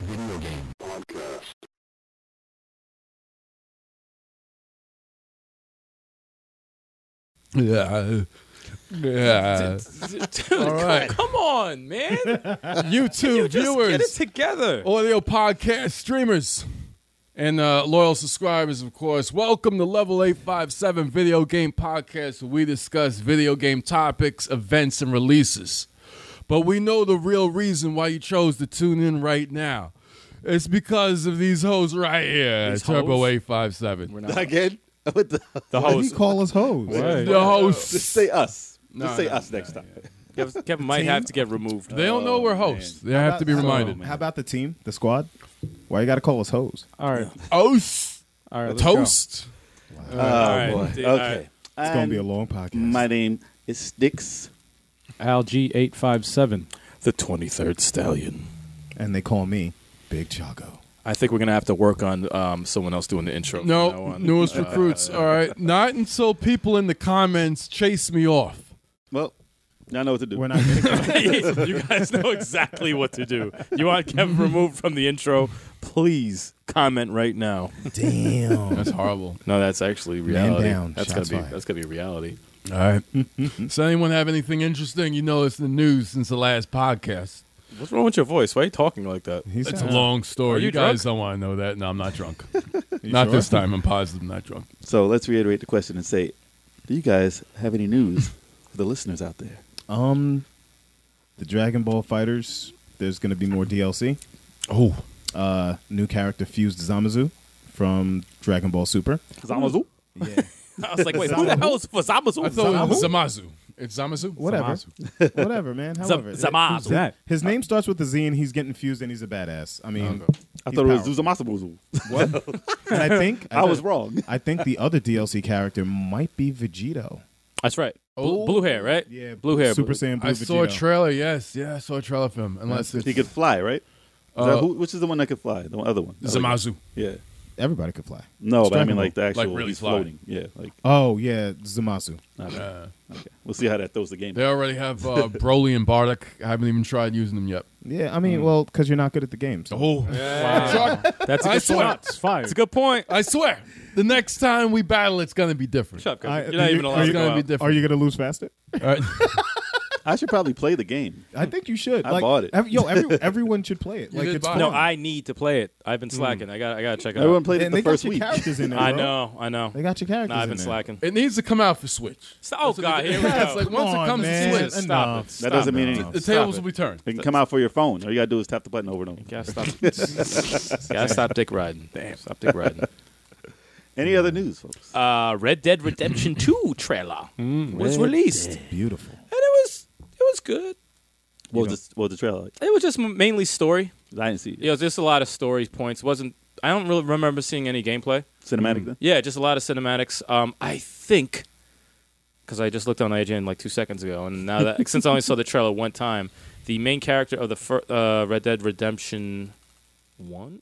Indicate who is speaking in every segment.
Speaker 1: Video Game Podcast.
Speaker 2: Yeah. Yeah.
Speaker 3: Dude,
Speaker 2: All right.
Speaker 3: come, come on, man.
Speaker 2: YouTube
Speaker 3: You just get it
Speaker 2: viewers,
Speaker 3: together.
Speaker 2: audio podcast streamers, and uh, loyal subscribers, of course. Welcome to Level 857 Video Game Podcast, where we discuss video game topics, events, and releases. But we know the real reason why you chose to tune in right now. It's because of these hoes right here,
Speaker 3: These
Speaker 2: Turbo
Speaker 3: hoes?
Speaker 2: 857.
Speaker 4: Again? What the?
Speaker 3: The
Speaker 5: Why he
Speaker 3: host.
Speaker 5: call us hoes?
Speaker 2: The hosts.
Speaker 4: Just say us. Just
Speaker 2: No,
Speaker 4: say
Speaker 2: no,
Speaker 4: us next time.
Speaker 3: Kevin, Kevin might have to get removed.
Speaker 2: They don't know we're hosts. They have to be reminded.
Speaker 5: How about the team, the squad? Why you got to call us hoes?
Speaker 6: All right.
Speaker 2: Hosts.
Speaker 6: All right. let's go.
Speaker 2: Toast.
Speaker 4: Oh,
Speaker 3: right,
Speaker 4: boy.
Speaker 3: dude, all
Speaker 4: okay.
Speaker 3: right.
Speaker 5: It's gonna be a long podcast.
Speaker 4: My name is Sticks.
Speaker 6: Alg eight five seven.
Speaker 3: The 23rd Stallion.
Speaker 5: and they call me Big Chaco.
Speaker 3: I think we're going to have to work on um, someone else doing the intro. from now
Speaker 2: No,
Speaker 3: on.
Speaker 2: newest
Speaker 3: Uh,
Speaker 2: recruits. All right, not until people in the comments chase me off.
Speaker 4: Well, y'all know what to do.
Speaker 5: We're not. Gonna
Speaker 3: you guys know exactly what to do. You want Kevin removed from the intro? Please comment right now.
Speaker 5: Damn.
Speaker 2: That's horrible.
Speaker 3: No, that's actually reality.
Speaker 5: down,
Speaker 3: that's
Speaker 5: shots
Speaker 3: gonna be
Speaker 5: fired.
Speaker 3: that's gonna be reality.
Speaker 2: All right. Does anyone have anything interesting? You know, it's the news since the last podcast.
Speaker 3: What's wrong with your voice? Why are you talking like that?
Speaker 5: He's
Speaker 2: It's a long story.
Speaker 3: Are you
Speaker 2: you guys
Speaker 3: drunk?
Speaker 2: don't want to know that. No, I'm not drunk. not this time. I'm positive I'm not drunk.
Speaker 4: So let's reiterate the question and say, do you guys have any news for the listeners out there?
Speaker 5: Um, the Dragon Ball Fighters. There's gonna be more DLC.
Speaker 2: Oh,
Speaker 5: Uh, new character fused Zamasu from Dragon Ball Super.
Speaker 4: Zamazu.
Speaker 5: Yeah.
Speaker 3: I was like, wait, who the hell is for
Speaker 2: I thought
Speaker 3: Zamasu?
Speaker 2: it was Zamazu. It's Zamazu.
Speaker 5: Whatever. Whatever, man. However, it-
Speaker 3: Zamasu.
Speaker 5: who's that? His name starts with a Z, and he's getting fused, and he's a badass. I mean,
Speaker 4: I
Speaker 5: he's
Speaker 4: thought it was
Speaker 5: powerful.
Speaker 4: Zuzamasabuzu.
Speaker 5: What? and I think
Speaker 4: I was wrong.
Speaker 5: I think the other DLC character might be Vegito.
Speaker 3: That's right. Bl-
Speaker 2: Oh.
Speaker 3: Blue hair, right? blue hair.
Speaker 5: Super
Speaker 3: blue-
Speaker 5: Saiyan Blue
Speaker 2: I
Speaker 5: Vegito.
Speaker 2: saw a trailer. Yes, yeah, I saw a trailer for him. Unless it's
Speaker 4: He could fly, right? Is
Speaker 2: Uh,
Speaker 4: that who, which is the one that could fly? The other one.
Speaker 2: Zamazu.
Speaker 4: Yeah.
Speaker 5: Everybody could fly.
Speaker 4: No, but I
Speaker 5: Dragon
Speaker 4: mean
Speaker 5: Ball.
Speaker 4: like the actual
Speaker 2: really
Speaker 4: he's
Speaker 2: fly.
Speaker 4: floating. Yeah. Like
Speaker 5: Oh yeah, Zamasu.
Speaker 4: okay.
Speaker 2: Uh,
Speaker 4: okay. We'll see how that throws the game.
Speaker 2: they already have uh, Broly and Bardock. I haven't even tried using them yet.
Speaker 5: Yeah, I
Speaker 3: Mm.
Speaker 5: mean, well, because you're not good at the game. So.
Speaker 2: Oh,
Speaker 6: Wow.
Speaker 3: That's a
Speaker 2: I
Speaker 3: good
Speaker 2: swear.
Speaker 3: point.
Speaker 6: Shots fired.
Speaker 3: It's a good point.
Speaker 2: I swear, the next time we battle, it's gonna be different.
Speaker 3: Shut up, Kevin.
Speaker 5: I-
Speaker 3: You're not
Speaker 5: you-
Speaker 3: even allowed
Speaker 5: are
Speaker 3: to
Speaker 5: you
Speaker 3: go
Speaker 2: gonna be
Speaker 3: out.
Speaker 2: different?
Speaker 5: Are you gonna lose faster?
Speaker 2: All right.
Speaker 4: I should probably play the game.
Speaker 5: I think you should.
Speaker 4: I
Speaker 5: Like,
Speaker 4: bought it.
Speaker 5: ev- yo, every, everyone should play it.
Speaker 2: You
Speaker 5: Like
Speaker 2: did
Speaker 5: it's
Speaker 2: buy it.
Speaker 5: fun.
Speaker 3: No, I need to play it. I've
Speaker 5: Hmm.
Speaker 3: been slacking. I got. I got to check it
Speaker 4: Everyone
Speaker 3: out.
Speaker 4: played it
Speaker 5: and they
Speaker 4: the first
Speaker 5: got your
Speaker 4: week.
Speaker 5: characters in there.
Speaker 3: I
Speaker 5: bro.
Speaker 3: know. I know.
Speaker 5: They got your characters.
Speaker 3: Nah, I've
Speaker 5: in
Speaker 3: been
Speaker 5: there.
Speaker 3: slacking.
Speaker 2: it needs to come out for Switch.
Speaker 3: So- oh God, here we
Speaker 2: It's
Speaker 3: go.
Speaker 2: like once
Speaker 5: Come
Speaker 2: it
Speaker 5: on,
Speaker 2: comes
Speaker 5: man.
Speaker 2: to Switch,
Speaker 3: Stop
Speaker 5: Enough.
Speaker 3: it.
Speaker 4: That doesn't mean
Speaker 5: No.
Speaker 4: anything.
Speaker 2: the
Speaker 3: Stop
Speaker 2: tables
Speaker 3: it.
Speaker 2: will be turned.
Speaker 4: It can come out for your phone. All you gotta do is tap the button over and over.
Speaker 3: Gotta stop. Gotta stop dick riding. Damn. Stop dick riding.
Speaker 4: Any other news, folks?
Speaker 3: Uh, Red Dead Redemption Two trailer was released, and
Speaker 5: Beautiful.
Speaker 3: it was it was good.
Speaker 4: what, was the, what was the trailer? like?
Speaker 3: It was just m- mainly story.
Speaker 4: I didn't see it.
Speaker 3: It was just a lot of story points. wasn't I don't really remember seeing any gameplay.
Speaker 4: Cinematic then?
Speaker 3: Yeah, just a lot of cinematics. Um, I think because I just looked on IGN like two seconds ago, and now that since I only saw the trailer one time, the main character of the fir- uh, Red Dead Redemption one.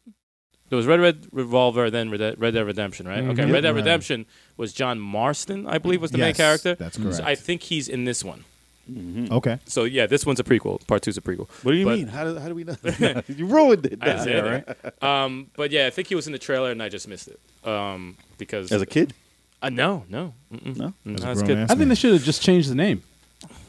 Speaker 3: There was Red Red Revolver, then Red Dead, Red Dead Redemption, right? Okay,
Speaker 5: Mm-hmm. Yep.
Speaker 3: Red Dead
Speaker 5: Right.
Speaker 3: Redemption was John Marston, I believe, was the main
Speaker 5: Yes,
Speaker 3: character.
Speaker 5: that's correct.
Speaker 3: So I think he's in this one.
Speaker 5: Okay.
Speaker 3: So yeah, this one's a prequel. Part two's a prequel.
Speaker 4: What do you
Speaker 3: But-
Speaker 4: mean? How do, how do we know? you ruined it.
Speaker 3: I didn't say anything. Um, but yeah, I think he was in the trailer, and I just missed it. Um, because
Speaker 4: As a kid?
Speaker 3: uh, no, no, mm-mm.
Speaker 4: No?
Speaker 3: Mm,
Speaker 5: As a
Speaker 3: that's
Speaker 5: grown
Speaker 3: good.
Speaker 5: ass.
Speaker 6: I think they should have just changed the name,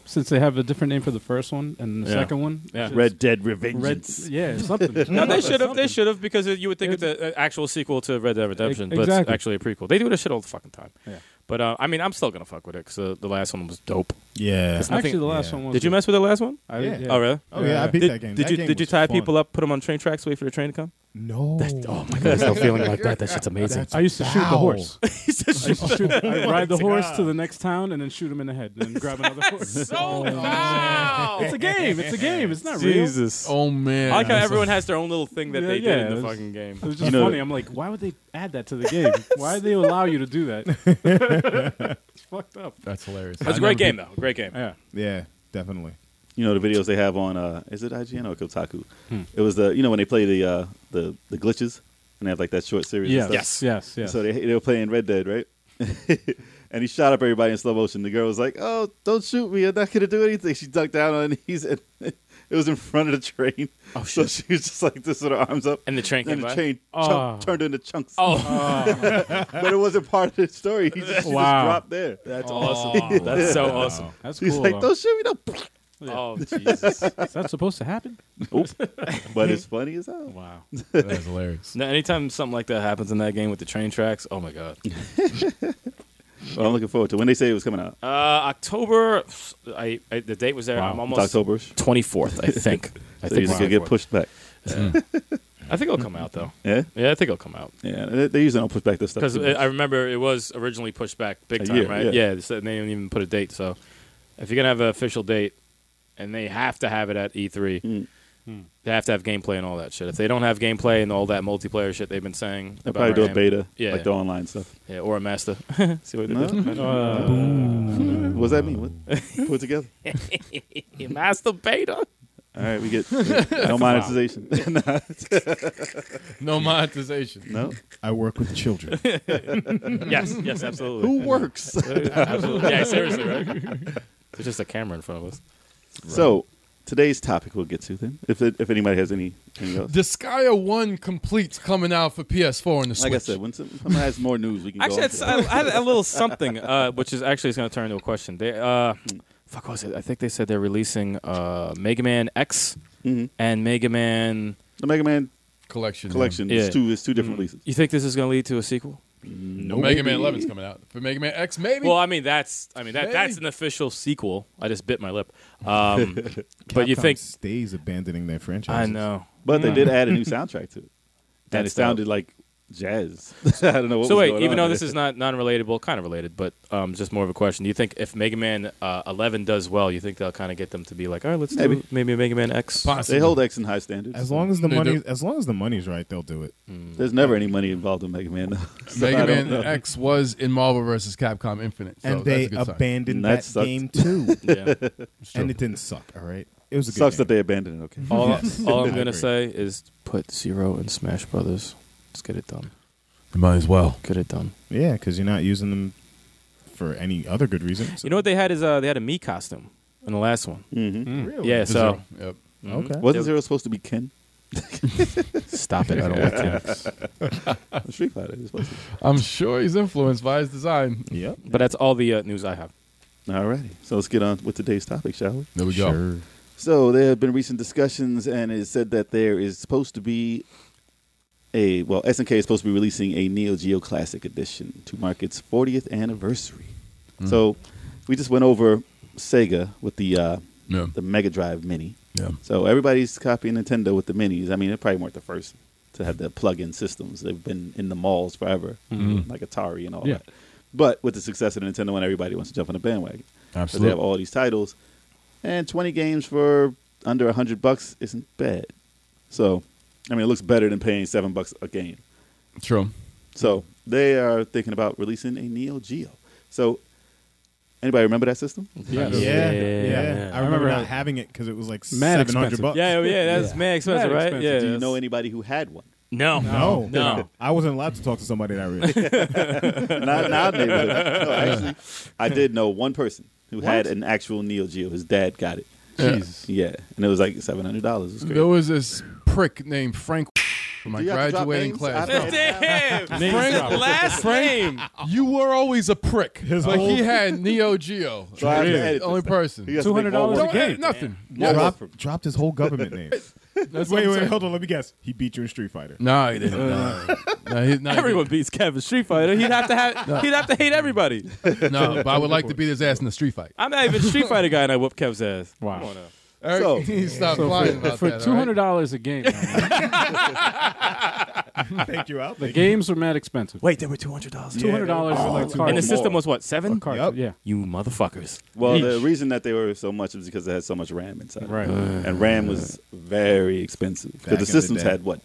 Speaker 6: since they have a different name for the first one and the
Speaker 3: Yeah.
Speaker 6: second one.
Speaker 3: Yeah.
Speaker 6: Just
Speaker 4: Red Dead
Speaker 6: Red.
Speaker 4: Revengeance.
Speaker 6: Yeah, something.
Speaker 3: No, they should have. They should have because you would think it's an actual sequel to Red Dead Redemption, but it's
Speaker 6: exactly.
Speaker 3: actually a prequel. They do this shit all the fucking time.
Speaker 6: Yeah.
Speaker 3: But uh, I mean, I'm still gonna fuck with it because uh, the last one was dope.
Speaker 5: Yeah.
Speaker 3: It's
Speaker 6: Actually,
Speaker 3: nothing-
Speaker 6: the last
Speaker 5: yeah.
Speaker 6: one was.
Speaker 3: Did you mess with the last one?
Speaker 6: I,
Speaker 5: Yeah.
Speaker 3: Oh, really?
Speaker 5: Oh yeah, I beat
Speaker 3: Did,
Speaker 5: that game.
Speaker 3: did
Speaker 5: That
Speaker 3: you
Speaker 5: game
Speaker 3: did you
Speaker 5: was
Speaker 3: tie
Speaker 5: fun.
Speaker 3: people up, put them on train tracks, wait for the train to come?
Speaker 5: No.
Speaker 3: oh my god, there's no feeling like that. That shit's amazing.
Speaker 6: I used to shoot the
Speaker 5: Wow.
Speaker 6: horse. I used to shoot- I'd ride the
Speaker 5: my
Speaker 6: horse
Speaker 5: God.
Speaker 6: to the next town and then shoot him in the head and then grab another horse.
Speaker 3: So foul.
Speaker 6: it's a game. It's a game. It's not real.
Speaker 3: Jesus.
Speaker 2: Oh man,
Speaker 3: I like how everyone has their own little thing that
Speaker 6: Yeah,
Speaker 3: they did
Speaker 6: yeah,
Speaker 3: in the
Speaker 6: it's-
Speaker 3: fucking game.
Speaker 6: It was
Speaker 4: You
Speaker 6: just
Speaker 4: know-
Speaker 6: funny. I'm like, why would they add that to the game? why do they allow you to do that? it's fucked up.
Speaker 2: That's hilarious.
Speaker 3: That's
Speaker 2: I
Speaker 3: a great
Speaker 2: never
Speaker 3: game though. Great game.
Speaker 6: Yeah.
Speaker 5: Yeah, definitely.
Speaker 4: You know the videos they have on uh, is it IGN or Kotaku? It was the you know when they play the uh, the the glitches and they have like that short series. and
Speaker 6: Yes.
Speaker 4: stuff?
Speaker 6: Yes. Yes. Yes.
Speaker 4: So they they were playing Red Dead, right? and he shot up everybody in slow motion. The girl was like, "Oh, don't shoot me! I'm not gonna do anything." She ducked down on her knees and It was in front of the train.
Speaker 3: Oh,
Speaker 4: So she was just like this with her arms up.
Speaker 3: And the train
Speaker 4: And
Speaker 3: came
Speaker 4: the
Speaker 3: by.
Speaker 4: train
Speaker 6: Oh.
Speaker 4: chunk, turned into chunks.
Speaker 3: Oh,
Speaker 4: But it wasn't part of the story. He just, she just
Speaker 6: Wow.
Speaker 4: dropped there. That's
Speaker 3: Oh. awesome! That's so awesome.
Speaker 6: That's
Speaker 4: She's
Speaker 6: cool.
Speaker 4: like,
Speaker 6: though.
Speaker 4: don't shoot me. Don't.
Speaker 3: Oh Jesus!
Speaker 6: Is that supposed to happen?
Speaker 4: But it's funny as hell.
Speaker 6: Wow.
Speaker 2: That's hilarious.
Speaker 3: No, anytime something like that happens in that game with the train tracks, oh my god!
Speaker 4: Well, I'm looking forward to when they say it was coming out.
Speaker 3: Uh, October, I, I the date was there.
Speaker 6: Wow.
Speaker 3: I'm almost
Speaker 4: It's Octoberish.
Speaker 3: twenty fourth, I think. I
Speaker 4: So
Speaker 3: think
Speaker 4: you
Speaker 3: it's
Speaker 4: just gonna get
Speaker 3: 24th.
Speaker 4: pushed back.
Speaker 3: I think it'll come out though.
Speaker 4: Yeah,
Speaker 3: Yeah, I think it'll come out
Speaker 4: yeah. They, they usually don't push back this stuff.
Speaker 3: because
Speaker 4: too
Speaker 3: I
Speaker 4: much.
Speaker 3: remember it was originally pushed back big
Speaker 4: A
Speaker 3: time,
Speaker 4: year,
Speaker 3: right?
Speaker 4: yeah.
Speaker 3: Yeah, so they didn't even put a date. So if you're gonna have an official date, and they have to have it at E3,
Speaker 4: Mm.
Speaker 3: they have to have gameplay and all that shit. If they don't have gameplay and all that multiplayer shit they've been saying,
Speaker 4: They
Speaker 3: about
Speaker 4: probably
Speaker 3: our
Speaker 4: do a
Speaker 3: game-
Speaker 4: beta,
Speaker 3: Yeah.
Speaker 4: like the online stuff.
Speaker 3: yeah, or a master. See what they
Speaker 4: No?
Speaker 3: did?
Speaker 4: What does that mean? What? Put it together.
Speaker 3: master beta.
Speaker 4: All right, we get no monetization. no,
Speaker 2: No monetization.
Speaker 4: no.
Speaker 5: I work with children.
Speaker 3: yes, yes, absolutely.
Speaker 4: Who works?
Speaker 3: absolutely. Yeah, seriously, right? There's just a camera in front of us.
Speaker 4: So today's topic we'll get to then. If it, if anybody has any anything else.
Speaker 2: Disgaea 1 completes coming out for PS4 and the Switch.
Speaker 4: Like I said, when some- someone has more news, we can
Speaker 3: Actually, uh,
Speaker 4: go.
Speaker 3: it's, I, I had a little something, uh, which is actually is going to turn into a question. They, uh, fuck, what was it? I think they said they're releasing uh, Mega Man X
Speaker 4: hmm
Speaker 3: and Mega Man.
Speaker 4: The Mega Man
Speaker 2: collection.
Speaker 4: collection
Speaker 3: Yeah. Mm.
Speaker 4: is two is two different releases.
Speaker 3: You think this is going to lead to a sequel?
Speaker 2: No, Mega Man 11's coming out. For Mega Man X, maybe.
Speaker 3: Well, I mean that's, I mean that,
Speaker 2: Hey.
Speaker 3: that's an official sequel. I just bit my lip. Um, but you think?
Speaker 5: stays abandoning their franchise?
Speaker 3: I know.
Speaker 4: But they
Speaker 3: Mm.
Speaker 4: did add a new soundtrack to it, and it
Speaker 3: That's
Speaker 4: sounded like jazz. I don't know. What
Speaker 3: So
Speaker 4: was
Speaker 3: wait,
Speaker 4: going
Speaker 3: even
Speaker 4: on
Speaker 3: though
Speaker 4: there.
Speaker 3: this is not non-relatable, kind of related, but um, just more of a question. Do you think if Mega Man uh, 11 does well, you think they'll kind of get them to be like, all right, let's
Speaker 4: Maybe.
Speaker 3: do maybe Mega Man X?
Speaker 2: Possibly.
Speaker 4: they hold X in high standards.
Speaker 5: As long as the
Speaker 2: They do. Mm.
Speaker 5: money, as long as the money's right, they'll do it.
Speaker 4: There's never any money involved in Mega Man. though. So I
Speaker 2: Mega
Speaker 4: don't
Speaker 2: Man
Speaker 4: know.
Speaker 2: X was in Marvel vs. Capcom Infinite. So
Speaker 5: and
Speaker 2: that's
Speaker 5: they
Speaker 2: a good sign.
Speaker 5: abandoned
Speaker 4: That
Speaker 5: that,
Speaker 4: sucked.
Speaker 5: game too,
Speaker 3: Yeah.
Speaker 5: and it didn't suck. All right, it was a good
Speaker 4: Sucks
Speaker 5: game.
Speaker 4: that they abandoned it. Okay.
Speaker 3: All,
Speaker 5: Yes.
Speaker 3: all I'm
Speaker 5: I
Speaker 3: gonna
Speaker 5: agree.
Speaker 3: say is put zero in Smash Brothers. Let's get it done.
Speaker 2: You might as well.
Speaker 3: Get it done.
Speaker 5: yeah, because you're not using them for any other good reason. So.
Speaker 3: You know what they had is uh, they had a Mii costume in the last one.
Speaker 4: hmm
Speaker 5: Really?
Speaker 3: Yeah, so
Speaker 2: Zero. Yep.
Speaker 3: Mhm.
Speaker 5: Mm. Okay.
Speaker 4: Wasn't Zero supposed to be Ken?
Speaker 3: Stop it! I don't like to.
Speaker 4: Street Fighter. it was supposed to
Speaker 2: I'm sure he's influenced by his design.
Speaker 5: Yep.
Speaker 3: But that's all the uh, news I have.
Speaker 4: be. Alrighty. So let's get on with today's topic, shall we?
Speaker 2: There we go.
Speaker 5: Sure.
Speaker 4: So there have been recent discussions, and it said that there is supposed to be a well, SNK is supposed to be releasing a Neo Geo Classic Edition to mark its 40th anniversary. So we just went over Sega with the uh,
Speaker 2: Yeah.
Speaker 4: the Mega Drive Mini.
Speaker 2: Yeah.
Speaker 4: So everybody's copying Nintendo with the minis. I mean, they probably weren't the first to have the plug-in systems. They've been in the malls forever, like Atari and all
Speaker 2: Yeah.
Speaker 4: that. But with the success of the Nintendo, and everybody wants to jump on the bandwagon, 'Cause they have all these titles, and twenty games for under hundred bucks isn't bad. So, I mean, it looks better than paying seven bucks a game.
Speaker 2: True.
Speaker 4: So they are thinking about releasing a Neo Geo. So, anybody remember that system?
Speaker 5: Yeah.
Speaker 3: Yeah.
Speaker 5: Yeah.
Speaker 3: Yeah.
Speaker 5: I remember
Speaker 6: remember
Speaker 5: not
Speaker 6: it.
Speaker 5: having it because it was like
Speaker 6: Mad
Speaker 5: seven hundred
Speaker 6: expensive.
Speaker 5: bucks.
Speaker 3: Yeah, yeah, that's mad expensive,
Speaker 6: Mad
Speaker 3: right?
Speaker 6: expensive.
Speaker 3: Yeah.
Speaker 4: Do you
Speaker 3: that's-
Speaker 4: know anybody who had one?
Speaker 3: No.
Speaker 5: No,
Speaker 3: No.
Speaker 5: I wasn't allowed to talk to somebody that rich.
Speaker 4: not in our neighborhood. No, actually, I did know one person who had an actual Neo Geo. His dad got it.
Speaker 2: Jesus.
Speaker 4: Yeah, and it was like seven hundred dollars. It was
Speaker 2: There
Speaker 4: great.
Speaker 2: was this prick named Frank from my
Speaker 4: Do you have to drop
Speaker 2: graduating
Speaker 4: names?
Speaker 2: class.
Speaker 4: I don't-
Speaker 3: Damn.
Speaker 2: Frank-
Speaker 3: Frank, last name.
Speaker 2: You were always a prick.
Speaker 5: His
Speaker 2: but he
Speaker 5: whole-
Speaker 2: had Neo Geo.
Speaker 4: So I have to edit
Speaker 2: only
Speaker 4: this.
Speaker 2: person.
Speaker 4: He has to make
Speaker 6: $200
Speaker 4: more
Speaker 6: a
Speaker 4: work.
Speaker 2: Don't
Speaker 6: game.
Speaker 2: edit nothing.
Speaker 4: Yeah.
Speaker 5: Drop- dropped his whole government name.
Speaker 2: That's what
Speaker 5: wait,
Speaker 2: I'm
Speaker 5: wait,
Speaker 2: saying.
Speaker 5: hold on. Let me guess. He beat you in Street Fighter.
Speaker 2: No, he didn't. No. No, he- no, he
Speaker 3: Everyone beats Kevin Street Fighter. He'd have to have. He'd have to hate everybody.
Speaker 2: didn't. No, but I would like to beat his ass in the street fight.
Speaker 3: I'm not even a Street Fighter guy, and I whoop Kev's ass.
Speaker 6: Wow.
Speaker 3: Come on now.
Speaker 2: Eric,
Speaker 4: So-
Speaker 2: he stopped lying about
Speaker 6: For
Speaker 2: that.
Speaker 6: two hundred dollars a game, man,
Speaker 5: Thank you out.
Speaker 6: the games are mad expensive.
Speaker 3: Wait, they were two hundred dollars.
Speaker 6: two hundred dollars for like
Speaker 5: Oh,
Speaker 6: two.
Speaker 3: And the
Speaker 4: more.
Speaker 3: system was what seven?
Speaker 5: Yep.
Speaker 6: Yeah.
Speaker 3: You motherfuckers.
Speaker 4: Well, the reason that they were so much is because it had so much RAM inside.
Speaker 6: Right.
Speaker 4: and RAM was very expensive
Speaker 5: Back
Speaker 4: because
Speaker 5: in
Speaker 4: the
Speaker 5: the
Speaker 4: systems
Speaker 5: day.
Speaker 4: had what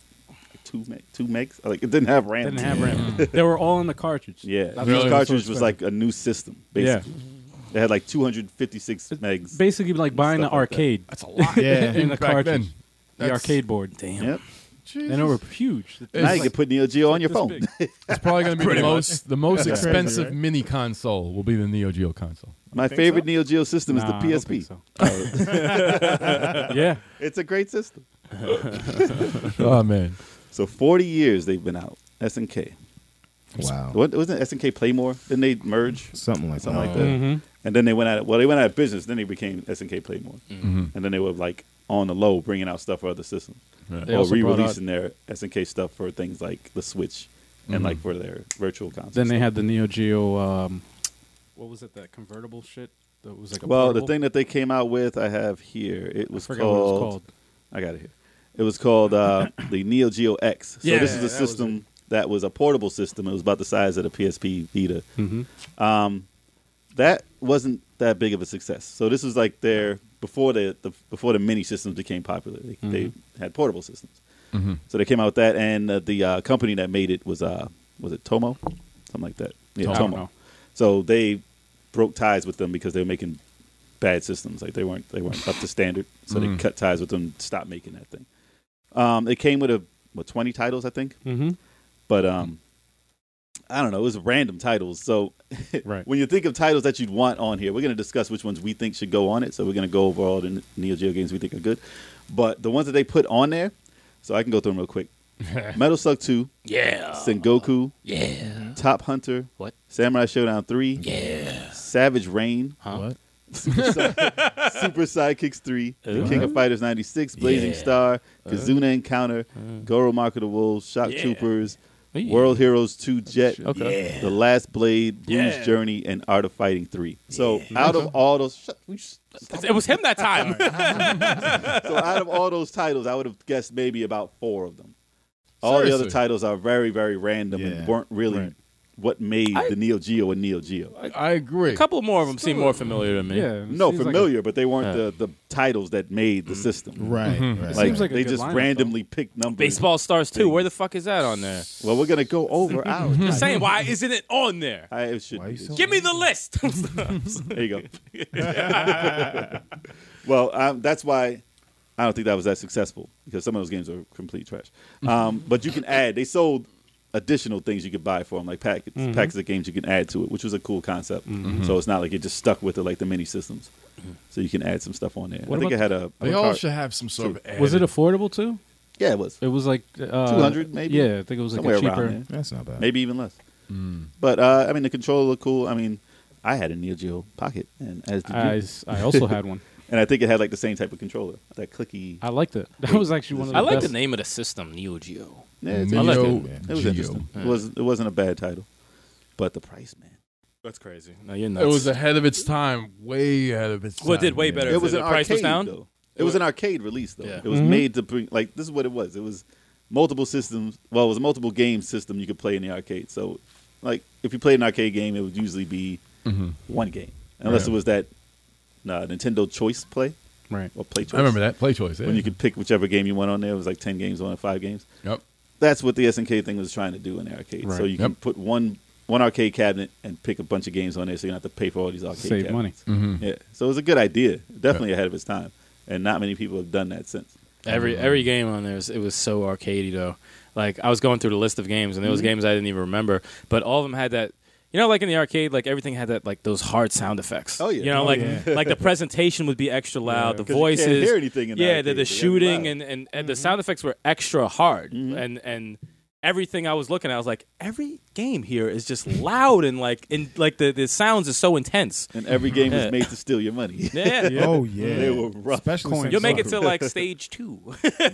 Speaker 4: two meg, two megs. Like it didn't have RAM.
Speaker 6: Didn't
Speaker 4: to
Speaker 6: have
Speaker 4: it.
Speaker 6: RAM. they were all in the cartridge.
Speaker 4: Yeah,
Speaker 6: That's
Speaker 4: each
Speaker 6: why it so
Speaker 4: cartridge was
Speaker 6: expensive.
Speaker 4: like a new system. Basically, they had like two hundred fifty-six megs.
Speaker 6: basically like buying the
Speaker 4: Stuff like that.
Speaker 6: arcade,
Speaker 2: That's a lot.
Speaker 5: Yeah.
Speaker 6: In the
Speaker 2: Back
Speaker 6: cartridge.
Speaker 2: then.
Speaker 6: the
Speaker 2: That's-
Speaker 6: arcade board.
Speaker 3: Damn.
Speaker 4: Yep.
Speaker 2: Jesus.
Speaker 6: And they were huge.
Speaker 2: It's
Speaker 4: now you
Speaker 2: like-
Speaker 4: can put Neo Geo on your phone.
Speaker 6: big.
Speaker 2: It's probably going to be the most the most
Speaker 5: That's crazy,
Speaker 2: expensive
Speaker 5: right?
Speaker 2: mini console will be the Neo Geo console.
Speaker 4: My
Speaker 5: think
Speaker 4: favorite
Speaker 5: so?
Speaker 4: Neo Geo system
Speaker 6: Nah, I
Speaker 4: is
Speaker 6: don't
Speaker 4: the PSP.
Speaker 6: think so. Oh. yeah.
Speaker 4: It's a great system.
Speaker 2: oh man.
Speaker 4: So 40 years they've been out. SNK.
Speaker 5: Wow.
Speaker 4: What wasn't SNK Playmore? Didn't they merge?
Speaker 5: Something like
Speaker 4: Something
Speaker 5: that.
Speaker 4: like that.
Speaker 6: Mm-hmm.
Speaker 4: And then they went out. Well, they went out of business. Then they became SNK Playmore.
Speaker 6: Mm-hmm.
Speaker 4: And then they were like on the low, bringing out stuff for other systems,
Speaker 3: They
Speaker 4: or
Speaker 3: also brought
Speaker 4: re-releasing their SNK stuff for things like the Switch and like for their virtual consoles.
Speaker 6: Mm-hmm. Then they had the Neo Geo. Um, what was it? That convertible shit. That was like a
Speaker 4: well, the
Speaker 6: portable?
Speaker 4: thing that they came out with, I have here. It was,
Speaker 6: I forgot
Speaker 4: called,
Speaker 6: what it was called.
Speaker 4: I got it here. It was called uh, the Neo Geo X. So
Speaker 3: Yeah,
Speaker 4: this is a
Speaker 3: that was
Speaker 4: system that was a portable system. It was about the size of the PSP Vita.
Speaker 6: Mm-hmm.
Speaker 4: um, that wasn't that big of a success. So this was like their before the, the before the mini systems became popular. They, they
Speaker 3: Mm-hmm.
Speaker 4: had portable systems, so they came out with that. And uh, the uh, company that made it was uh, was it Tomo, something like that. Yeah,
Speaker 6: I don't
Speaker 4: Tomo.
Speaker 6: know.
Speaker 4: So they broke ties with them because they were making bad systems. Like they weren't they weren't up to standard. So
Speaker 2: Mhm.
Speaker 4: they cut ties with them, stopped making that thing. Um, it came with a what twenty titles, I think
Speaker 6: Mm-hmm.
Speaker 4: but um i don't know it was random titles so
Speaker 6: Right.
Speaker 4: when you think of titles that you'd want on here we're going to discuss which ones we think should go on it so we're going to go over all the neo geo games we think are good but the ones that they put on there so i can go through them real quick metal slug 2
Speaker 3: Yeah.
Speaker 4: sengoku
Speaker 3: Yeah.
Speaker 4: top hunter
Speaker 3: Uh, What?
Speaker 4: samurai showdown 3
Speaker 3: Yeah.
Speaker 4: savage rain
Speaker 3: Huh?
Speaker 5: What?
Speaker 4: super, Side- Super sidekicks 3 the
Speaker 3: Ooh.
Speaker 4: king of fighters 96 blazing
Speaker 3: Yeah.
Speaker 4: star kazuna encounter goro mark of the wolves shock
Speaker 3: Yeah.
Speaker 4: troopers
Speaker 3: Hey.
Speaker 4: World Heroes 2 Jet,
Speaker 3: Okay.
Speaker 4: The Last Blade, Blues
Speaker 3: Yeah.
Speaker 4: Journey, and Art of Fighting 3. So out of all those shut- we sh-
Speaker 3: It was him that time.
Speaker 4: so out of all those titles, I would have guessed maybe about four of them. All the
Speaker 2: Seriously?
Speaker 4: other titles are very, very random
Speaker 5: Yeah.
Speaker 4: and weren't really
Speaker 5: Right.
Speaker 4: what made the Neo Geo and Neo Geo.
Speaker 2: I agree.
Speaker 3: A couple more of them seem more familiar to me.
Speaker 6: Yeah. it
Speaker 4: no,
Speaker 6: seems like a-
Speaker 4: familiar, but they weren't the, the titles that made the system.
Speaker 5: Right. right.
Speaker 4: Like,
Speaker 6: seems like a
Speaker 4: they
Speaker 6: good
Speaker 4: just
Speaker 6: lineup, though.
Speaker 4: randomly picked numbers.
Speaker 3: Baseball Stars 2. Where the fuck is that on there?
Speaker 4: Well, we're gonna go over ours.
Speaker 3: I'm saying, why isn't it on there?
Speaker 4: I it should
Speaker 5: Why are you
Speaker 4: be.
Speaker 5: so-
Speaker 3: Give me the list.
Speaker 4: There you go. well, um, that's why I don't think that was that successful because some of those games are complete trash. Um, but you can add. They sold additional things you could buy for them, like packets,
Speaker 6: Mm-hmm.
Speaker 4: packs of games you can add to it, which was a cool concept. So it's not like you're just stuck with it like the mini systems. So you can add some stuff on there.
Speaker 6: Mm-hmm. What
Speaker 4: I think
Speaker 6: about
Speaker 4: it had a.
Speaker 2: they
Speaker 4: a
Speaker 2: all
Speaker 4: card-
Speaker 2: should have some sort of.
Speaker 6: Was it
Speaker 2: added-
Speaker 6: affordable too?
Speaker 4: Yeah, it was
Speaker 6: It was like uh,
Speaker 4: 200 maybe?
Speaker 6: Yeah, I think it was like
Speaker 4: somewhere
Speaker 6: a cheaper.
Speaker 4: around there.
Speaker 5: That's not bad.
Speaker 4: maybe even less.
Speaker 2: Mm.
Speaker 4: But uh, I mean, the controller looked cool. I mean, I had a Neo Geo Pocket, and as did you.
Speaker 6: I, s- I also had one.
Speaker 4: and I think it had like the same type of controller, that clicky.
Speaker 6: I liked it. That was actually one of the
Speaker 3: I like the
Speaker 6: best.
Speaker 3: name of the system, Neo Geo.
Speaker 4: Yeah, it's
Speaker 2: Neo
Speaker 4: interesting.
Speaker 5: it, man.
Speaker 4: It was
Speaker 2: Geo.
Speaker 4: interesting. It was it wasn't a bad title, but the price, man.
Speaker 3: That's crazy. No, you're nuts.
Speaker 2: It was ahead of its time, way ahead of its time.
Speaker 3: Well, it did way better.
Speaker 4: It was
Speaker 3: the
Speaker 4: an
Speaker 3: price
Speaker 4: arcade
Speaker 3: was down.
Speaker 4: though. It was an arcade release though.
Speaker 3: Yeah.
Speaker 4: It was
Speaker 6: Mhm.
Speaker 4: made to bring like this is what it was. It was multiple systems. Well, it was a multiple game system you could play in the arcade. So, like if you played an arcade game, it would usually be one game, unless
Speaker 2: Right.
Speaker 4: it was that uh, Nintendo Choice Play
Speaker 6: Right.
Speaker 4: or Play Choice.
Speaker 2: I remember that play choice. Yeah.
Speaker 4: when you could pick whichever game you want on there. It was like ten games on it, five games.
Speaker 2: Yep.
Speaker 4: that's what the SNK thing was trying to do in the arcade. So
Speaker 6: Right.
Speaker 4: you can
Speaker 2: Yep.
Speaker 4: put one one arcade cabinet and pick a bunch of games on there, so you don't have to pay for all these arcade.
Speaker 6: Save money.
Speaker 4: cabinets. Yeah, so it was a good idea, definitely ahead of its time, and not many people have done that since.
Speaker 3: Every every game on there, was, it was so arcadey though. Like I was going through the list of games, and there was
Speaker 4: Mm-hmm.
Speaker 3: games I didn't even remember, but all of them had that. You know, like in the arcade, like everything had that, like those hard sound effects.
Speaker 4: Oh, yeah.
Speaker 3: You know,
Speaker 4: Oh,
Speaker 3: like
Speaker 5: yeah.
Speaker 3: like the presentation would be extra loud, the
Speaker 4: 'Cause you can't
Speaker 3: voices,
Speaker 4: hear anything in the
Speaker 3: yeah, the,
Speaker 4: arcade,
Speaker 3: the
Speaker 4: so you gotta be
Speaker 3: shooting
Speaker 4: loud. Mm-hmm.
Speaker 3: and and, and the sound effects were extra hard, and and everything I was looking at, I was like, every game here is just loud and like and like the the sounds are so intense.
Speaker 4: And every game
Speaker 3: Yeah.
Speaker 4: was made to steal your money.
Speaker 3: Yeah,
Speaker 5: Oh yeah.
Speaker 4: They were rough
Speaker 5: Especially
Speaker 6: coins.
Speaker 5: Sengoku.
Speaker 3: you'll make it to like stage two.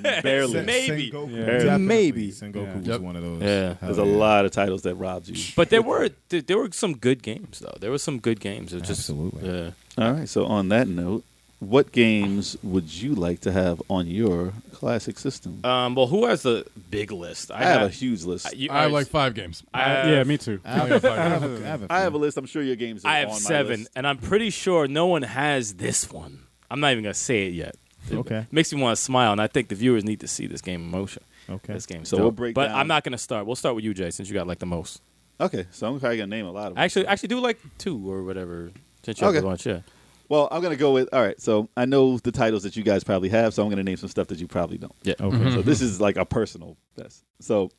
Speaker 4: Barely.
Speaker 5: Sen-
Speaker 3: maybe.
Speaker 5: Sengoku.
Speaker 4: Yeah.
Speaker 5: Definitely.
Speaker 6: Maybe.
Speaker 5: Sengoku
Speaker 6: Yeah.
Speaker 5: was
Speaker 2: Yep.
Speaker 5: one of those.
Speaker 3: Yeah.
Speaker 5: Hell
Speaker 4: There's a
Speaker 5: yeah.
Speaker 4: lot of titles that robbed you.
Speaker 3: But there were there, there were some good games though. There were some good games. It was just
Speaker 5: Absolutely.
Speaker 3: yeah.
Speaker 4: All right. So on that note, what games would you like to have on your classic system?
Speaker 3: Um, well, who has the big list?
Speaker 4: Uh, I have a huge list.
Speaker 3: you-
Speaker 2: I have like five games.
Speaker 3: I
Speaker 6: Uh,
Speaker 3: have,
Speaker 6: yeah, me too.
Speaker 5: I have, a- I have a- I have a
Speaker 4: I have a
Speaker 5: few.
Speaker 4: list. I'm sure your games. Are
Speaker 3: I have
Speaker 4: on my
Speaker 3: seven,
Speaker 4: list.
Speaker 3: and I'm pretty sure no one has this one. I'm not even gonna say it yet. It
Speaker 5: Okay.
Speaker 3: makes me want to smile, and I think the viewers need to see this game in motion.
Speaker 5: Okay.
Speaker 3: This game,
Speaker 4: So we'll break
Speaker 3: But
Speaker 4: down-
Speaker 3: I'm not gonna start. We'll start with you, Jay, since you got like the most.
Speaker 4: Okay, so I'm probably gonna name a lot of. them.
Speaker 3: Actually, actually do like two or whatever. Since you
Speaker 4: Okay.
Speaker 3: have the bunch, yeah.
Speaker 4: Well, I'm gonna go with all right. So I know the titles that you guys probably have, so I'm
Speaker 5: Mm-hmm.
Speaker 4: gonna name some stuff that you probably don't.
Speaker 3: Yeah.
Speaker 5: Okay.
Speaker 4: So this is like a personal best. So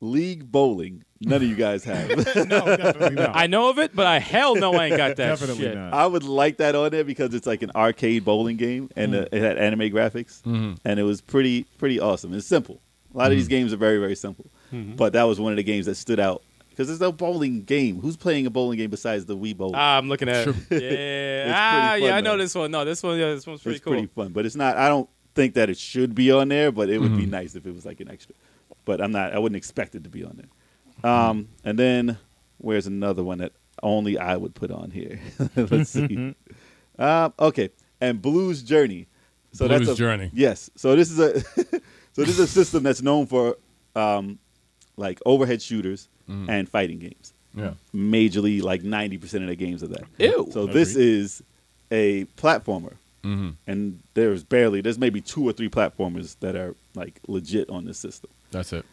Speaker 4: League bowling. None of you guys have.
Speaker 5: no, definitely not.
Speaker 3: I know of it, but I hell no, I ain't got that
Speaker 5: definitely
Speaker 3: shit.
Speaker 5: not.
Speaker 4: I would like that on there because it's like an arcade bowling game, and uh, it had anime graphics,
Speaker 2: Mm-hmm.
Speaker 4: and it was pretty pretty awesome. It's simple. A lot of these games are very very simple,
Speaker 6: Mm-hmm.
Speaker 4: but that was one of the games that stood out because it's a bowling game. Who's playing a bowling game besides the Wii Bowl?
Speaker 3: Ah, I'm looking at it. Yeah, ah,
Speaker 4: pretty
Speaker 3: yeah,
Speaker 4: fun,
Speaker 3: I know
Speaker 4: though.
Speaker 3: this one. No, this one, yeah, this one's pretty
Speaker 4: it's
Speaker 3: cool.
Speaker 4: pretty fun, but it's not. I don't think that it should be on there, but it would be nice if it was like an extra. But I'm not. I wouldn't expect it to be on there. Um, and then where's another one that only I would put on here? Let's see. um, okay, and Blues Journey. So
Speaker 2: Blues
Speaker 4: that's a,
Speaker 2: Journey.
Speaker 4: Yes. So this is a so this is a system that's known for um, like overhead shooters and fighting games
Speaker 2: Yeah.
Speaker 4: majorly like 90% of the games of that.
Speaker 3: Ew.
Speaker 4: So this is a platformer.
Speaker 2: Mhm.
Speaker 4: And there's barely there's maybe two or three platformers that are like legit on this system.
Speaker 2: That's it.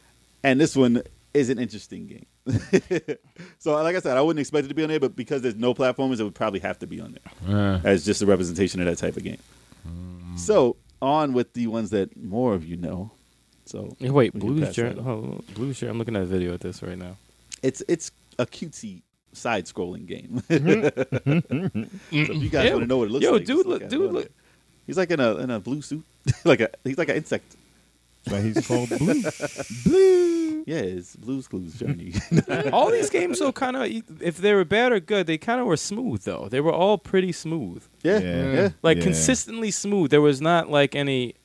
Speaker 4: And this one is an interesting game. so like I said, I wouldn't expect it to be on there, but because there's no platformers, it would probably have to be on there
Speaker 2: Uh,
Speaker 4: as just a representation of that type of game. So on with the ones that more of you know. So
Speaker 3: Yeah, wait,
Speaker 4: we can
Speaker 3: Blues
Speaker 4: pass that
Speaker 3: Journey.
Speaker 4: up.
Speaker 3: Oh, Blues Journey. I'm looking at a video at this right now.
Speaker 4: it's it's a cutesy side scrolling game. so if you guys
Speaker 3: Ew.
Speaker 4: want to know what it
Speaker 3: Mm-hmm.
Speaker 4: looks
Speaker 3: Yo,
Speaker 4: like, just
Speaker 3: dude,
Speaker 4: look
Speaker 3: look-
Speaker 4: at it
Speaker 3: dude,
Speaker 4: on
Speaker 3: look-
Speaker 4: there. He's like in a in a blue suit, like a he's like an insect.
Speaker 5: But he's called Blue.
Speaker 4: Yeah, it's Blue's Clues journey.
Speaker 3: all these games though, kind of, if they were bad or good, they kind of were smooth though. They were all pretty smooth,
Speaker 4: yeah, yeah.
Speaker 3: like
Speaker 5: Yeah.
Speaker 3: consistently smooth. There was not like any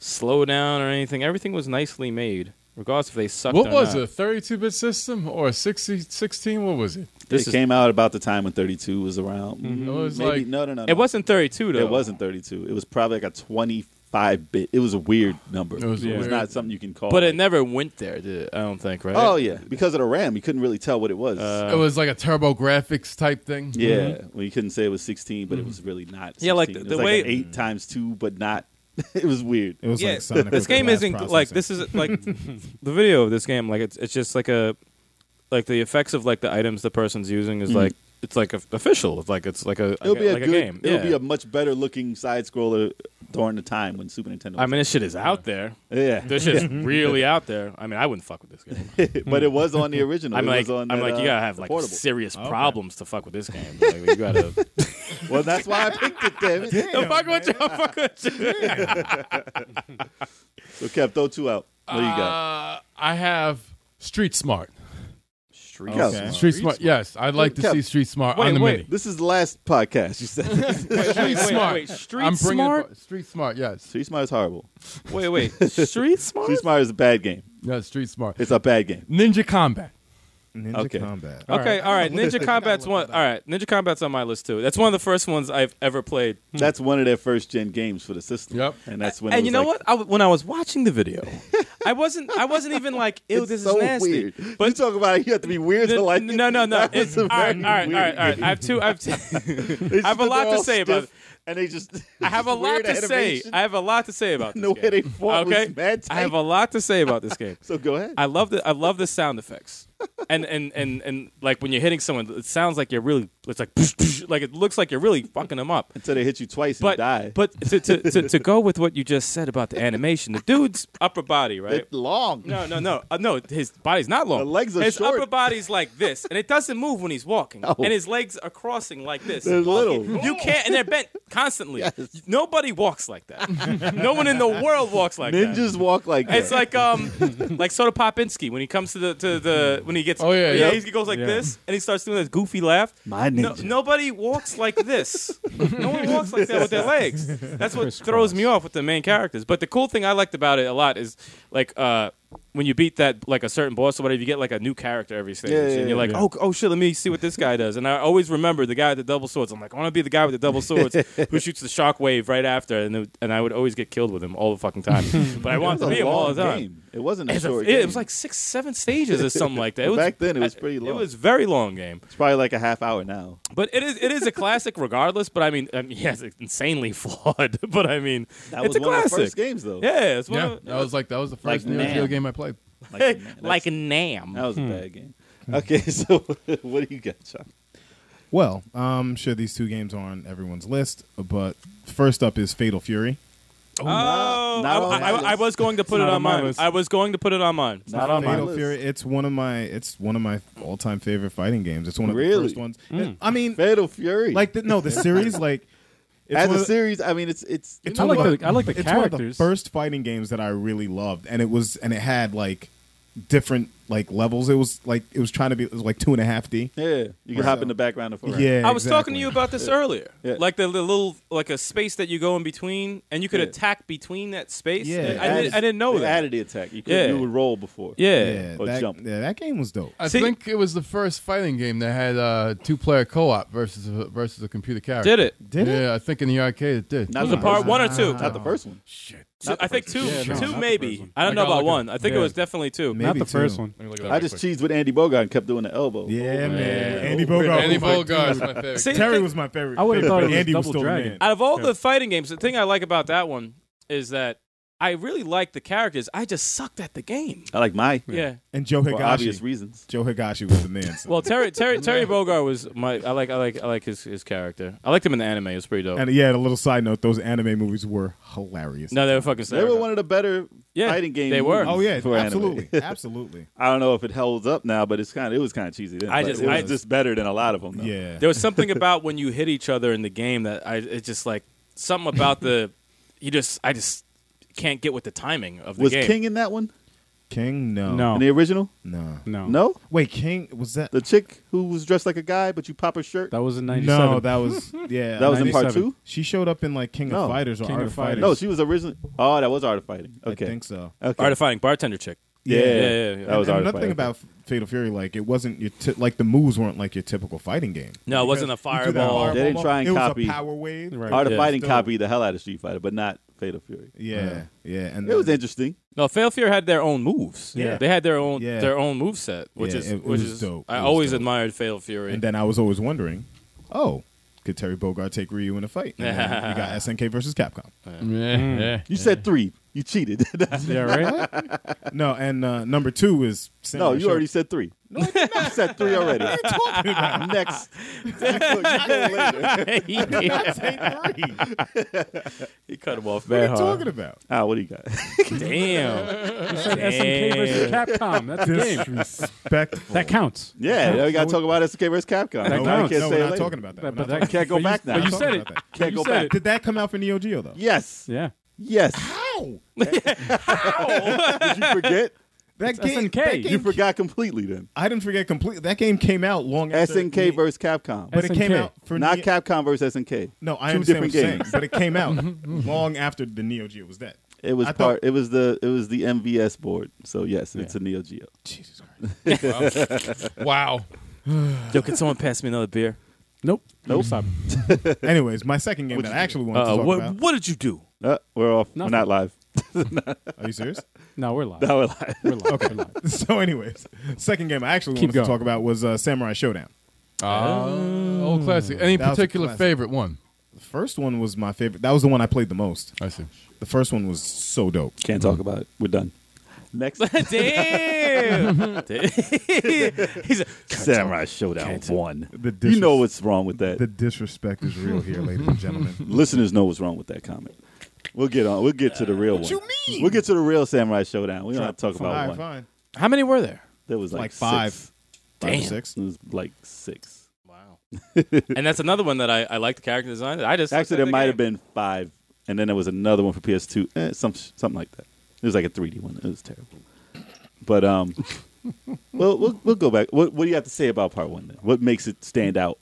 Speaker 3: slowdown or anything. Everything was nicely made, regardless if they sucked.
Speaker 2: what
Speaker 3: or
Speaker 2: was
Speaker 3: not.
Speaker 2: it? 32 bit system or 60, 16? What was it?
Speaker 3: This is-
Speaker 4: it
Speaker 3: Mm-hmm.
Speaker 4: came out about the time when 32 was around.
Speaker 2: It was
Speaker 4: Maybe
Speaker 2: like
Speaker 4: no, no, no, no.
Speaker 3: It wasn't 32 though.
Speaker 4: It wasn't 32. It was probably like a 25 bit. It was a weird number.
Speaker 2: It was weird.
Speaker 4: not something you can call.
Speaker 3: But
Speaker 4: like-
Speaker 3: it never went there, did it? I don't think, right?
Speaker 4: Oh yeah, because of the RAM, you couldn't really tell what it was.
Speaker 3: Uh,
Speaker 2: it was like a turbo graphics type thing.
Speaker 4: Yeah, well, you couldn't say it was 16, but it was really not. 16.
Speaker 3: Yeah, like,
Speaker 4: It
Speaker 3: the-
Speaker 4: was
Speaker 3: the
Speaker 4: like
Speaker 3: way-
Speaker 4: an eight times two, but not. it was weird.
Speaker 5: It was
Speaker 3: Yeah,
Speaker 5: like Sonic.
Speaker 3: this game isn't like this is like the video of this game. Like it's it's just like a like the effects of like the items the person's using is like it's like a, official. It's like it's like a
Speaker 4: Mm-hmm. It'll
Speaker 3: like,
Speaker 4: be a
Speaker 3: like
Speaker 4: good.
Speaker 3: game.
Speaker 4: It'll
Speaker 3: yeah.
Speaker 4: be a much better looking side scroller during the time when Super Nintendo. Was
Speaker 3: I mean, this shit is out there.
Speaker 4: yeah,
Speaker 3: This shit's really out there. I mean, I wouldn't fuck with this game.
Speaker 4: but it was on the original.
Speaker 3: I'm
Speaker 4: It
Speaker 3: like,
Speaker 4: was on
Speaker 3: I'm
Speaker 4: that,
Speaker 3: like,
Speaker 4: uh,
Speaker 3: you gotta have
Speaker 4: the
Speaker 3: like
Speaker 4: portable.
Speaker 3: serious
Speaker 5: Okay.
Speaker 3: problems to fuck with this game. Like, you gotta.
Speaker 4: Well, that's why I picked it. Damn it!
Speaker 3: Don't fuck with you. Don't fuck with you.
Speaker 4: So, Kev, throw two out. What do you got? Oh,
Speaker 2: Uh, I have Street Smart.
Speaker 3: Uh,
Speaker 4: Street
Speaker 5: Okay.
Speaker 2: Street Smart. Yes, I'd like to
Speaker 4: Kev-
Speaker 2: see Street Smart
Speaker 3: Wait,
Speaker 2: on the
Speaker 3: wait.
Speaker 2: mini.
Speaker 4: This is the last podcast you said.
Speaker 3: Wait, wait, wait,
Speaker 2: Smart.
Speaker 3: wait, Street
Speaker 2: I'm bringing it
Speaker 3: smart.
Speaker 2: bu- Street Smart. Yes,
Speaker 4: Street Smart is horrible.
Speaker 3: Wait, wait. Street smart.
Speaker 4: Street Smart is a bad game.
Speaker 2: yes, Street Smart.
Speaker 4: It's a bad game.
Speaker 2: Ninja Combat.
Speaker 5: Ninja
Speaker 4: Okay.
Speaker 5: Combat.
Speaker 3: Okay, Oh. all right. Ninja Combat's one. All right, Ninja Combat's on my list too. That's one of the first ones I've ever played.
Speaker 4: That's one of their first gen games for the system.
Speaker 2: Yep.
Speaker 4: And that's when. it
Speaker 3: and
Speaker 4: was
Speaker 3: you know
Speaker 4: like,
Speaker 3: what? I w when I was watching the video, I wasn't. I wasn't even like, "Ew,
Speaker 4: it's
Speaker 3: this
Speaker 4: so
Speaker 3: is nasty."
Speaker 4: weird.
Speaker 3: But
Speaker 4: you talk about it, you have to be weird to
Speaker 3: no,
Speaker 4: like it.
Speaker 3: no, no, no.
Speaker 4: That was
Speaker 3: It's,
Speaker 4: a
Speaker 3: all right, all
Speaker 4: very
Speaker 3: right, all
Speaker 4: weird
Speaker 3: right, all right. I have two. I have two.
Speaker 4: It's
Speaker 3: I have a lot
Speaker 4: just they're
Speaker 3: to
Speaker 4: all
Speaker 3: say about
Speaker 4: stiff, And they just.
Speaker 3: I have a
Speaker 4: just
Speaker 3: lot
Speaker 4: weird
Speaker 3: to say.
Speaker 4: animation.
Speaker 3: I have a lot to say about this
Speaker 4: The way
Speaker 3: game.
Speaker 4: they fought was
Speaker 3: okay,
Speaker 4: mad
Speaker 3: I have
Speaker 4: tight.
Speaker 3: a lot to say about this game.
Speaker 4: So go ahead.
Speaker 3: I love the I love the sound effects, and and and and like when you're hitting someone, it sounds like you're really. It's like like it looks like you're really fucking them up.
Speaker 4: Until they hit you twice
Speaker 3: but
Speaker 4: and die.
Speaker 3: but to, to, to, to go with what you just said about the animation, the dude's upper body, right?
Speaker 4: it's long.
Speaker 3: No, no, no, uh, no. His body's not long.
Speaker 4: The legs are
Speaker 3: his
Speaker 4: short.
Speaker 3: upper body's like this, and it doesn't move when he's walking.
Speaker 4: No.
Speaker 3: And his legs are crossing like this.
Speaker 4: They're little.
Speaker 3: You can't, and they're bent constantly. Nobody walks like that. no one in the world walks like that.
Speaker 4: Ninjas walk like
Speaker 3: It's
Speaker 4: that.
Speaker 3: like um, like Soda Popinski when he comes to the to the when he gets
Speaker 2: Oh, yeah, yeah.
Speaker 3: he goes like
Speaker 6: Yeah.
Speaker 3: this and he starts doing this goofy laugh.
Speaker 4: My
Speaker 3: No,
Speaker 4: ninja.
Speaker 3: nobody walks like this. no one walks like that with their legs. That's what throws me off with the main characters. But the cool thing I liked about it a lot is like uh, when you beat that like a certain boss or whatever, you get like a new character every stage,
Speaker 4: Yeah, yeah,
Speaker 3: and
Speaker 4: yeah.
Speaker 3: you're like, oh oh shit, let me see what this guy does. And I always remember the guy with the double swords. I'm like, I want to be the guy with the double swords who shoots the shock wave right after, and it- and I would always get killed with him all the fucking time. but I
Speaker 4: It was
Speaker 3: wanted to
Speaker 4: a
Speaker 3: be him all
Speaker 4: long
Speaker 3: the time.
Speaker 4: game. It wasn't a
Speaker 3: It's a-
Speaker 4: short
Speaker 3: it,
Speaker 4: game.
Speaker 3: was like six, seven stages or something like that. It was,
Speaker 4: Back then, it was pretty
Speaker 3: It
Speaker 4: long.
Speaker 3: was very long game,
Speaker 4: It's probably like a half hour now.
Speaker 3: but it is it is a classic regardless. But I mean, I mean, yes, it's insanely flawed. But I mean,
Speaker 4: That
Speaker 3: it's
Speaker 4: was
Speaker 3: a
Speaker 4: one
Speaker 3: classic.
Speaker 4: of the first games, though.
Speaker 3: Yeah, it's one
Speaker 2: Yeah,
Speaker 3: of,
Speaker 2: that was like that was the first
Speaker 4: Like
Speaker 2: Neo
Speaker 4: Nam.
Speaker 2: Geo game I played.
Speaker 4: Like, man,
Speaker 3: like hmm. a
Speaker 4: that's-
Speaker 3: nam.
Speaker 4: that was a bad game. Okay, so what do you got, Chuck?
Speaker 5: Well, um, I'm sure these two games are on everyone's list, but first up is Fatal Fury.
Speaker 3: Oh,
Speaker 4: not on
Speaker 3: I,
Speaker 4: my
Speaker 3: I,
Speaker 4: list.
Speaker 3: I was going to put it
Speaker 6: not
Speaker 3: on
Speaker 6: on my
Speaker 3: mine.
Speaker 6: list.
Speaker 3: I was going to put it on mine.
Speaker 4: Not on my
Speaker 5: Fatal
Speaker 4: list.
Speaker 5: Fury. It's one of my. It's one of my all-time favorite fighting games. It's one of the
Speaker 4: Really? Hmm.
Speaker 5: first ones. I mean,
Speaker 4: Fatal Fury.
Speaker 5: like the, no, the series. Like it's
Speaker 4: as
Speaker 5: one
Speaker 4: a
Speaker 5: of the-
Speaker 4: series, I mean, it's it's.
Speaker 5: It's
Speaker 6: I
Speaker 5: one
Speaker 6: like
Speaker 5: of
Speaker 6: the- I like the
Speaker 5: it's One of
Speaker 6: characters.
Speaker 5: the first fighting games that I really loved, and it was and it had like different like levels. It was like it was trying to be it was like two and a half D.
Speaker 4: yeah, you can hop in the background and forward.
Speaker 5: Yeah,
Speaker 3: I was talking to
Speaker 5: exactly.
Speaker 3: you about this earlier.
Speaker 4: Yeah.
Speaker 3: Like the, the little like a space that you go in between, and you could
Speaker 4: Yeah.
Speaker 3: attack between that space.
Speaker 5: Yeah.
Speaker 3: I, did, I didn't know
Speaker 4: they
Speaker 3: that.
Speaker 4: Added the attack. You, could, yeah.
Speaker 3: Yeah.
Speaker 4: you would roll before.
Speaker 3: Yeah.
Speaker 5: Yeah,
Speaker 4: Or
Speaker 5: that,
Speaker 4: Oh, jump.
Speaker 5: yeah, that game was dope.
Speaker 2: I
Speaker 3: See-
Speaker 2: think it was the first fighting game that had uh, two player co op versus a, versus a computer character.
Speaker 3: Did it?
Speaker 5: Did it?
Speaker 2: yeah, I think in the arcade it did.
Speaker 4: Not
Speaker 3: Was it
Speaker 4: the
Speaker 3: part
Speaker 4: first
Speaker 3: one or two?
Speaker 5: Oh,
Speaker 4: Not the first one.
Speaker 2: Shit.
Speaker 3: Two- I think two,
Speaker 6: Yeah, no,
Speaker 3: two
Speaker 6: not the first
Speaker 3: maybe.
Speaker 6: one.
Speaker 3: I don't
Speaker 2: I
Speaker 3: know
Speaker 2: gotta
Speaker 3: about
Speaker 2: look
Speaker 3: one. I think it
Speaker 6: Yeah.
Speaker 3: was definitely two.
Speaker 5: Maybe
Speaker 6: Not the
Speaker 5: two.
Speaker 6: first one.
Speaker 4: I just cheesed with Andy Bogart and kept doing the elbow.
Speaker 5: Yeah, man.
Speaker 4: Yeah.
Speaker 5: Andy Bogart.
Speaker 2: Andy
Speaker 5: was my
Speaker 2: Bogart is
Speaker 5: dude.
Speaker 2: my favorite.
Speaker 3: See,
Speaker 5: Terry
Speaker 3: the-
Speaker 5: was my favorite.
Speaker 6: I would've
Speaker 5: favorite,
Speaker 6: thought it
Speaker 5: but
Speaker 6: was
Speaker 5: Andy was
Speaker 6: Double
Speaker 5: still
Speaker 6: Dragon.
Speaker 5: the man.
Speaker 3: Out of all
Speaker 6: Yeah.
Speaker 3: the fighting games, the thing I like about that one is that I really like the characters. I just sucked at the game.
Speaker 4: I like my
Speaker 3: Yeah.
Speaker 5: And Joe
Speaker 4: for obvious
Speaker 5: Higashi.
Speaker 4: reasons.
Speaker 5: Joe Higashi was the man. son.
Speaker 3: Well, Terry Terry Terry Bogard was my. I like I like I like his his character. I liked him in the anime. It was pretty
Speaker 4: Oh.
Speaker 3: dope.
Speaker 5: and yeah, a little side note: those anime movies were hilarious.
Speaker 3: no, they were fucking.
Speaker 4: They were one of the better
Speaker 3: Yeah,
Speaker 4: fighting games.
Speaker 3: they were.
Speaker 5: Oh yeah,
Speaker 4: for anime.
Speaker 5: absolutely, absolutely.
Speaker 4: I don't know if it holds up now, but it's kind of it was kind of cheesy. Then,
Speaker 3: I
Speaker 4: but
Speaker 3: just-
Speaker 4: it was
Speaker 3: I-
Speaker 4: just better than a lot of them. Though.
Speaker 6: Oh,
Speaker 5: Yeah,
Speaker 3: There was something about when you hit each other in the game that I it's just like something about the you just I just can't get with the timing of the
Speaker 4: was
Speaker 3: game.
Speaker 4: King in that one
Speaker 5: King. No,
Speaker 6: No.
Speaker 4: in the original?
Speaker 5: no,
Speaker 6: No.
Speaker 4: No,
Speaker 5: Wait, King was that?
Speaker 4: the chick who was dressed like a guy, but you pop her shirt.
Speaker 6: That was in 97.
Speaker 5: No, that was yeah.
Speaker 4: That was in part
Speaker 6: 97.
Speaker 4: two.
Speaker 5: She showed up in like King
Speaker 4: No.
Speaker 5: of Fighters or
Speaker 6: King
Speaker 5: Art
Speaker 6: of
Speaker 5: of Fighters.
Speaker 4: No, she was originally. Oh, that was art of fighting. Okay,
Speaker 5: I think so.
Speaker 4: okay.
Speaker 3: Art of Fighting bartender chick.
Speaker 4: yeah,
Speaker 5: Yeah,
Speaker 3: yeah, yeah.
Speaker 4: that was
Speaker 5: and
Speaker 4: art of
Speaker 5: another
Speaker 4: fighting.
Speaker 5: thing about Fatal Fury, like it wasn't your ty- like the moves weren't like your typical fighting game.
Speaker 3: No, it wasn't a
Speaker 5: You do that
Speaker 3: fireball.
Speaker 4: They didn't try and
Speaker 5: it
Speaker 4: copy-
Speaker 5: was a power wave.
Speaker 6: Right.
Speaker 4: art of
Speaker 3: Yeah.
Speaker 4: fighting
Speaker 5: Still-
Speaker 4: copied the hell out of Street Fighter, but not Fatal Fury.
Speaker 5: Yeah, yeah, and
Speaker 4: It was
Speaker 5: then-
Speaker 4: interesting.
Speaker 3: No, Fail Fear had their own moves.
Speaker 5: Yeah.
Speaker 3: They had their own
Speaker 5: Yeah.
Speaker 3: their own move set, which
Speaker 5: Yeah,
Speaker 3: is
Speaker 5: it- it
Speaker 3: which
Speaker 5: was
Speaker 3: is
Speaker 5: dope.
Speaker 3: I
Speaker 5: It was
Speaker 3: always
Speaker 5: dope.
Speaker 3: admired Fail Fury.
Speaker 5: and then I was always wondering, oh, could Terry Bogard take Ryu in a fight? And then you got SNK versus Capcom.
Speaker 2: Yeah, yeah.
Speaker 4: You said three. You cheated.
Speaker 6: yeah, right?
Speaker 5: No, and uh, number two is
Speaker 4: no,
Speaker 5: Samurai
Speaker 4: you already
Speaker 5: Shodown.
Speaker 4: said three. No, you said three already. Next. Look, you go later.
Speaker 3: he,
Speaker 5: Three. What
Speaker 3: cut him off
Speaker 5: are
Speaker 3: very
Speaker 5: you
Speaker 3: hard.
Speaker 5: talking about?
Speaker 4: Ah, what do you got?
Speaker 3: Damn.
Speaker 6: SNK versus Capcom. That's the game.
Speaker 5: Disrespectful.
Speaker 6: That counts.
Speaker 4: Yeah, now we got to talk about SK versus Capcom.
Speaker 5: no,
Speaker 4: I
Speaker 5: no,
Speaker 4: can't say
Speaker 5: no, we're
Speaker 4: it
Speaker 5: not
Speaker 4: later.
Speaker 5: talking about that. We're
Speaker 6: But-
Speaker 5: not talking
Speaker 6: but that-
Speaker 4: Can't go
Speaker 6: but you-
Speaker 4: back now.
Speaker 6: But you
Speaker 5: Talk
Speaker 6: said
Speaker 5: about
Speaker 6: it.
Speaker 5: that.
Speaker 4: Can't
Speaker 6: you
Speaker 4: go
Speaker 6: said
Speaker 4: back.
Speaker 6: it.
Speaker 5: Did that come out for Neo Geo though?
Speaker 4: Yes.
Speaker 6: Yeah.
Speaker 4: Yes.
Speaker 5: How?
Speaker 4: Did you forget?
Speaker 5: That
Speaker 6: It's SNK.
Speaker 5: that
Speaker 4: You forgot completely then.
Speaker 5: I didn't forget completely. That game came out long after
Speaker 4: SNK
Speaker 5: Ne-
Speaker 4: versus Capcom.
Speaker 5: but it came
Speaker 6: SNK.
Speaker 5: out for
Speaker 4: Not
Speaker 5: Ne-
Speaker 4: Capcom versus SNK.
Speaker 5: No, I
Speaker 4: Two
Speaker 5: understand
Speaker 4: different
Speaker 5: what you're saying,
Speaker 4: games.
Speaker 5: but it came out long after the Neo Geo was dead.
Speaker 4: It was
Speaker 5: I thought-
Speaker 4: part. It was the. It was the MVS board. So yes, it's a Neo Geo.
Speaker 5: Jesus Christ.
Speaker 2: Wow.
Speaker 3: Yo, can someone pass me another beer?
Speaker 6: Nope.
Speaker 5: Mm-hmm.
Speaker 4: Nope.
Speaker 5: Anyways, my second game
Speaker 4: What'd
Speaker 5: that
Speaker 4: you
Speaker 5: I
Speaker 4: do?
Speaker 5: actually wanted to
Speaker 3: Uh,
Speaker 5: talk
Speaker 3: what
Speaker 5: about.
Speaker 3: what did you do?
Speaker 4: Uh, we're off.
Speaker 6: Nothing.
Speaker 4: We're not live.
Speaker 5: Are you serious?
Speaker 6: No, we're live.
Speaker 4: Now we're live.
Speaker 6: We're live. We're live.
Speaker 5: so, anyways, second game I actually
Speaker 6: Keep
Speaker 5: wanted
Speaker 6: going.
Speaker 5: to talk about was uh, Samurai Showdown.
Speaker 2: Oh. Old classic. Any
Speaker 5: That was a
Speaker 2: particular
Speaker 5: classic.
Speaker 2: favorite one?
Speaker 5: The first one was my favorite. That was the one I played the most.
Speaker 2: I see.
Speaker 5: The first one was so dope.
Speaker 4: Can't talk about it. We're done. Next,
Speaker 3: Damn. He's a,
Speaker 4: Samurai Showdown One.
Speaker 5: The
Speaker 4: You
Speaker 5: dishes-
Speaker 4: know what's wrong with that.
Speaker 5: The disrespect is real here, ladies and gentlemen.
Speaker 4: Listeners know what's wrong with that comment. We'll get on. We'll get to the real one.
Speaker 5: Uh, you mean?
Speaker 4: We'll get to the real Samurai Showdown. We don't have to talk
Speaker 5: All
Speaker 4: about
Speaker 5: right,
Speaker 4: one.
Speaker 5: fine.
Speaker 3: how many were there?
Speaker 4: There was like,
Speaker 5: Like five.
Speaker 4: six.
Speaker 5: Five or
Speaker 3: Damn.
Speaker 5: six.
Speaker 4: It was like six.
Speaker 3: Wow. and that's another one that I, I like the character design. I just
Speaker 4: Actually, there might have been five, and then there was another one for PS2. Eh, some something like that. It was like a 3D one. It was terrible. But um, well, we'll we'll go back. What what do you have to say about part one? Then what makes it stand out?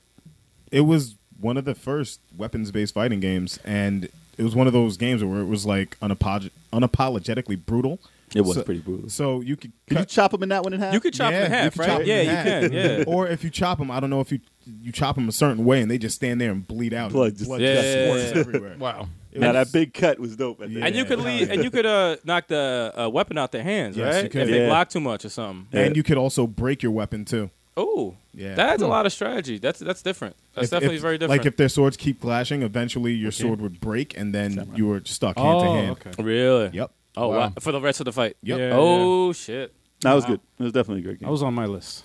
Speaker 5: it was one of the first weapons-based fighting games, and it was one of those games where it was like unapolog- unapologetically brutal.
Speaker 4: It was
Speaker 5: So-
Speaker 4: pretty brutal.
Speaker 5: So you could
Speaker 4: Could you
Speaker 5: cut-
Speaker 4: chop them in that one in half?
Speaker 3: You could chop
Speaker 5: yeah,
Speaker 3: it in
Speaker 5: you
Speaker 3: half,
Speaker 5: could
Speaker 3: right?
Speaker 5: chop it
Speaker 3: yeah,
Speaker 5: in
Speaker 3: you
Speaker 5: half.
Speaker 3: can. Yeah.
Speaker 5: or if you chop them, I don't know if you you chop them a certain way and they just stand there and bleed out.
Speaker 4: Blood just-
Speaker 3: Yeah,
Speaker 5: just
Speaker 3: yeah,
Speaker 5: squirts
Speaker 3: yeah.
Speaker 5: everywhere.
Speaker 2: Wow.
Speaker 5: It
Speaker 4: Now that
Speaker 5: was-
Speaker 4: big cut was dope. I think.
Speaker 5: Yeah.
Speaker 3: And you could lead,
Speaker 5: Yeah.
Speaker 3: and you could uh, knock the uh, weapon out their hands,
Speaker 5: Yes,
Speaker 3: right?
Speaker 5: you could.
Speaker 3: If they
Speaker 4: Yeah.
Speaker 3: block too much or something.
Speaker 5: and you could also break your weapon too.
Speaker 3: Oh,
Speaker 5: Yeah.
Speaker 3: that's a lot of strategy. That's that's different. That's
Speaker 5: If-
Speaker 3: definitely
Speaker 5: if-
Speaker 3: very different.
Speaker 5: Like if their swords keep clashing, eventually your sword would break, and then you were stuck hand to
Speaker 6: Oh,
Speaker 5: hand.
Speaker 6: okay.
Speaker 3: really?
Speaker 5: Yep.
Speaker 3: Oh, wow.
Speaker 2: Wow.
Speaker 3: for the rest of the fight.
Speaker 5: Yep.
Speaker 6: Yeah, yeah.
Speaker 3: Oh shit.
Speaker 4: That was good. It was definitely a great game.
Speaker 6: That was on my list.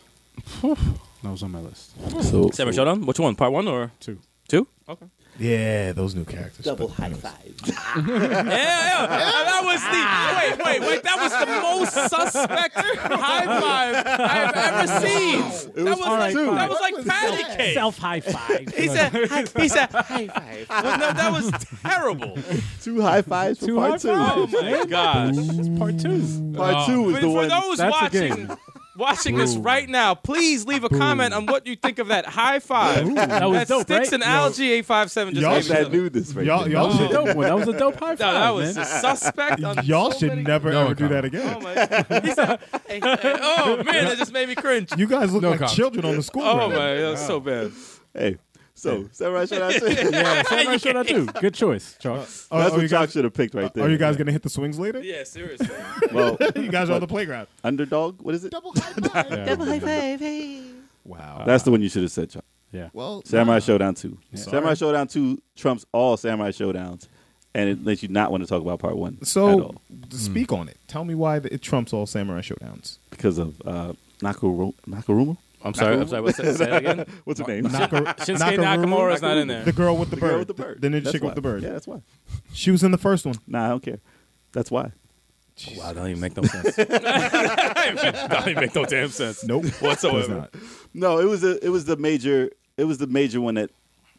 Speaker 6: That was on my list.
Speaker 4: so,
Speaker 3: Samurai Showdown. Which one? Part one or
Speaker 6: Two.
Speaker 3: two? Okay.
Speaker 5: Yeah, those new characters.
Speaker 4: Double
Speaker 5: but-
Speaker 4: high five.
Speaker 3: Yeah, yeah. that was the wait, wait, wait. That was the most suspect high five I have ever seen.
Speaker 4: It
Speaker 3: that
Speaker 4: was
Speaker 3: was like
Speaker 4: two.
Speaker 3: that was like patty cake.
Speaker 6: Self high five.
Speaker 3: He said, hi- he said, high five. Well, no, that was terrible.
Speaker 4: Two high fives for
Speaker 6: Two high
Speaker 4: part two.
Speaker 3: Oh
Speaker 6: fives.
Speaker 3: my gosh.
Speaker 6: It's part two.
Speaker 4: Part two
Speaker 3: But
Speaker 4: was the
Speaker 3: for
Speaker 4: one.
Speaker 3: those
Speaker 6: That's a
Speaker 3: watching
Speaker 6: game.
Speaker 3: watching this right now, please leave a comment on what you think of that high five.
Speaker 6: That was dope,
Speaker 3: sticks
Speaker 6: right?
Speaker 3: and algae eight five seven just
Speaker 5: Y'all
Speaker 3: gave
Speaker 4: That's
Speaker 3: me
Speaker 4: that
Speaker 3: something.
Speaker 4: new this right
Speaker 5: Y'all,
Speaker 3: Oh,
Speaker 4: there.
Speaker 5: y'all
Speaker 6: That was a
Speaker 5: should,
Speaker 6: dope one. That was a dope high five.
Speaker 3: No, that was
Speaker 6: man.
Speaker 3: just suspect. on
Speaker 5: y'all
Speaker 3: so
Speaker 5: should
Speaker 3: many-
Speaker 5: never
Speaker 2: No
Speaker 5: ever do that
Speaker 2: comment.
Speaker 5: again.
Speaker 3: Oh my God. He said, hey, hey, oh man, that just made me cringe.
Speaker 5: You guys look
Speaker 2: No
Speaker 5: like
Speaker 2: comment.
Speaker 5: children on the school.
Speaker 3: Oh
Speaker 5: ground.
Speaker 3: man, that was so bad.
Speaker 4: Hey, so Samurai Shodown.
Speaker 6: Yeah, Samurai Shodown too. Good choice, Chuck.
Speaker 5: Oh,
Speaker 4: That's
Speaker 5: are
Speaker 4: what
Speaker 5: you
Speaker 4: Jock
Speaker 5: guys,
Speaker 4: should have picked right there.
Speaker 5: are you guys gonna hit the swings later?
Speaker 3: Yeah, seriously.
Speaker 4: Well,
Speaker 5: You guys are on the playground.
Speaker 4: underdog. What is it?
Speaker 6: Yeah.
Speaker 5: Wow.
Speaker 4: That's the one you should have said, Chuck.
Speaker 6: yeah.
Speaker 5: well,
Speaker 4: Samurai Showdown two.
Speaker 5: Sorry.
Speaker 4: Samurai Showdown two trumps all Samurai Showdowns, and it makes you not want to talk about part one. at
Speaker 5: So
Speaker 4: all
Speaker 5: speak on it. Tell me why it trumps all samurai showdowns.
Speaker 4: because of uh, Nakaru- Nakaruma.
Speaker 3: I'm sorry. I'm sorry. What's that, say that again?
Speaker 4: What's her name?
Speaker 3: Shinsuke Nakamura is not in there.
Speaker 5: The girl with the,
Speaker 4: The
Speaker 5: bird.
Speaker 4: girl with the bird.
Speaker 5: The ninja
Speaker 4: That's
Speaker 5: chick
Speaker 4: why.
Speaker 5: with the bird.
Speaker 4: Yeah, that's why.
Speaker 5: She was in the first one.
Speaker 4: Nah, I don't care. That's why.
Speaker 3: Wow, that don't even make no sense. that don't even make no damn sense.
Speaker 5: Nope.
Speaker 3: Whatsoever.
Speaker 5: Does not.
Speaker 4: No, it was a, it was the major it was the major one that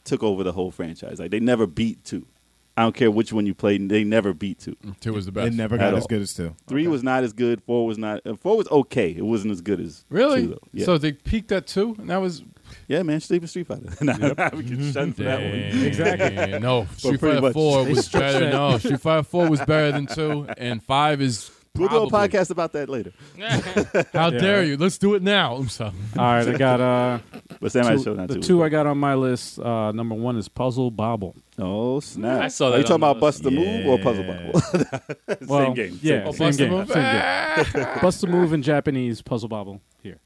Speaker 4: took over the whole franchise. Like they never beat two. I don't care which one you played, they never beat two.
Speaker 2: Two was the best.
Speaker 5: It never
Speaker 4: At
Speaker 5: got as
Speaker 4: all. Oh,
Speaker 5: good as two.
Speaker 4: Three was not as good. Four was not. uh, Four was okay. It wasn't as good as
Speaker 2: Really?
Speaker 4: Two, though. Yeah.
Speaker 2: So they peaked at two, and that was
Speaker 4: yeah, man, Street Street Fighter. nah, we can shun for that one.
Speaker 2: exactly. No, Street
Speaker 4: pretty
Speaker 2: Fighter
Speaker 4: much.
Speaker 2: Four
Speaker 4: They
Speaker 2: was better. No, Street Fighter Four was better than two, and five is.
Speaker 4: We'll do a
Speaker 2: probably-
Speaker 4: podcast about that later.
Speaker 2: How
Speaker 6: Yeah.
Speaker 2: dare you? Let's do it now. I'm sorry.
Speaker 6: All right, I got uh,
Speaker 4: But Samurai
Speaker 6: two-
Speaker 4: Showdown
Speaker 6: the
Speaker 4: two.
Speaker 6: two I got on my list. Uh, number one is Puzzle Bobble.
Speaker 4: Oh snap!
Speaker 3: I saw
Speaker 4: Are
Speaker 3: that
Speaker 4: you talking
Speaker 3: on the
Speaker 4: about Bust the Move or Puzzle
Speaker 5: Yeah.
Speaker 4: Bobble?
Speaker 6: Well,
Speaker 4: game,
Speaker 6: Yeah,
Speaker 2: Oh,
Speaker 6: same,
Speaker 2: bust the
Speaker 6: game,
Speaker 2: move.
Speaker 6: same game. Bust the move in Japanese. Puzzle Bobble here.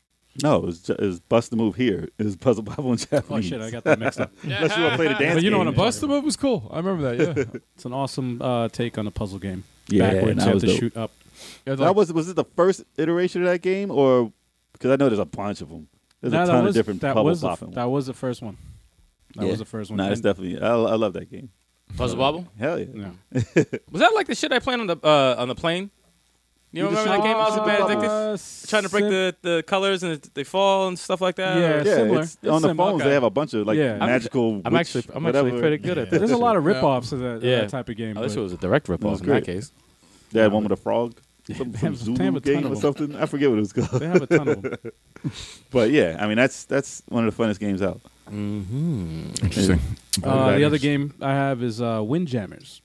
Speaker 4: no, it was, ju- it was Bust the Move here. It was Puzzle Bobble in Japanese.
Speaker 6: Oh shit, I got that mixed up.
Speaker 4: Unless you want to play the dance
Speaker 6: But you know
Speaker 4: game.
Speaker 6: what I'm
Speaker 2: Bust the move was cool. I remember that. Yeah.
Speaker 6: It's an awesome uh, take on a puzzle game.
Speaker 4: Yeah,
Speaker 6: Backwards,
Speaker 4: that
Speaker 6: you have
Speaker 4: was
Speaker 6: to
Speaker 4: dope.
Speaker 6: shoot up.
Speaker 2: Yeah,
Speaker 4: that
Speaker 2: like-
Speaker 4: was was it the first iteration of that game, or because I know there's a bunch of them. There's
Speaker 6: No,
Speaker 4: a
Speaker 6: that
Speaker 4: ton
Speaker 6: was-
Speaker 4: of different
Speaker 6: that
Speaker 4: bubble
Speaker 6: was the,
Speaker 4: popping.
Speaker 6: that was the first one. That was the first one.
Speaker 4: No, it's
Speaker 6: And-
Speaker 4: definitely. I, I love that game.
Speaker 3: Puzzle Bobble?
Speaker 4: Hell yeah.
Speaker 6: yeah.
Speaker 3: Was that like the shit I played on the uh, on the plane? You,
Speaker 4: You
Speaker 3: don't remember
Speaker 4: just
Speaker 3: that game? I was
Speaker 4: shot
Speaker 3: a
Speaker 4: the
Speaker 3: bad
Speaker 4: bubbles.
Speaker 3: addicted. Trying to break
Speaker 6: sim-
Speaker 3: the, the colors and it- they fall and stuff like that.
Speaker 6: Yeah.
Speaker 3: or-
Speaker 4: Yeah,
Speaker 6: similar.
Speaker 4: it's,
Speaker 6: It's
Speaker 4: on the
Speaker 6: similar.
Speaker 4: phones
Speaker 3: Okay.
Speaker 4: they have a bunch of like
Speaker 6: Yeah. I'm-
Speaker 4: magical.
Speaker 3: I'm
Speaker 4: witch,
Speaker 3: actually I'm
Speaker 4: whatever.
Speaker 3: actually pretty good at that.
Speaker 6: There's a lot of
Speaker 2: Yeah.
Speaker 6: rip-offs of that,
Speaker 3: Yeah.
Speaker 6: that type of game.
Speaker 3: Oh, this
Speaker 6: but-
Speaker 3: was a direct ripoff
Speaker 4: was
Speaker 3: in that
Speaker 4: great.
Speaker 3: case.
Speaker 4: They had one with a frog, some,
Speaker 6: They
Speaker 4: some
Speaker 6: have- they have
Speaker 4: Zulu
Speaker 6: a ton
Speaker 4: game
Speaker 6: of
Speaker 4: or
Speaker 6: them.
Speaker 4: something. I forget what it was called.
Speaker 6: They have a ton of them.
Speaker 4: But yeah, I mean that's that's one of the funnest games out.
Speaker 2: Interesting.
Speaker 6: Uh, the other game I have is uh, Windjammers.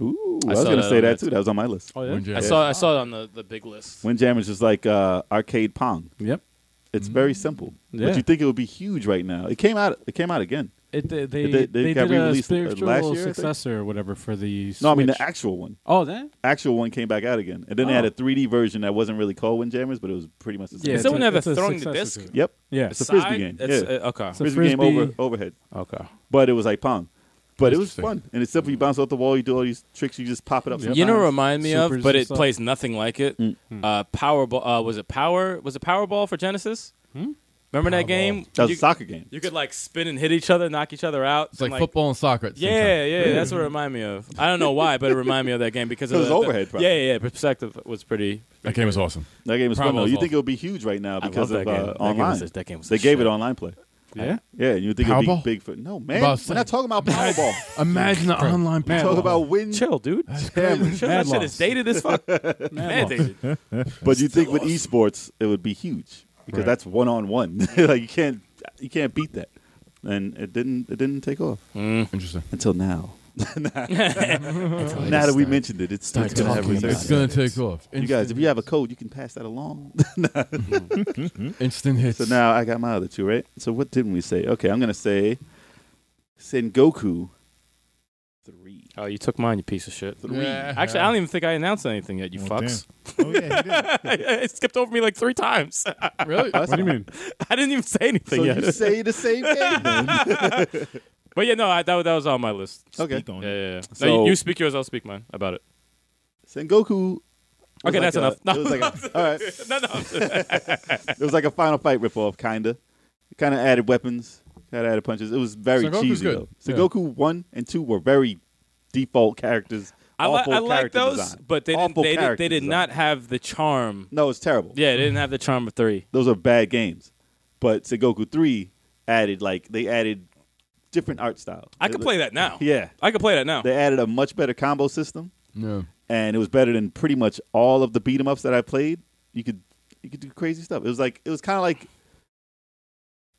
Speaker 4: Ooh, I,
Speaker 3: I
Speaker 4: was
Speaker 3: saw
Speaker 4: gonna
Speaker 3: that
Speaker 4: say
Speaker 3: on
Speaker 4: that
Speaker 3: that.
Speaker 4: too. That was on my list.
Speaker 6: Oh,
Speaker 2: Windjammer.
Speaker 3: I
Speaker 2: Yeah.
Speaker 3: saw I saw it on the, the big list.
Speaker 4: Windjammers is like uh, arcade pong.
Speaker 6: Yep.
Speaker 4: It's very simple.
Speaker 6: Mm. Yeah.
Speaker 4: But you think it would be huge right now? It came out. It came out again.
Speaker 6: It, they they,
Speaker 4: Did they- they got
Speaker 6: did a
Speaker 4: re-released, uh,
Speaker 6: spiritual
Speaker 4: last year, I think?
Speaker 6: successor or whatever for the
Speaker 4: No, I mean the
Speaker 6: Switch.
Speaker 4: actual one.
Speaker 6: oh, that?
Speaker 4: Actual one came back out again, and then they
Speaker 6: Oh.
Speaker 4: had a 3D version that wasn't really called Windjammers, but it was pretty much the same.
Speaker 6: Yeah,
Speaker 3: Is that
Speaker 6: it's
Speaker 3: when
Speaker 6: a-
Speaker 3: they have
Speaker 6: it's
Speaker 3: a
Speaker 6: a
Speaker 3: throwing the disc?
Speaker 6: successor to it.
Speaker 4: Yep.
Speaker 6: Yeah.
Speaker 4: It's a frisbee
Speaker 3: Side?
Speaker 4: game,
Speaker 3: It's,
Speaker 4: yeah.
Speaker 3: uh, okay.
Speaker 6: It's a
Speaker 4: Frisbee, game
Speaker 6: frisbee.
Speaker 4: over overhead,
Speaker 3: Okay.
Speaker 4: but it was like pong. But it was
Speaker 2: Interesting.
Speaker 4: fun, and it's simple. You bounce off the wall, you do all these tricks, you just pop it up.
Speaker 3: You know,
Speaker 4: sometimes.
Speaker 3: what remind me of,
Speaker 6: Supers
Speaker 3: but
Speaker 6: and
Speaker 3: it
Speaker 6: stuff.
Speaker 3: plays nothing like it.
Speaker 4: Mm.
Speaker 3: Uh, Powerball uh, was it Power? Was it Powerball for Genesis? Remember that game?
Speaker 4: that was
Speaker 3: you,
Speaker 4: a soccer game.
Speaker 3: you could like spin and hit each other, knock each other out.
Speaker 2: It's like,
Speaker 3: and,
Speaker 2: football and soccer. At the same
Speaker 3: Yeah,
Speaker 2: time.
Speaker 3: yeah, that's what it reminded me of. I don't know why, but it reminded me of that game because
Speaker 4: It
Speaker 3: of
Speaker 4: was
Speaker 3: the,
Speaker 4: overhead,
Speaker 3: the-
Speaker 4: probably.
Speaker 3: Yeah, yeah, yeah, perspective was pretty.
Speaker 2: That game was awesome.
Speaker 4: That game is fun.
Speaker 3: Probably
Speaker 4: Though.
Speaker 3: was
Speaker 4: You think
Speaker 3: awesome.
Speaker 4: it would be huge right now because
Speaker 3: I
Speaker 4: of
Speaker 3: love that game.
Speaker 4: uh,
Speaker 3: That game
Speaker 4: online?
Speaker 3: was- that game was
Speaker 4: They
Speaker 3: the
Speaker 4: gave it
Speaker 3: shit.
Speaker 4: online play.
Speaker 6: Yeah.
Speaker 4: Yeah, you would think it would be
Speaker 2: Powerball?
Speaker 4: big for no man.
Speaker 2: About
Speaker 4: We're not
Speaker 2: saying-
Speaker 4: talking about Powerball.
Speaker 2: Imagine the online
Speaker 4: We're
Speaker 2: man.
Speaker 4: talking about Wind
Speaker 3: Chill, dude.
Speaker 4: Jammers.
Speaker 3: Chill. That
Speaker 6: Mad
Speaker 3: shit is
Speaker 6: loss.
Speaker 3: dated as fuck. Mad
Speaker 6: loss.
Speaker 3: dated.
Speaker 4: But you think with esports it would be huge because
Speaker 6: Right.
Speaker 4: that's one on one. Like you can't you can't beat that. And it didn't it didn't take off
Speaker 3: Mm.
Speaker 2: Interesting.
Speaker 4: until now. now that we mentioned it, it's starting to have
Speaker 2: It's
Speaker 4: research.
Speaker 2: gonna take off.
Speaker 4: You guys, if you have a code, you can pass that along.
Speaker 5: Mm-hmm.
Speaker 2: Instant hits.
Speaker 4: so now I got my other two, right? So what didn't we say? Okay, I'm gonna say Sengoku three.
Speaker 3: Oh, you took mine, you piece of shit.
Speaker 4: Three.
Speaker 2: Yeah.
Speaker 3: Actually, I don't even think I announced anything yet. You
Speaker 5: Well,
Speaker 3: fucks.
Speaker 5: damn. Oh yeah. he did.
Speaker 3: it skipped over me like three times.
Speaker 2: really?
Speaker 6: What do you mean?
Speaker 3: I didn't even say anything
Speaker 4: So
Speaker 3: yet.
Speaker 4: you say the same game then.
Speaker 3: But yeah, no, I, that, that was on my list.
Speaker 4: Okay.
Speaker 5: Speak on
Speaker 3: Yeah,
Speaker 5: it.
Speaker 3: yeah, yeah.
Speaker 4: So-
Speaker 3: no, you, you speak yours, I'll speak mine about it.
Speaker 4: Sengoku was
Speaker 3: Okay,
Speaker 4: like
Speaker 3: that's
Speaker 4: a-
Speaker 3: enough. No.
Speaker 4: it was like a, all right.
Speaker 3: No, no.
Speaker 4: It was like a Final Fight ripoff, kinda. It kinda added weapons, Gotta add a punches. It was very
Speaker 2: Sengoku's
Speaker 4: cheesy
Speaker 2: good.
Speaker 4: though.
Speaker 2: Yeah.
Speaker 4: Sengoku one and two were very default characters.
Speaker 3: I, li-
Speaker 4: awful
Speaker 3: I like
Speaker 4: character
Speaker 3: those,
Speaker 4: design.
Speaker 3: but they didn't.
Speaker 4: Awful
Speaker 3: They did,
Speaker 4: character
Speaker 3: they did
Speaker 4: design.
Speaker 3: not have the charm.
Speaker 4: No, it's terrible.
Speaker 3: Yeah, they didn't have the charm of three.
Speaker 4: those are bad games. But Sengoku three added like they added different art style.
Speaker 3: I could play that now.
Speaker 4: Yeah,
Speaker 3: I could play that now.
Speaker 4: they added a much better combo system,
Speaker 2: Yeah.
Speaker 4: and it was better than pretty much all of the beat 'em ups that I played. You could you could do crazy stuff. It was like it was kind of like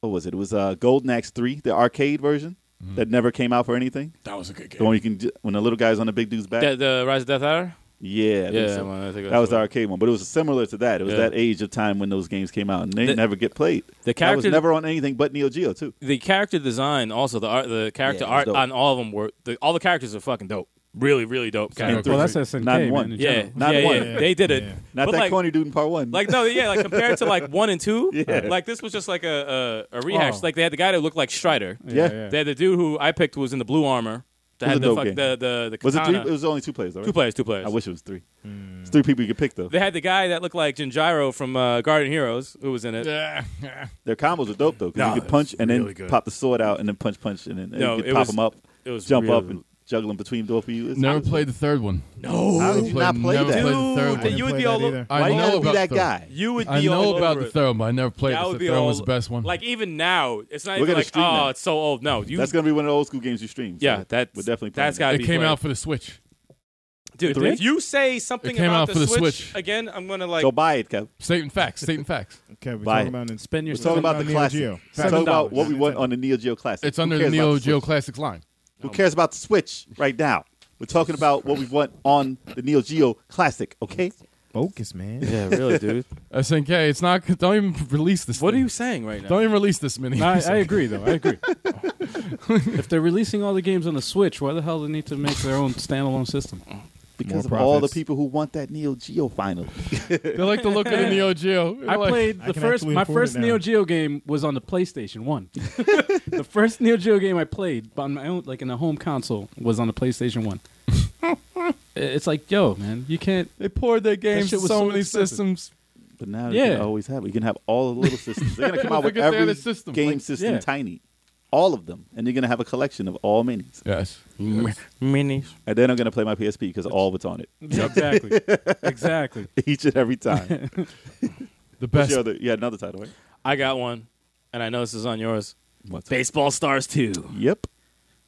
Speaker 4: what was it? It was uh, Golden Axe three, the arcade version
Speaker 3: Hmm.
Speaker 4: that never came out for anything.
Speaker 2: Mm. That was a good
Speaker 4: The
Speaker 2: game.
Speaker 4: one you can ju- when the little guy's on the big dude's back.
Speaker 3: The, the Rise of Death Adder.
Speaker 4: yeah, I think
Speaker 3: yeah,
Speaker 4: so.
Speaker 3: well, I think
Speaker 4: that was the
Speaker 3: what-
Speaker 4: arcade one, but it was similar to that. It was
Speaker 3: Yeah.
Speaker 4: that age of time when those games came out, and they
Speaker 3: The-
Speaker 4: never get played.
Speaker 3: the
Speaker 4: That was
Speaker 3: character.
Speaker 4: never on anything but Neo Geo too.
Speaker 3: the character design, also the art, the character
Speaker 4: Yeah,
Speaker 3: art
Speaker 4: it was dope.
Speaker 3: on all of them were the, all the characters are fucking dope. Really, really dope. Characters.
Speaker 6: Well, that's SNK,
Speaker 4: Not
Speaker 6: man,
Speaker 4: one.
Speaker 6: in
Speaker 3: Yeah,
Speaker 6: general.
Speaker 4: Not
Speaker 3: yeah, yeah,
Speaker 4: one.
Speaker 3: They did it.
Speaker 5: Yeah.
Speaker 4: Not
Speaker 3: But
Speaker 4: that
Speaker 3: like,
Speaker 4: corny dude in part one.
Speaker 3: Like no, yeah, like compared to like one and two,
Speaker 4: Yeah.
Speaker 3: like this was just like a a, a rehash.
Speaker 6: Oh.
Speaker 3: Like they had the guy that looked like Strider.
Speaker 4: Yeah.
Speaker 3: They had the dude who I picked was in the blue armor. That
Speaker 4: It was
Speaker 3: had
Speaker 4: a
Speaker 3: the
Speaker 4: dope
Speaker 3: fuck,
Speaker 4: game.
Speaker 3: the the the
Speaker 4: was it three?
Speaker 3: katana.
Speaker 4: It was only two players. Though, right?
Speaker 3: two players, two players.
Speaker 4: I wish it was three. It's three people you could pick though.
Speaker 3: They had the guy that looked like Jinjiro from uh, Garden Heroes who was in it.
Speaker 2: Yeah.
Speaker 4: Their combos are dope though because
Speaker 2: No,
Speaker 4: you could punch
Speaker 2: it's
Speaker 4: and then
Speaker 2: really good.
Speaker 4: pop the sword out and then punch, punch and then and
Speaker 3: No,
Speaker 4: you could
Speaker 3: it
Speaker 4: pop
Speaker 3: was-
Speaker 4: them up,
Speaker 3: It was
Speaker 4: jump
Speaker 3: really-
Speaker 4: up and juggle them between both of you. It's-
Speaker 2: Never played the third one.
Speaker 3: No.
Speaker 4: How did
Speaker 2: Never
Speaker 4: you not play
Speaker 2: never
Speaker 4: that?
Speaker 2: played the third
Speaker 3: Dude,
Speaker 2: one.
Speaker 5: didn't
Speaker 3: you would
Speaker 5: play
Speaker 3: be
Speaker 5: that
Speaker 3: all
Speaker 5: either.
Speaker 3: over.
Speaker 2: I
Speaker 4: Why you
Speaker 2: know
Speaker 4: gotta be
Speaker 2: about
Speaker 4: that
Speaker 2: the-
Speaker 4: guy?
Speaker 3: You would be
Speaker 2: I know
Speaker 3: all
Speaker 2: about
Speaker 3: over
Speaker 2: the
Speaker 3: it.
Speaker 2: third one. but I never played
Speaker 3: That
Speaker 2: it.
Speaker 3: would
Speaker 2: The
Speaker 3: be
Speaker 2: third one
Speaker 3: all
Speaker 2: was the best one.
Speaker 3: Like even now, it's not
Speaker 4: We're
Speaker 3: even
Speaker 4: gonna
Speaker 3: like oh,
Speaker 4: stream that.
Speaker 3: it's so old. No, you
Speaker 4: That's gonna be one of the old school games you stream. so
Speaker 3: yeah, that's
Speaker 4: we're definitely playing
Speaker 3: that's
Speaker 4: that.
Speaker 3: got to
Speaker 2: it
Speaker 3: be
Speaker 2: came
Speaker 3: played.
Speaker 2: out for the Switch.
Speaker 3: Dude,
Speaker 4: Three?
Speaker 3: if you say something
Speaker 2: It came
Speaker 3: about
Speaker 2: out
Speaker 3: the,
Speaker 2: for the
Speaker 3: Switch,
Speaker 2: Switch.
Speaker 3: again, I'm gonna like
Speaker 4: Go buy it, Kev.
Speaker 2: Stating facts. Stating facts.
Speaker 5: Okay, we're
Speaker 4: Buy
Speaker 5: talking
Speaker 4: it.
Speaker 5: about it's
Speaker 6: Spend your
Speaker 4: We're talking about the
Speaker 5: Neo
Speaker 4: classic.
Speaker 5: Geo.
Speaker 4: We're talking about
Speaker 6: $7.
Speaker 4: what we want on the Neo Geo Classic.
Speaker 2: It's
Speaker 4: Who
Speaker 2: under
Speaker 4: cares
Speaker 2: the
Speaker 4: about
Speaker 2: Neo
Speaker 4: Switch?
Speaker 2: Geo Classics line.
Speaker 4: Who cares about the Switch right now? We're talking about what we want on the Neo Geo Classic. Okay.
Speaker 5: Focus, man.
Speaker 3: Yeah, really, dude.
Speaker 2: SNK. It's not. Don't even release this.
Speaker 3: what are
Speaker 2: thing.
Speaker 3: you saying right now?
Speaker 2: Don't even release this mini.
Speaker 6: No, I, I agree, though. I agree. if they're releasing all the games on the Switch, why the hell do they need to make their own standalone system?
Speaker 4: because of
Speaker 5: More
Speaker 4: all the
Speaker 5: profits.
Speaker 4: people who want that Neo Geo final.
Speaker 2: they like the look of the Neo Geo. They're
Speaker 6: I
Speaker 2: like,
Speaker 6: played
Speaker 5: I
Speaker 6: the
Speaker 5: can
Speaker 6: first.
Speaker 5: actually
Speaker 6: My
Speaker 5: afford it
Speaker 6: first
Speaker 5: now.
Speaker 6: Neo Geo game was on the PlayStation One. the first Neo Geo game I played on my own, like in a home console, was on the PlayStation One. it's like, yo, man, you can't.
Speaker 2: They poured their games to
Speaker 6: shit
Speaker 2: so,
Speaker 6: was so
Speaker 2: many
Speaker 6: expensive.
Speaker 2: systems.
Speaker 4: But now you
Speaker 6: Yeah.
Speaker 4: can always have it. You can have all the little systems. They're gonna come out
Speaker 2: They
Speaker 4: with
Speaker 2: get their
Speaker 4: every
Speaker 2: other system,
Speaker 4: game
Speaker 2: like-
Speaker 4: system
Speaker 6: yeah.
Speaker 4: tiny, all of them, and you're gonna have a collection of all minis.
Speaker 2: Yes.
Speaker 3: Minis.
Speaker 4: And then I'm gonna play my PSP because all of it's on it,
Speaker 6: Exactly. exactly.
Speaker 4: each and every time.
Speaker 2: The
Speaker 4: What's
Speaker 2: best.
Speaker 4: your other? You had another title, right?
Speaker 3: I got one, and I know this is on yours.
Speaker 4: What's
Speaker 3: Baseball Stars Two.
Speaker 4: Yep. Yep.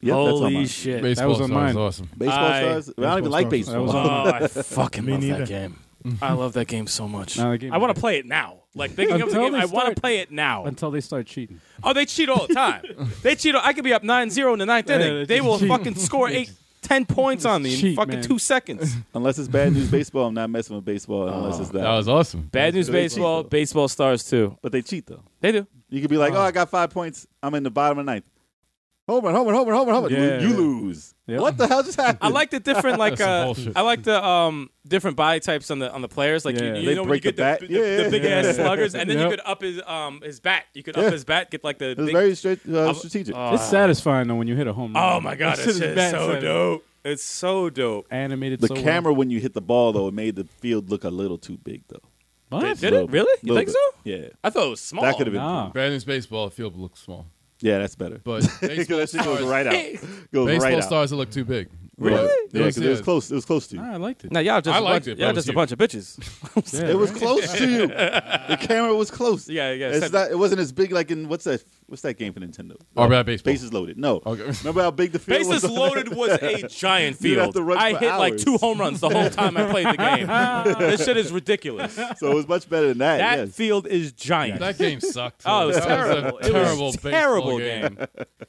Speaker 4: that's on
Speaker 3: Holy
Speaker 4: mine.
Speaker 3: shit!
Speaker 2: Baseball
Speaker 6: That was on
Speaker 2: stars
Speaker 6: mine.
Speaker 2: awesome.
Speaker 4: Baseball
Speaker 3: I-
Speaker 4: stars. I don't even like
Speaker 5: Baseball
Speaker 4: baseball.
Speaker 5: Stars.
Speaker 6: That was
Speaker 3: Oh, I fucking
Speaker 5: Me
Speaker 3: love
Speaker 5: neither.
Speaker 3: that game. I love that game so much.
Speaker 6: Now the game-
Speaker 3: I want to play it now. Like they can come to the
Speaker 6: Until
Speaker 3: game.
Speaker 6: they
Speaker 3: I want
Speaker 6: start-
Speaker 3: to play it now.
Speaker 6: Until they start cheating.
Speaker 3: Oh, they cheat all the time. they cheat. all- I could be up 9-0 in the ninth
Speaker 6: Yeah,
Speaker 3: inning.
Speaker 6: they
Speaker 3: They will
Speaker 6: cheat.
Speaker 3: fucking score eight, ten points on me in
Speaker 6: Cheat,
Speaker 3: fucking
Speaker 6: man.
Speaker 3: two seconds.
Speaker 4: Unless it's bad news baseball, I'm not messing with baseball unless it's Oh, that.
Speaker 2: That was awesome.
Speaker 3: Bad News
Speaker 4: They cheat,
Speaker 3: Baseball,
Speaker 4: though.
Speaker 3: Baseball Stars Two.
Speaker 4: but they cheat though.
Speaker 3: They do.
Speaker 4: You could be like, oh, I got five points. I'm in the bottom of the ninth. Home run, home run, home run, home run, home run.
Speaker 6: Yeah.
Speaker 4: You lose.
Speaker 6: Yep.
Speaker 4: What the hell just happened?
Speaker 3: I like the different like
Speaker 2: That's some
Speaker 3: uh,
Speaker 2: bullshit.
Speaker 3: I like the um different body types on the on the players. Like you,
Speaker 6: Yeah.
Speaker 3: you
Speaker 4: They
Speaker 3: know
Speaker 4: break
Speaker 3: when you
Speaker 4: the
Speaker 3: get
Speaker 4: bat.
Speaker 3: the, the,
Speaker 4: Yeah.
Speaker 3: big
Speaker 6: Yeah.
Speaker 3: ass sluggers, and then
Speaker 6: Yep.
Speaker 3: you could up his um his bat. You could
Speaker 4: Yeah.
Speaker 3: up his bat, get like the.
Speaker 4: It was
Speaker 3: big-
Speaker 4: very straight, uh,
Speaker 3: I-
Speaker 4: strategic.
Speaker 3: Oh.
Speaker 6: it's satisfying though when you hit a home run.
Speaker 3: oh my god,
Speaker 6: It's
Speaker 3: it's
Speaker 6: his
Speaker 3: just
Speaker 6: bat
Speaker 3: so
Speaker 6: side.
Speaker 3: dope. It's so dope.
Speaker 6: Animated.
Speaker 4: the
Speaker 6: so uh, well.
Speaker 4: camera when you hit the ball though, it made the field look a little too big though.
Speaker 3: They
Speaker 6: What?
Speaker 3: did it really? You
Speaker 4: Little
Speaker 3: think
Speaker 4: bit.
Speaker 3: so?
Speaker 4: Yeah,
Speaker 3: I thought it was small.
Speaker 4: that could have been.
Speaker 6: Nah.
Speaker 2: Bad News Baseball, the field looks small.
Speaker 4: Yeah, that's better.
Speaker 2: But
Speaker 4: Because
Speaker 2: baseball,
Speaker 4: that shit goes right out. Goes
Speaker 2: baseball
Speaker 4: right out.
Speaker 2: stars, it looked too big.
Speaker 4: Really?
Speaker 2: But
Speaker 4: Yeah, because it was
Speaker 2: yeah.
Speaker 4: close. It was close to you.
Speaker 6: Ah, I liked it.
Speaker 3: Now y'all just
Speaker 2: I
Speaker 3: a
Speaker 2: liked
Speaker 3: bunch,
Speaker 2: it, but
Speaker 3: y'all
Speaker 2: it was
Speaker 3: just a
Speaker 2: you.
Speaker 3: bunch of bitches.
Speaker 6: Yeah,
Speaker 4: It was
Speaker 6: right?
Speaker 4: close to you. The camera was close.
Speaker 3: yeah, yeah.
Speaker 4: It's
Speaker 3: send-
Speaker 4: not, it wasn't as big like in what's that? What's that game for Nintendo?
Speaker 2: Or about baseball.
Speaker 4: Bases loaded. No.
Speaker 2: Okay.
Speaker 4: Remember how big the field was?
Speaker 3: Bases
Speaker 4: on-
Speaker 3: loaded was a giant
Speaker 4: You'd have
Speaker 3: field.
Speaker 4: to run
Speaker 3: I
Speaker 4: for
Speaker 3: hit like
Speaker 4: hours.
Speaker 3: two home runs the whole time I played the game. this shit is ridiculous.
Speaker 4: So it was much better than that.
Speaker 3: That
Speaker 4: yes.
Speaker 3: field is giant.
Speaker 2: That game sucked.
Speaker 3: Oh, it was
Speaker 2: That a
Speaker 3: terrible. It
Speaker 2: terrible
Speaker 3: was
Speaker 2: baseball
Speaker 3: terrible game.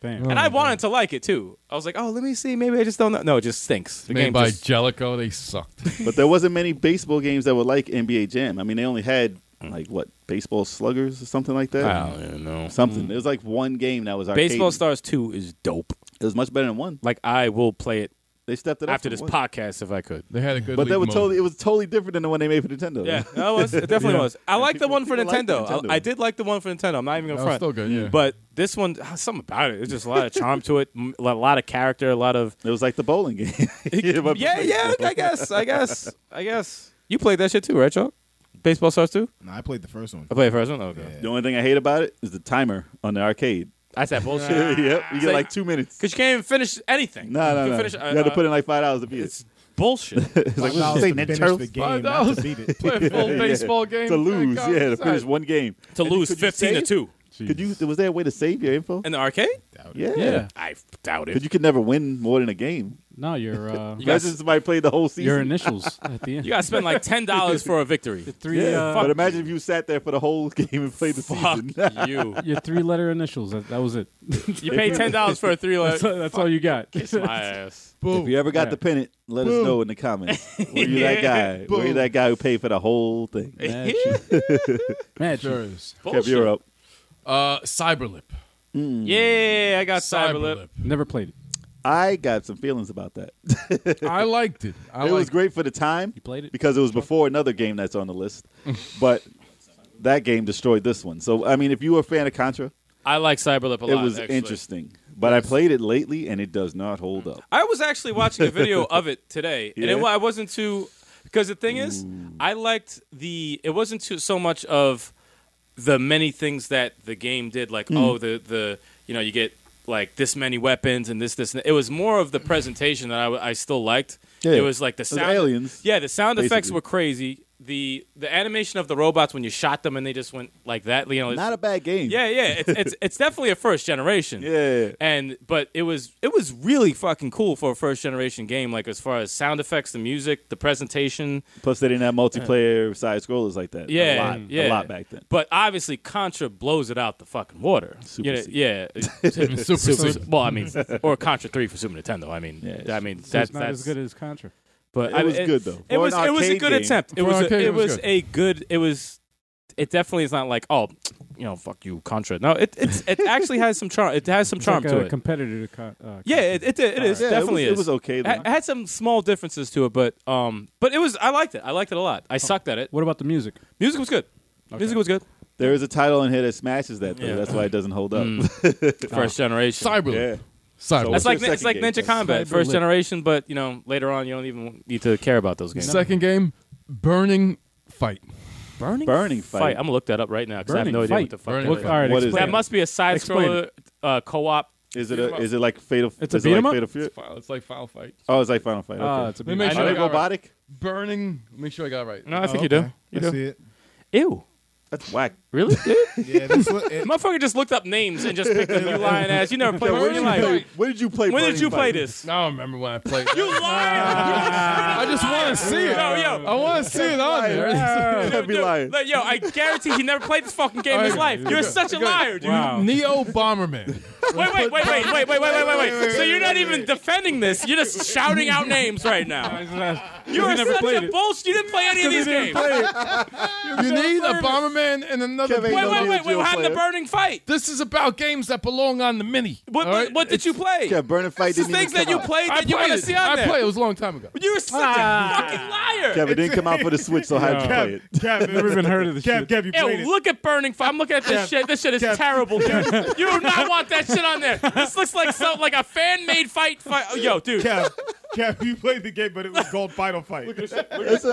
Speaker 6: Damn.
Speaker 3: And I wanted to like it too. I was like, oh, let me see. Maybe I just don't know. No, it just stinks. The
Speaker 2: Made
Speaker 3: game
Speaker 2: by
Speaker 3: just-
Speaker 2: Jellicoe, they sucked.
Speaker 4: But there wasn't many baseball games that were like NBA Jam. I mean, they only had like what baseball sluggers or something like that.
Speaker 3: I don't even know.
Speaker 4: Something. It was like one game that was arcade.
Speaker 3: Baseball Stars 2 is dope.
Speaker 4: It was much better than one.
Speaker 3: Like, I will play it
Speaker 4: They stepped it up
Speaker 3: after
Speaker 4: from
Speaker 3: this
Speaker 4: one.
Speaker 3: podcast if I could.
Speaker 2: They had a good
Speaker 4: But
Speaker 2: league
Speaker 4: that was
Speaker 2: mode.
Speaker 4: totally. It was totally different than the one they made for Nintendo.
Speaker 3: Yeah, that was, it definitely was. I like the
Speaker 4: people-
Speaker 3: one for
Speaker 4: people like the
Speaker 3: Nintendo.
Speaker 4: Nintendo
Speaker 3: I, I
Speaker 4: one.
Speaker 3: did like the one for Nintendo. I'm not even going
Speaker 2: That was
Speaker 3: to front.
Speaker 2: still good, yeah.
Speaker 3: But this one, ah, something about it. There's just a lot of charm to it, m- a lot of character, a lot of.
Speaker 4: It was like the bowling game. yeah, but
Speaker 3: Yeah, yeah, I guess. I guess. I guess. You played that shit too, right, Chuck? Baseball Stars 2?
Speaker 5: No, I played the first one.
Speaker 3: I played the first one? Okay.
Speaker 4: The only thing I hate about it is the timer on the arcade.
Speaker 3: That's that bullshit.
Speaker 4: yep, you
Speaker 3: Say-
Speaker 4: get like two minutes.
Speaker 3: Because you can't even finish anything.
Speaker 4: No,
Speaker 3: you
Speaker 4: no,
Speaker 3: can
Speaker 4: no.
Speaker 3: Finish, uh,
Speaker 4: you have to put in like five hours to beat it.
Speaker 3: It's bullshit.
Speaker 4: It's like
Speaker 5: Five dollars
Speaker 4: saying that
Speaker 5: to finish
Speaker 4: Charles-
Speaker 5: the
Speaker 2: Five
Speaker 5: game, not
Speaker 2: dollars.
Speaker 5: to beat it.
Speaker 2: Play a full baseball game
Speaker 3: Oh
Speaker 4: to
Speaker 2: Thank
Speaker 4: lose.
Speaker 2: God.
Speaker 4: Yeah, to finish one game.
Speaker 3: to lose
Speaker 4: could you
Speaker 3: 15 to
Speaker 4: save?
Speaker 3: 2
Speaker 4: Could you? Was there a way to save your info?
Speaker 3: in the arcade?
Speaker 4: Yeah.
Speaker 6: Yeah.
Speaker 3: I doubt
Speaker 4: Because
Speaker 3: it.
Speaker 4: you could never win more than a game.
Speaker 6: No, your uh,
Speaker 3: You
Speaker 4: Imagine
Speaker 3: guys-
Speaker 4: somebody played the whole
Speaker 6: your
Speaker 4: season.
Speaker 6: initials at the end.
Speaker 3: You got to spend like $10 for a victory.
Speaker 6: three,
Speaker 4: yeah,
Speaker 6: uh,
Speaker 4: but imagine if you sat there for the whole game and played the
Speaker 3: Fuck
Speaker 4: season.
Speaker 3: you.
Speaker 6: Your three letter initials. That, that was it.
Speaker 3: You pay $10 for a three
Speaker 6: That's,
Speaker 3: letter.
Speaker 6: that's all you got.
Speaker 3: Kiss my ass.
Speaker 4: If you ever got
Speaker 6: Yeah.
Speaker 4: the pennant, let
Speaker 2: Boom.
Speaker 4: us know in the comments. Were you
Speaker 3: Yeah.
Speaker 4: that guy? Were you
Speaker 2: Boom.
Speaker 4: that guy who paid for the whole thing?
Speaker 6: Magic. Magic.
Speaker 2: Sure is.
Speaker 4: Kev, you're up.
Speaker 2: Uh, Cyberlip.
Speaker 3: Yeah, I got Cyberlip.
Speaker 2: Cyberlip.
Speaker 6: Never played it.
Speaker 4: I got some feelings about that.
Speaker 2: I liked it. I
Speaker 4: it
Speaker 2: liked
Speaker 4: was great for the time
Speaker 6: You played it?
Speaker 4: because it was before another game that's on the list, but that game destroyed this one. So I mean, if you were a fan of Contra,
Speaker 3: I like Cyberlip a
Speaker 4: it
Speaker 3: lot.
Speaker 4: was
Speaker 3: actually.
Speaker 4: interesting. But I played it lately, and it does not hold up.
Speaker 3: I was actually watching a video of it today, and it,
Speaker 4: Yeah?
Speaker 3: wa- I wasn't too because the thing is, I liked the. It wasn't too so much of the many things that the game did, like
Speaker 4: Hmm.
Speaker 3: oh the the you know you get like this many weapons and this this. And that. it was more of the presentation that I, w- I still liked.
Speaker 4: Mm. Yeah.
Speaker 3: It was like the
Speaker 4: It was
Speaker 3: sound
Speaker 4: aliens,
Speaker 3: Yeah, the sound effects
Speaker 4: basically.
Speaker 3: were crazy. The the animation of the robots when you shot them and they just went like that. You know, it's-
Speaker 4: Not a bad game.
Speaker 3: yeah, yeah, it's, it's it's definitely a first generation.
Speaker 4: Yeah.
Speaker 3: and but it was it was really fucking cool for a first generation game. Like as far as sound effects, the music, the presentation.
Speaker 4: Plus, they didn't have multiplayer side scrollers like that.
Speaker 3: Yeah,
Speaker 4: a lot,
Speaker 3: yeah,
Speaker 4: a lot back then.
Speaker 3: But obviously, Contra blows it out the fucking water.
Speaker 4: Super
Speaker 3: You know,
Speaker 4: Seed.
Speaker 3: yeah,
Speaker 2: it. Super,
Speaker 3: Super-
Speaker 2: Cyber-
Speaker 3: well, I mean, or Contra Three for Super Nintendo. I mean,
Speaker 4: Yeah,
Speaker 3: I mean
Speaker 6: So
Speaker 3: that,
Speaker 6: it's not
Speaker 3: that's
Speaker 6: as good as Contra.
Speaker 3: But
Speaker 4: It
Speaker 3: I-
Speaker 4: was good, though.
Speaker 3: It
Speaker 4: For
Speaker 3: was
Speaker 4: an
Speaker 3: it was a
Speaker 4: arcade
Speaker 3: good
Speaker 4: game.
Speaker 3: attempt. It
Speaker 2: For
Speaker 3: was
Speaker 2: an
Speaker 3: a,
Speaker 2: arcade,
Speaker 3: it
Speaker 2: it was
Speaker 3: was
Speaker 2: good.
Speaker 3: a good. It was. It definitely is not like oh, you know, fuck you, Contra. No, it it's, it actually has some charm. It has some
Speaker 6: It's
Speaker 3: charm
Speaker 6: like
Speaker 3: to
Speaker 6: a
Speaker 3: it.
Speaker 6: competitor to Con- uh,
Speaker 3: Yeah, it it, it is
Speaker 4: Yeah,
Speaker 3: definitely
Speaker 4: it was,
Speaker 3: is.
Speaker 4: It was okay.
Speaker 3: I,
Speaker 4: though.
Speaker 3: I had some small differences to it, but um, but it was I liked it. I liked it a lot. I sucked at it.
Speaker 6: What about the music?
Speaker 3: Music was good. Music was good.
Speaker 4: There is a title in here that smashes that though.
Speaker 3: Yeah.
Speaker 4: That's why it doesn't hold up.
Speaker 3: First generation.
Speaker 4: yeah.
Speaker 2: Cyberlip. Cyberlip.
Speaker 3: That's like
Speaker 4: What's your
Speaker 3: it's like
Speaker 4: second
Speaker 3: Ninja
Speaker 4: game?
Speaker 3: Combat. First
Speaker 6: Cyberlip.
Speaker 3: generation, but you know later on you don't even need to care about those games.
Speaker 2: Second game, Burning Fight.
Speaker 3: burning
Speaker 4: Burning Fight.
Speaker 3: I'm gonna look that up right now because I have
Speaker 6: Burning
Speaker 3: no idea
Speaker 6: Fight.
Speaker 3: what the fuck.
Speaker 2: Burning
Speaker 3: that
Speaker 2: Fight.
Speaker 3: is.
Speaker 6: All right,
Speaker 4: What is
Speaker 6: explain
Speaker 3: That
Speaker 6: it.
Speaker 3: must be a side
Speaker 6: Explain
Speaker 3: scroller uh, co-op.
Speaker 4: Is it a is it like Fatal?
Speaker 6: It's a
Speaker 4: is it like
Speaker 6: beat 'em up?
Speaker 4: Fatal Fury?
Speaker 2: It's like Foul Fight.
Speaker 4: Oh, it's like Final Fight. Okay.
Speaker 6: Ah, it's a
Speaker 2: Let me
Speaker 6: big
Speaker 2: make
Speaker 4: Are
Speaker 2: sure I
Speaker 4: they
Speaker 2: got it right.
Speaker 4: robotic?
Speaker 2: Burning. Let me make sure I got it right.
Speaker 3: No, I think
Speaker 5: Oh,
Speaker 3: you do.
Speaker 5: okay.
Speaker 3: You
Speaker 5: I
Speaker 3: do.
Speaker 5: see it.
Speaker 3: Ew.
Speaker 4: That's whack.
Speaker 3: Really? Dude?
Speaker 5: Yeah, this look, it,
Speaker 3: Motherfucker just looked up names and just picked them. You lying ass. You never played
Speaker 2: Yeah,
Speaker 3: one in your
Speaker 2: where did you
Speaker 3: life.
Speaker 4: When did you play?
Speaker 3: When did
Speaker 4: Burning
Speaker 3: you play
Speaker 4: Fight?
Speaker 3: this?
Speaker 2: I don't remember when I played.
Speaker 3: You lying.
Speaker 2: I just want to see it.
Speaker 3: No, Oh, yo.
Speaker 6: Oh,
Speaker 2: I want to see it on there.
Speaker 4: You can't be
Speaker 3: Dude,
Speaker 4: lying.
Speaker 3: like, yo, I guarantee he never played this fucking game in his
Speaker 2: Alright,
Speaker 3: life. You're such a liar, dude.
Speaker 6: Wow.
Speaker 2: Neo Bomberman.
Speaker 3: Wait, wait, wait, wait, wait, wait, wait, wait, wait, wait. So you're not even defending this. You're just shouting out names right now. You are
Speaker 6: never
Speaker 3: such
Speaker 6: played
Speaker 3: a
Speaker 6: it.
Speaker 3: bullshit. You didn't play any of these games. Wait,
Speaker 2: You need a Bomberman and another.
Speaker 4: Kevin,
Speaker 2: Wait,
Speaker 4: no
Speaker 2: wait.
Speaker 3: wait, wait, wait.
Speaker 4: Neo
Speaker 3: What happened to
Speaker 4: Geo
Speaker 3: Burning Fight?
Speaker 2: This is about games that belong on the mini.
Speaker 3: What,
Speaker 2: All
Speaker 3: what,
Speaker 2: right?
Speaker 3: what did you play?
Speaker 4: Yeah, Burning Fight
Speaker 3: It's the
Speaker 4: didn't even
Speaker 3: things that
Speaker 4: come
Speaker 3: you
Speaker 4: out.
Speaker 3: played
Speaker 2: I
Speaker 3: that you want to
Speaker 2: played
Speaker 3: see
Speaker 2: it.
Speaker 3: on
Speaker 2: I
Speaker 3: there.
Speaker 2: played. It was a long time ago.
Speaker 3: You're such a fucking liar.
Speaker 4: Kev, it didn't come out for the Switch, so how'd you play it?
Speaker 5: Kev,
Speaker 6: Never even heard of this
Speaker 5: Kev,
Speaker 6: shit.
Speaker 5: Kev, you played
Speaker 3: Ew,
Speaker 5: it.
Speaker 3: look at Burning Fight. I'm looking at this shit. This shit is terrible, dude. You do not want that shit on there. This looks like so like a fan made fight. fight. Oh, yo, dude.
Speaker 5: Kev, Kev, you played the game, but it was called Final Fight.
Speaker 4: It's an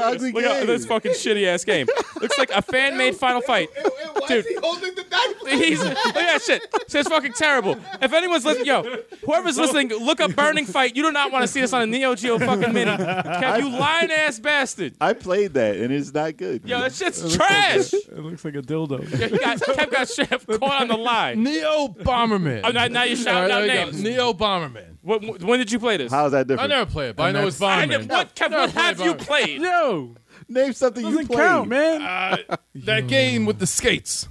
Speaker 4: ugly
Speaker 3: Look at this
Speaker 4: game.
Speaker 3: fucking shitty ass game. Looks like a fan made Final Fight.
Speaker 1: Why
Speaker 3: Dude.
Speaker 1: is he holding the knife?
Speaker 3: He's look at that shit. Shit's fucking terrible. If anyone's listening, yo, whoever's listening, look up Burning Fight. You do not want to see this on a Neo Geo fucking mini. Kev, you lying ass bastard.
Speaker 4: I played that, and it's not good.
Speaker 3: Yo, that shit's trash.
Speaker 6: It looks like a dildo.
Speaker 3: Yo, he got, Kev got shit caught on the lie.
Speaker 2: Neo Bomberman.
Speaker 3: Oh, now, now you're
Speaker 2: All
Speaker 3: shouting
Speaker 2: right,
Speaker 3: out
Speaker 2: there you go.
Speaker 3: names.
Speaker 2: Neo Bomberman.
Speaker 3: What, when did you play this?
Speaker 4: How's that
Speaker 2: I
Speaker 4: different?
Speaker 2: never played it, but I know it's
Speaker 3: I did-
Speaker 2: Bomberman.
Speaker 3: what, Kev, what have you played?
Speaker 6: Yo,
Speaker 4: Name something you
Speaker 6: doesn't
Speaker 4: played.
Speaker 6: count, man.
Speaker 2: That game with the skates.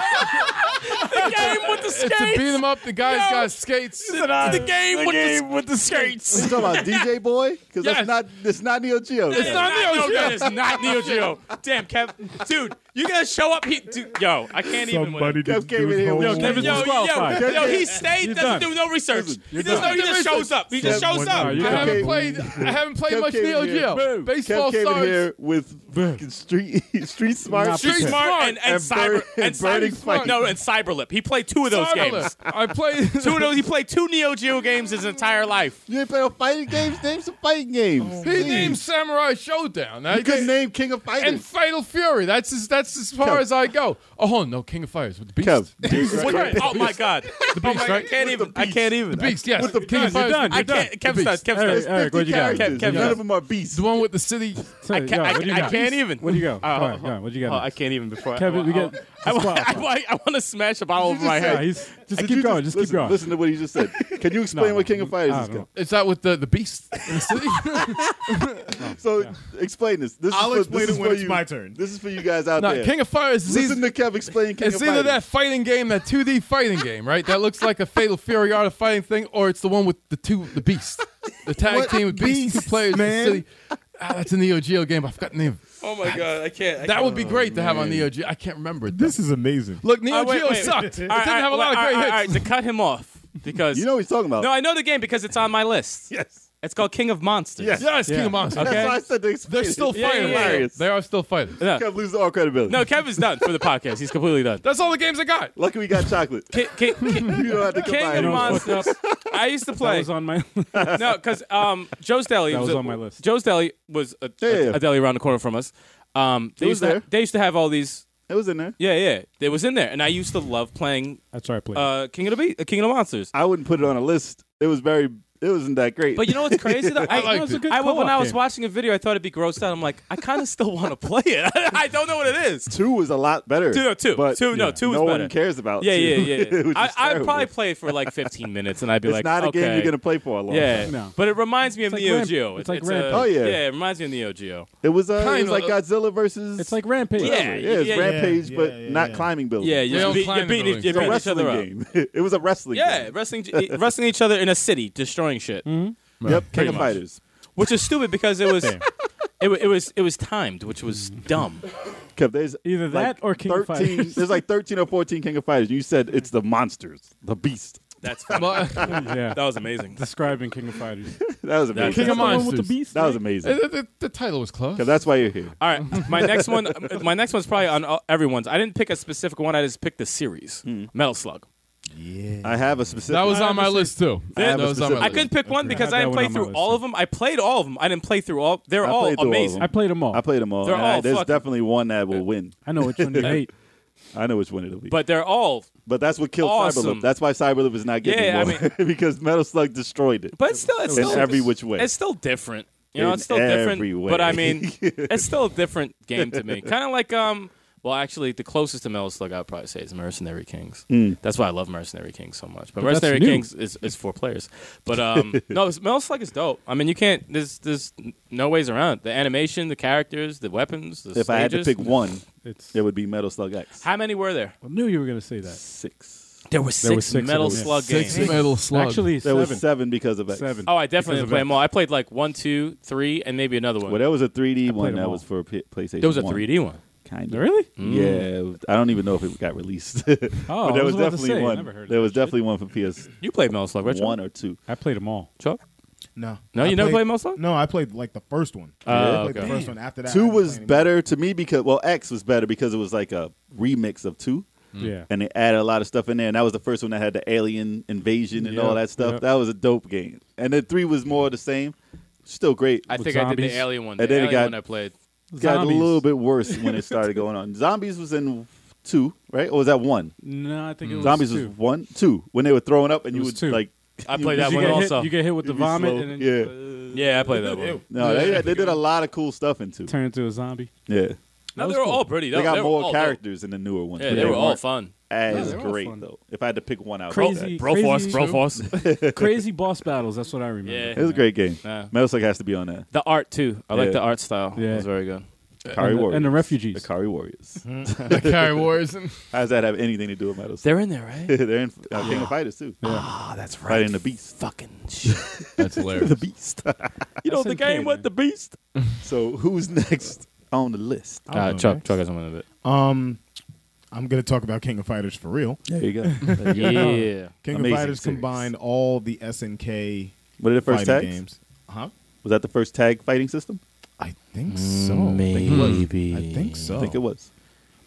Speaker 3: The game with the
Speaker 2: It's a beat
Speaker 3: skates.
Speaker 2: 'em up. The guy's
Speaker 3: No.
Speaker 2: got skates.
Speaker 3: The game with uh, the, with the skates.
Speaker 4: You talking about DJ Boy? Because
Speaker 3: Yes.
Speaker 4: that's not it's not Neo Geo.
Speaker 3: It's not Neo Geo. That is not Neo Geo. Damn, Kev, dude, you gonna show up? He, dude, yo, I can't even. Win.
Speaker 5: Somebody
Speaker 4: Kev
Speaker 5: didn't
Speaker 4: came
Speaker 5: do
Speaker 4: in
Speaker 5: his
Speaker 4: here
Speaker 5: whole
Speaker 4: with-
Speaker 6: Kev
Speaker 3: Yo,
Speaker 5: homework.
Speaker 6: is
Speaker 3: yo, yo,
Speaker 6: disqualified.
Speaker 3: he stayed, doesn't do no research. He just, no, he just shows up. He just shows up.
Speaker 2: I
Speaker 6: Kev
Speaker 2: haven't
Speaker 4: came-
Speaker 2: played. I haven't played
Speaker 4: Kev
Speaker 2: much
Speaker 4: came
Speaker 2: Neo
Speaker 4: in here.
Speaker 2: Geo.
Speaker 6: Boom.
Speaker 2: Baseball
Speaker 4: Kev came in
Speaker 2: stars.
Speaker 4: here with fucking street street smart.
Speaker 6: Not
Speaker 3: Street
Speaker 6: prepared.
Speaker 3: smart and, and
Speaker 4: and
Speaker 3: Cyber and
Speaker 2: Burning
Speaker 3: Cyber,
Speaker 2: Fight.
Speaker 3: No, and Cyberlip. He played two of those games.
Speaker 2: I played
Speaker 3: Two of those. He played two Neo Geo games his entire life.
Speaker 4: You ain't play no fighting games? Name some fighting games.
Speaker 2: He named Samurai Showdown. That-
Speaker 4: You couldn't name King of Fighters.
Speaker 2: and Fatal Fury. That's as that's as far
Speaker 4: Kev.
Speaker 2: as I go. Oh hold on, no, King of Fighters with the beast.
Speaker 4: Kev,
Speaker 3: What- oh my god! oh my, I
Speaker 2: right?
Speaker 3: can't even. I can't even.
Speaker 2: The beast, yes.
Speaker 4: With the
Speaker 2: King of
Speaker 4: beast.
Speaker 2: Fighters.
Speaker 6: You're done.
Speaker 3: I can't.
Speaker 2: The
Speaker 3: Kev
Speaker 2: beast.
Speaker 3: starts. Kev
Speaker 6: Eric,
Speaker 3: starts.
Speaker 6: Eric, what you got?
Speaker 3: Kev, Kev,
Speaker 4: None
Speaker 3: Kev.
Speaker 4: of them are beasts.
Speaker 2: The one with the city.
Speaker 6: So,
Speaker 3: I can't-
Speaker 6: yo,
Speaker 3: I-
Speaker 6: what do you
Speaker 3: I
Speaker 6: got?
Speaker 3: can't even.
Speaker 6: What do you got?
Speaker 3: Oh,
Speaker 6: All right, all right, what you got?
Speaker 3: Oh, I can't Oh, even before.
Speaker 6: Kevin, we get.
Speaker 3: I, I,
Speaker 6: disqualified.
Speaker 3: I, I want to smash a bottle over
Speaker 4: just
Speaker 3: my
Speaker 4: said-
Speaker 3: head.
Speaker 6: Nah, he's- just
Speaker 4: Did
Speaker 6: keep
Speaker 4: you
Speaker 6: going.
Speaker 4: just
Speaker 6: Just
Speaker 4: listen,
Speaker 6: keep going.
Speaker 4: Listen to what he just said. Can you explain
Speaker 6: No,
Speaker 4: what King of Fighters
Speaker 6: I
Speaker 4: is?
Speaker 6: don't know.
Speaker 4: Kev?
Speaker 2: It's that with the the beast. in the city?
Speaker 4: So explain this. this is
Speaker 5: I'll
Speaker 4: for,
Speaker 5: explain
Speaker 4: this
Speaker 5: it
Speaker 4: is
Speaker 5: when
Speaker 4: for
Speaker 5: it's
Speaker 4: you-
Speaker 5: my turn.
Speaker 4: This is for you guys out
Speaker 2: no,
Speaker 4: there.
Speaker 2: King of Fighters is
Speaker 4: Listen
Speaker 2: easy-
Speaker 4: to Kev explain King
Speaker 2: It's
Speaker 4: of
Speaker 2: either
Speaker 4: Fighters.
Speaker 2: that fighting game, that 2D fighting game, right? That looks like a Fatal Fury art of fighting thing, or it's the one with the two, the Beast, the tag team with Beast, two players,
Speaker 5: man?
Speaker 2: The city. Ah, that's a Neo Geo game. I forgot the name.
Speaker 3: Oh my god! I can't. I
Speaker 2: That
Speaker 3: can't.
Speaker 2: would be great to have on Neo Geo. I can't remember it. Though.
Speaker 5: This is amazing.
Speaker 2: Look, Neo
Speaker 3: Oh, wait,
Speaker 2: Geo
Speaker 3: wait.
Speaker 2: sucked. it didn't have a lot of great
Speaker 3: all right,
Speaker 2: hits.
Speaker 3: all right, to cut him off because
Speaker 4: You know what he's talking about.
Speaker 3: No, I know the game because it's on my list.
Speaker 4: yes.
Speaker 3: It's called King of Monsters.
Speaker 4: Yes.
Speaker 2: Yes, King
Speaker 6: Yeah.
Speaker 2: of Monsters.
Speaker 4: That's
Speaker 3: Okay.
Speaker 4: why I said they
Speaker 2: They're still
Speaker 3: Yeah,
Speaker 2: fighting.
Speaker 3: yeah, yeah.
Speaker 4: Hilarious.
Speaker 2: They are still fighting.
Speaker 3: No,
Speaker 4: Kev loses all credibility.
Speaker 3: no, Kevin's done for the podcast. He's completely done.
Speaker 2: That's all the games I got.
Speaker 4: Lucky we got chocolate.
Speaker 3: Ki- ki- ki-
Speaker 4: You don't have to come
Speaker 3: King
Speaker 4: by
Speaker 3: of
Speaker 4: anymore.
Speaker 3: Monsters. I used to
Speaker 6: That
Speaker 3: play.
Speaker 6: was on my.
Speaker 3: no, because um, Joe's Deli
Speaker 6: That was
Speaker 3: a-
Speaker 6: on my list.
Speaker 3: Joe's Deli was a,
Speaker 4: Yeah, yeah, yeah.
Speaker 3: a, deli around the corner from us. Um, they
Speaker 4: It
Speaker 3: used
Speaker 4: was
Speaker 3: to
Speaker 4: there.
Speaker 3: they used to have all these.
Speaker 4: It was in there.
Speaker 3: Yeah, yeah, it was in there, and I used to love playing
Speaker 6: That's right, please.
Speaker 3: uh, King of the Be- uh, King of the Monsters.
Speaker 4: I wouldn't put it on a list. It was very. It wasn't that great.
Speaker 3: But you know what's crazy? Though? I,
Speaker 2: liked
Speaker 3: no, it's a
Speaker 2: it.
Speaker 3: good I- when
Speaker 6: co-op
Speaker 3: I was
Speaker 6: game.
Speaker 3: watching a video, I thought it'd be grossed out. I'm like, I kind of still want to play it. I don't know what it is.
Speaker 4: two was a lot better.
Speaker 3: Two, no, two.
Speaker 4: but
Speaker 3: Two, no, two is
Speaker 4: No
Speaker 3: better.
Speaker 4: one cares about.
Speaker 3: Yeah,
Speaker 4: two,
Speaker 3: yeah, yeah.
Speaker 4: which
Speaker 3: I,
Speaker 4: is
Speaker 3: I'd
Speaker 4: terrible.
Speaker 3: probably play it for like 15 minutes, and I'd be
Speaker 4: It's
Speaker 3: like,
Speaker 4: not a
Speaker 3: okay.
Speaker 4: game you're gonna play for a long.
Speaker 3: Yeah,
Speaker 4: time.
Speaker 6: No.
Speaker 3: but it reminds me of
Speaker 6: like
Speaker 3: Neo
Speaker 6: Ramp-
Speaker 3: Geo.
Speaker 6: it's like
Speaker 3: a-
Speaker 6: Rampage.
Speaker 4: Oh, yeah.
Speaker 3: yeah. It reminds me of Neo Geo.
Speaker 4: It was. Uh, it
Speaker 2: Kinda.
Speaker 4: was like Godzilla versus.
Speaker 6: it's like Rampage.
Speaker 3: Yeah.
Speaker 4: Yeah, it's
Speaker 3: Yeah, yeah,
Speaker 4: rampage,
Speaker 5: yeah,
Speaker 4: but
Speaker 5: yeah,
Speaker 4: not
Speaker 5: yeah.
Speaker 4: climbing buildings.
Speaker 3: Yeah,
Speaker 4: It's
Speaker 2: They
Speaker 3: you're,
Speaker 2: don't
Speaker 3: be,
Speaker 2: climb
Speaker 3: you're
Speaker 2: the
Speaker 3: beating,
Speaker 2: buildings.
Speaker 3: you're
Speaker 4: a
Speaker 3: beating each
Speaker 4: wrestling
Speaker 3: other up.
Speaker 4: game. it was a wrestling
Speaker 3: Yeah,
Speaker 4: game.
Speaker 3: wrestling, eh, wrestling each other in a city, destroying shit,
Speaker 4: Yep, King
Speaker 3: Pretty
Speaker 4: of
Speaker 3: much.
Speaker 4: Fighters.
Speaker 3: which is stupid because it was, it, wa- it was, it was timed, which was dumb.
Speaker 4: Kev, there's
Speaker 6: Either
Speaker 4: like
Speaker 6: that or King
Speaker 4: 13
Speaker 6: of Fighters.
Speaker 4: There's like 13 or 14 King of Fighters. You said it's the monsters, the beast.
Speaker 3: That's funny.
Speaker 2: Well,
Speaker 6: yeah.
Speaker 3: that was amazing.
Speaker 6: Describing King of Fighters.
Speaker 4: That was amazing.
Speaker 2: King of
Speaker 6: The one with the
Speaker 2: Monsters.
Speaker 6: beast.
Speaker 4: that was
Speaker 6: right?
Speaker 4: amazing.
Speaker 2: the, the- the title was close.
Speaker 4: Kev, that's why you're here.
Speaker 3: All right, my next one, my next one's probably on uh, everyone's. I didn't pick a specific one. I just picked the series,
Speaker 4: Hmm.
Speaker 3: Metal Slug.
Speaker 4: I have a specific.
Speaker 2: That was on my list too.
Speaker 4: I have
Speaker 2: That
Speaker 4: a
Speaker 2: was on my
Speaker 4: specific-
Speaker 3: I
Speaker 2: list.
Speaker 3: couldn't pick one because
Speaker 6: I
Speaker 3: I
Speaker 6: had
Speaker 3: didn't
Speaker 6: that
Speaker 3: play
Speaker 6: one on my
Speaker 3: through
Speaker 6: list,
Speaker 3: all
Speaker 6: too.
Speaker 3: of them. I played all of them. I didn't play through all. They're
Speaker 4: I
Speaker 3: all
Speaker 4: played through all of
Speaker 3: amazing.
Speaker 6: I played them all.
Speaker 4: I
Speaker 6: I,
Speaker 4: played them all.
Speaker 3: They're
Speaker 4: and I-
Speaker 3: all
Speaker 4: there's
Speaker 3: fucking-
Speaker 4: definitely one that will win.
Speaker 6: know which one you hate.
Speaker 4: I know which one it'll be. But,
Speaker 3: but they're all.
Speaker 4: that's what killed
Speaker 3: Awesome.
Speaker 4: Cyberloop. That's why Cyberloop is not getting
Speaker 3: Yeah,
Speaker 4: more.
Speaker 3: I
Speaker 4: because Metal Slug destroyed it.
Speaker 3: But it's still, it's
Speaker 4: In
Speaker 3: still
Speaker 4: every which way.
Speaker 3: It's still different. You know,
Speaker 4: In
Speaker 3: it's still
Speaker 4: every
Speaker 3: different.
Speaker 4: way.
Speaker 3: But I mean, it's still a different game to me. Kind of like um. Well, actually, the closest to Metal Slug I'd probably say is Mercenary Kings.
Speaker 4: Hmm.
Speaker 3: That's why I love Mercenary Kings so much. But,
Speaker 6: But that's
Speaker 3: Mercenary
Speaker 6: new.
Speaker 3: Kings is, is four players. But um, no, it's- Metal Slug is dope. I mean, you can't. There's there's no ways around it. the animation, the characters, the weapons. The
Speaker 4: if I had to
Speaker 3: stages.
Speaker 4: pick one,
Speaker 6: It's,
Speaker 4: it would be Metal Slug X.
Speaker 3: how many were there?
Speaker 6: I knew you were going to say that.
Speaker 4: Six.
Speaker 3: There were six,
Speaker 6: There were six of
Speaker 3: Metal
Speaker 6: them.
Speaker 3: Slug
Speaker 2: Six
Speaker 3: games.
Speaker 2: Metal Slug.
Speaker 6: Actually,
Speaker 4: There
Speaker 6: seven.
Speaker 4: was seven because of X.
Speaker 6: Seven.
Speaker 3: Oh, I definitely
Speaker 6: Because
Speaker 3: didn't
Speaker 6: of
Speaker 3: play
Speaker 6: that.
Speaker 3: them all. I played like one, two, three, and maybe another one.
Speaker 4: Well, there was a 3D one
Speaker 6: them
Speaker 4: that
Speaker 6: all.
Speaker 4: was for P- PlayStation.
Speaker 3: There was a
Speaker 4: 1,
Speaker 3: 3D one.
Speaker 4: Kind of.
Speaker 6: Really?
Speaker 3: Hmm.
Speaker 4: Yeah,
Speaker 3: Mm.
Speaker 4: I don't even know if it got released. but there
Speaker 6: Oh, I was,
Speaker 4: was,
Speaker 6: about to
Speaker 4: definitely
Speaker 6: say, I
Speaker 4: one.
Speaker 6: never heard of
Speaker 4: there
Speaker 6: that
Speaker 4: was
Speaker 6: shit.
Speaker 4: definitely one for PS
Speaker 3: You played Metal Slug, right? Chuck?
Speaker 4: one or two.
Speaker 6: I played them all.
Speaker 3: Chuck?
Speaker 5: No.
Speaker 3: No, you
Speaker 5: I
Speaker 3: never played Metal Slug?
Speaker 5: No, I played like the first one.
Speaker 3: Oh,
Speaker 5: I played
Speaker 3: okay.
Speaker 5: the first one after that. I
Speaker 4: Two
Speaker 5: didn't
Speaker 4: was
Speaker 5: play any more.
Speaker 4: better to me because well, X was better because it was like a remix of two,
Speaker 3: Hmm.
Speaker 6: Yeah.
Speaker 4: and they added a lot of stuff in there. And that was the first one that had the alien invasion and
Speaker 6: Yeah,
Speaker 4: all that stuff.
Speaker 6: yeah.
Speaker 4: That was a dope game. And then three was more of the same. Still great.
Speaker 3: I
Speaker 6: With
Speaker 3: think I did
Speaker 6: zombies.
Speaker 3: the Alien one. The
Speaker 4: And then it
Speaker 3: Alien
Speaker 4: got-
Speaker 3: one I played.
Speaker 4: got
Speaker 6: Zombies.
Speaker 4: a little bit worse when it started going on. Zombies was in two, right? Or was that one?
Speaker 6: No, I think it was
Speaker 4: Zombies
Speaker 6: two.
Speaker 4: was one, two. When they were throwing up, and
Speaker 6: It
Speaker 4: you
Speaker 6: was
Speaker 4: would
Speaker 6: two.
Speaker 4: like,
Speaker 3: I played that
Speaker 6: you
Speaker 3: one
Speaker 6: get hit-
Speaker 3: also.
Speaker 6: you get hit with the
Speaker 4: You'd be
Speaker 6: vomit,
Speaker 4: slow.
Speaker 6: and then uh,
Speaker 4: Yeah.
Speaker 6: you,
Speaker 3: yeah, I played that one.
Speaker 4: no, they, they did a lot of cool stuff in two.
Speaker 6: uh, turn into a zombie.
Speaker 4: Yeah.
Speaker 3: No,
Speaker 6: That was
Speaker 3: they were
Speaker 6: cool.
Speaker 3: all pretty.
Speaker 4: They
Speaker 3: though.
Speaker 4: got
Speaker 3: were all
Speaker 4: more
Speaker 3: dope.
Speaker 4: characters in the newer ones.
Speaker 3: Yeah,
Speaker 4: but
Speaker 3: they were all
Speaker 4: weren't
Speaker 3: fun.
Speaker 4: As
Speaker 6: they were all
Speaker 4: great
Speaker 6: fun.
Speaker 4: though. If I had to pick one out,
Speaker 6: Crazy,
Speaker 4: It
Speaker 6: crazy,
Speaker 3: Broforce.
Speaker 6: crazy boss battles. That's what I remember.
Speaker 3: Yeah.
Speaker 4: was a great game.
Speaker 3: Yeah.
Speaker 4: Metal Slug has to be on that.
Speaker 3: the art, too. I like
Speaker 4: Yeah.
Speaker 3: the art style. It
Speaker 6: Yeah.
Speaker 3: was very good.
Speaker 4: Kari
Speaker 6: And, the,
Speaker 4: Warriors.
Speaker 6: and the
Speaker 4: The
Speaker 6: refugees.
Speaker 4: Kari Warriors.
Speaker 2: The Carry Wars. And
Speaker 4: How does that have anything to do with Metal Slug?
Speaker 3: They're in there, right?
Speaker 4: They're in uh, King of Fighters too.
Speaker 3: Ah, that's right.
Speaker 4: Fighting the Beast.
Speaker 3: Fucking shit.
Speaker 2: That's hilarious.
Speaker 4: The Beast.
Speaker 3: You know
Speaker 6: That's
Speaker 3: the
Speaker 6: in
Speaker 3: game
Speaker 6: Kane,
Speaker 3: with
Speaker 6: man.
Speaker 3: the beast?
Speaker 4: so who's next on the list?
Speaker 5: I'll
Speaker 3: Uh,
Speaker 5: go
Speaker 3: Chuck,
Speaker 5: next.
Speaker 3: Chuck has one of it.
Speaker 5: Um, I'm gonna talk about King of Fighters for real.
Speaker 4: There you go.
Speaker 3: Yeah.
Speaker 5: King
Speaker 4: Amazing
Speaker 5: of Fighters
Speaker 4: series.
Speaker 5: combined all the SNK
Speaker 4: What are the first
Speaker 5: fighting
Speaker 4: tags?
Speaker 5: games. Huh?
Speaker 4: Was that the first tag fighting system?
Speaker 3: Mm,
Speaker 5: I think so. I think it was. I think so.
Speaker 4: I think it was.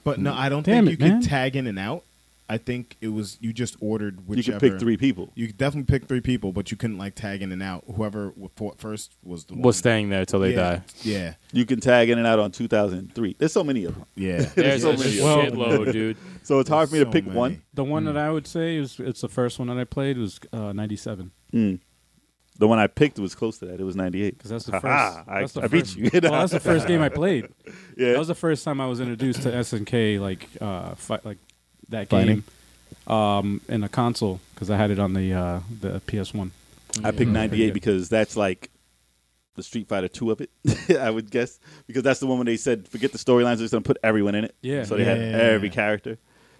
Speaker 5: But no, I don't
Speaker 6: Damn
Speaker 5: think
Speaker 6: it,
Speaker 5: you
Speaker 6: man.
Speaker 5: could tag in and out. I think it was you just ordered
Speaker 4: You
Speaker 5: whichever.
Speaker 4: could pick three people.
Speaker 5: You could definitely pick three people, but you couldn't like tag in and out. Whoever w- fought first was the one.
Speaker 3: was staying there till they
Speaker 5: yeah,
Speaker 3: die.
Speaker 5: Yeah,
Speaker 4: You can tag in and out on 2003. There's so many of them.
Speaker 5: yeah.
Speaker 3: There's
Speaker 4: so
Speaker 3: a
Speaker 4: many.
Speaker 3: shitload, dude.
Speaker 4: So it's hard for me to
Speaker 5: So
Speaker 4: pick
Speaker 5: many.
Speaker 4: one.
Speaker 6: The one
Speaker 4: Hmm.
Speaker 6: that I would say is it's the first one that I played was uh, '97
Speaker 4: Hmm. The one I picked was close to that. It was 98.
Speaker 6: because that's the first.
Speaker 4: Ha-ha, I,
Speaker 6: that's the
Speaker 4: I beat
Speaker 6: first-
Speaker 4: you.
Speaker 6: Well, that's the first game I played.
Speaker 4: yeah.
Speaker 6: That was the first time I was introduced to SNK like uh, fight like that
Speaker 5: Fighting.
Speaker 6: game um, in a console because I had it on the uh, the PS1.
Speaker 4: I picked 98 because that's like the Street Fighter 2 of it, I would guess. Because that's the one when they said, forget the storylines, we're just going to put everyone in it.
Speaker 6: Yeah.
Speaker 4: So they had
Speaker 5: Yeah.
Speaker 4: every character.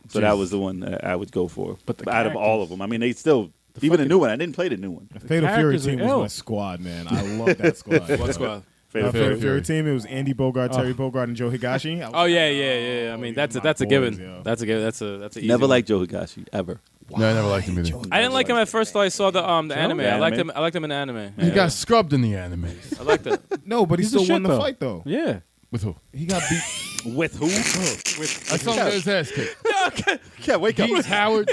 Speaker 4: So that was the one that I would go for.
Speaker 6: But the
Speaker 4: out of all of them, I mean, they still, even the new one, I didn't play the new one.
Speaker 5: Fatal Fury
Speaker 6: characters are
Speaker 5: team was my
Speaker 6: ill.
Speaker 5: squad, man. I love that squad.
Speaker 3: What squad?
Speaker 5: My
Speaker 4: Fatal
Speaker 5: Fatal
Speaker 4: Fury.
Speaker 5: Fury. team. It was Andy Bogart, Terry Bogard, and Joe Higashi. I was
Speaker 3: Oh yeah,
Speaker 5: like,
Speaker 3: yeah,
Speaker 5: oh,
Speaker 3: yeah. I mean,
Speaker 5: these
Speaker 3: that's
Speaker 5: are
Speaker 3: a,
Speaker 5: my
Speaker 3: that's a
Speaker 5: boys,
Speaker 3: given.
Speaker 5: yo.
Speaker 3: That's a given. That's a that's a easy
Speaker 4: Never
Speaker 3: one.
Speaker 4: liked Joe Higashi, ever.
Speaker 2: No, I never liked him either.
Speaker 3: I didn't like him at first till I saw the um the
Speaker 6: Joe?
Speaker 3: anime.
Speaker 4: The
Speaker 3: I liked
Speaker 4: anime?
Speaker 3: him. I liked him in the anime.
Speaker 2: He got scrubbed in the animes.
Speaker 3: I liked it.
Speaker 5: No, but he
Speaker 6: He's
Speaker 5: still
Speaker 6: the
Speaker 5: won
Speaker 6: shit,
Speaker 5: the
Speaker 6: though.
Speaker 5: fight though.
Speaker 6: Yeah,
Speaker 2: With who?
Speaker 5: He got beat.
Speaker 4: With who?
Speaker 2: I saw him get his ass kicked.
Speaker 4: yeah, wake up.
Speaker 2: Geese Howard.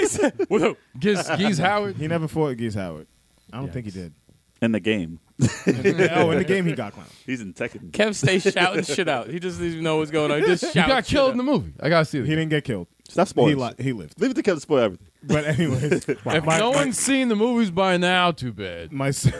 Speaker 3: With who?
Speaker 2: Geese, Geese Howard.
Speaker 5: he never fought against Howard. I don't think he did.
Speaker 4: In the game.
Speaker 5: oh, in the game he got clowned.
Speaker 4: He's in Tekken.
Speaker 3: Kev stays shouting shit out. He just doesn't even know what's going on. He just shouts.
Speaker 2: He got
Speaker 3: shit
Speaker 2: killed
Speaker 3: out.
Speaker 2: in the movie. I gotta see
Speaker 5: He
Speaker 2: it.
Speaker 5: didn't get killed.
Speaker 4: Stop
Speaker 5: He,
Speaker 4: spoiling.
Speaker 5: li- he lived.
Speaker 4: Leave it to Kevin to spoil everything.
Speaker 5: But anyways,
Speaker 2: If
Speaker 5: my,
Speaker 2: no one's seen the movies by now, too bad.
Speaker 5: my se-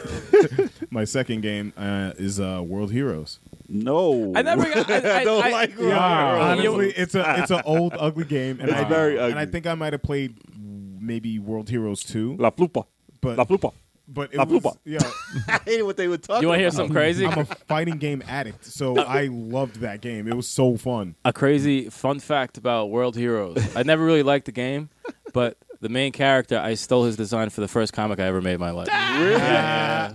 Speaker 5: my second game uh, is uh, World Heroes.
Speaker 4: No.
Speaker 3: I never got. I, I,
Speaker 4: don't
Speaker 3: I,
Speaker 4: like
Speaker 3: I,
Speaker 5: Honestly, it's a it's an old ugly game, and
Speaker 4: It's
Speaker 5: I
Speaker 4: very
Speaker 5: and
Speaker 4: ugly.
Speaker 5: I think I might have played maybe World Heroes two,
Speaker 4: La Plupa.
Speaker 5: but
Speaker 4: La Plupa.
Speaker 5: but it
Speaker 4: La
Speaker 5: was
Speaker 4: Plupa.
Speaker 5: yeah.
Speaker 4: I hated what they were talking
Speaker 3: you want to hear
Speaker 4: about.
Speaker 3: something crazy?
Speaker 5: I'm a fighting game addict, so I loved that game. It was so fun.
Speaker 3: a crazy fun fact about World Heroes. I never really liked the game, but the main character, I stole his design for the first comic I ever made in my life.
Speaker 4: Really?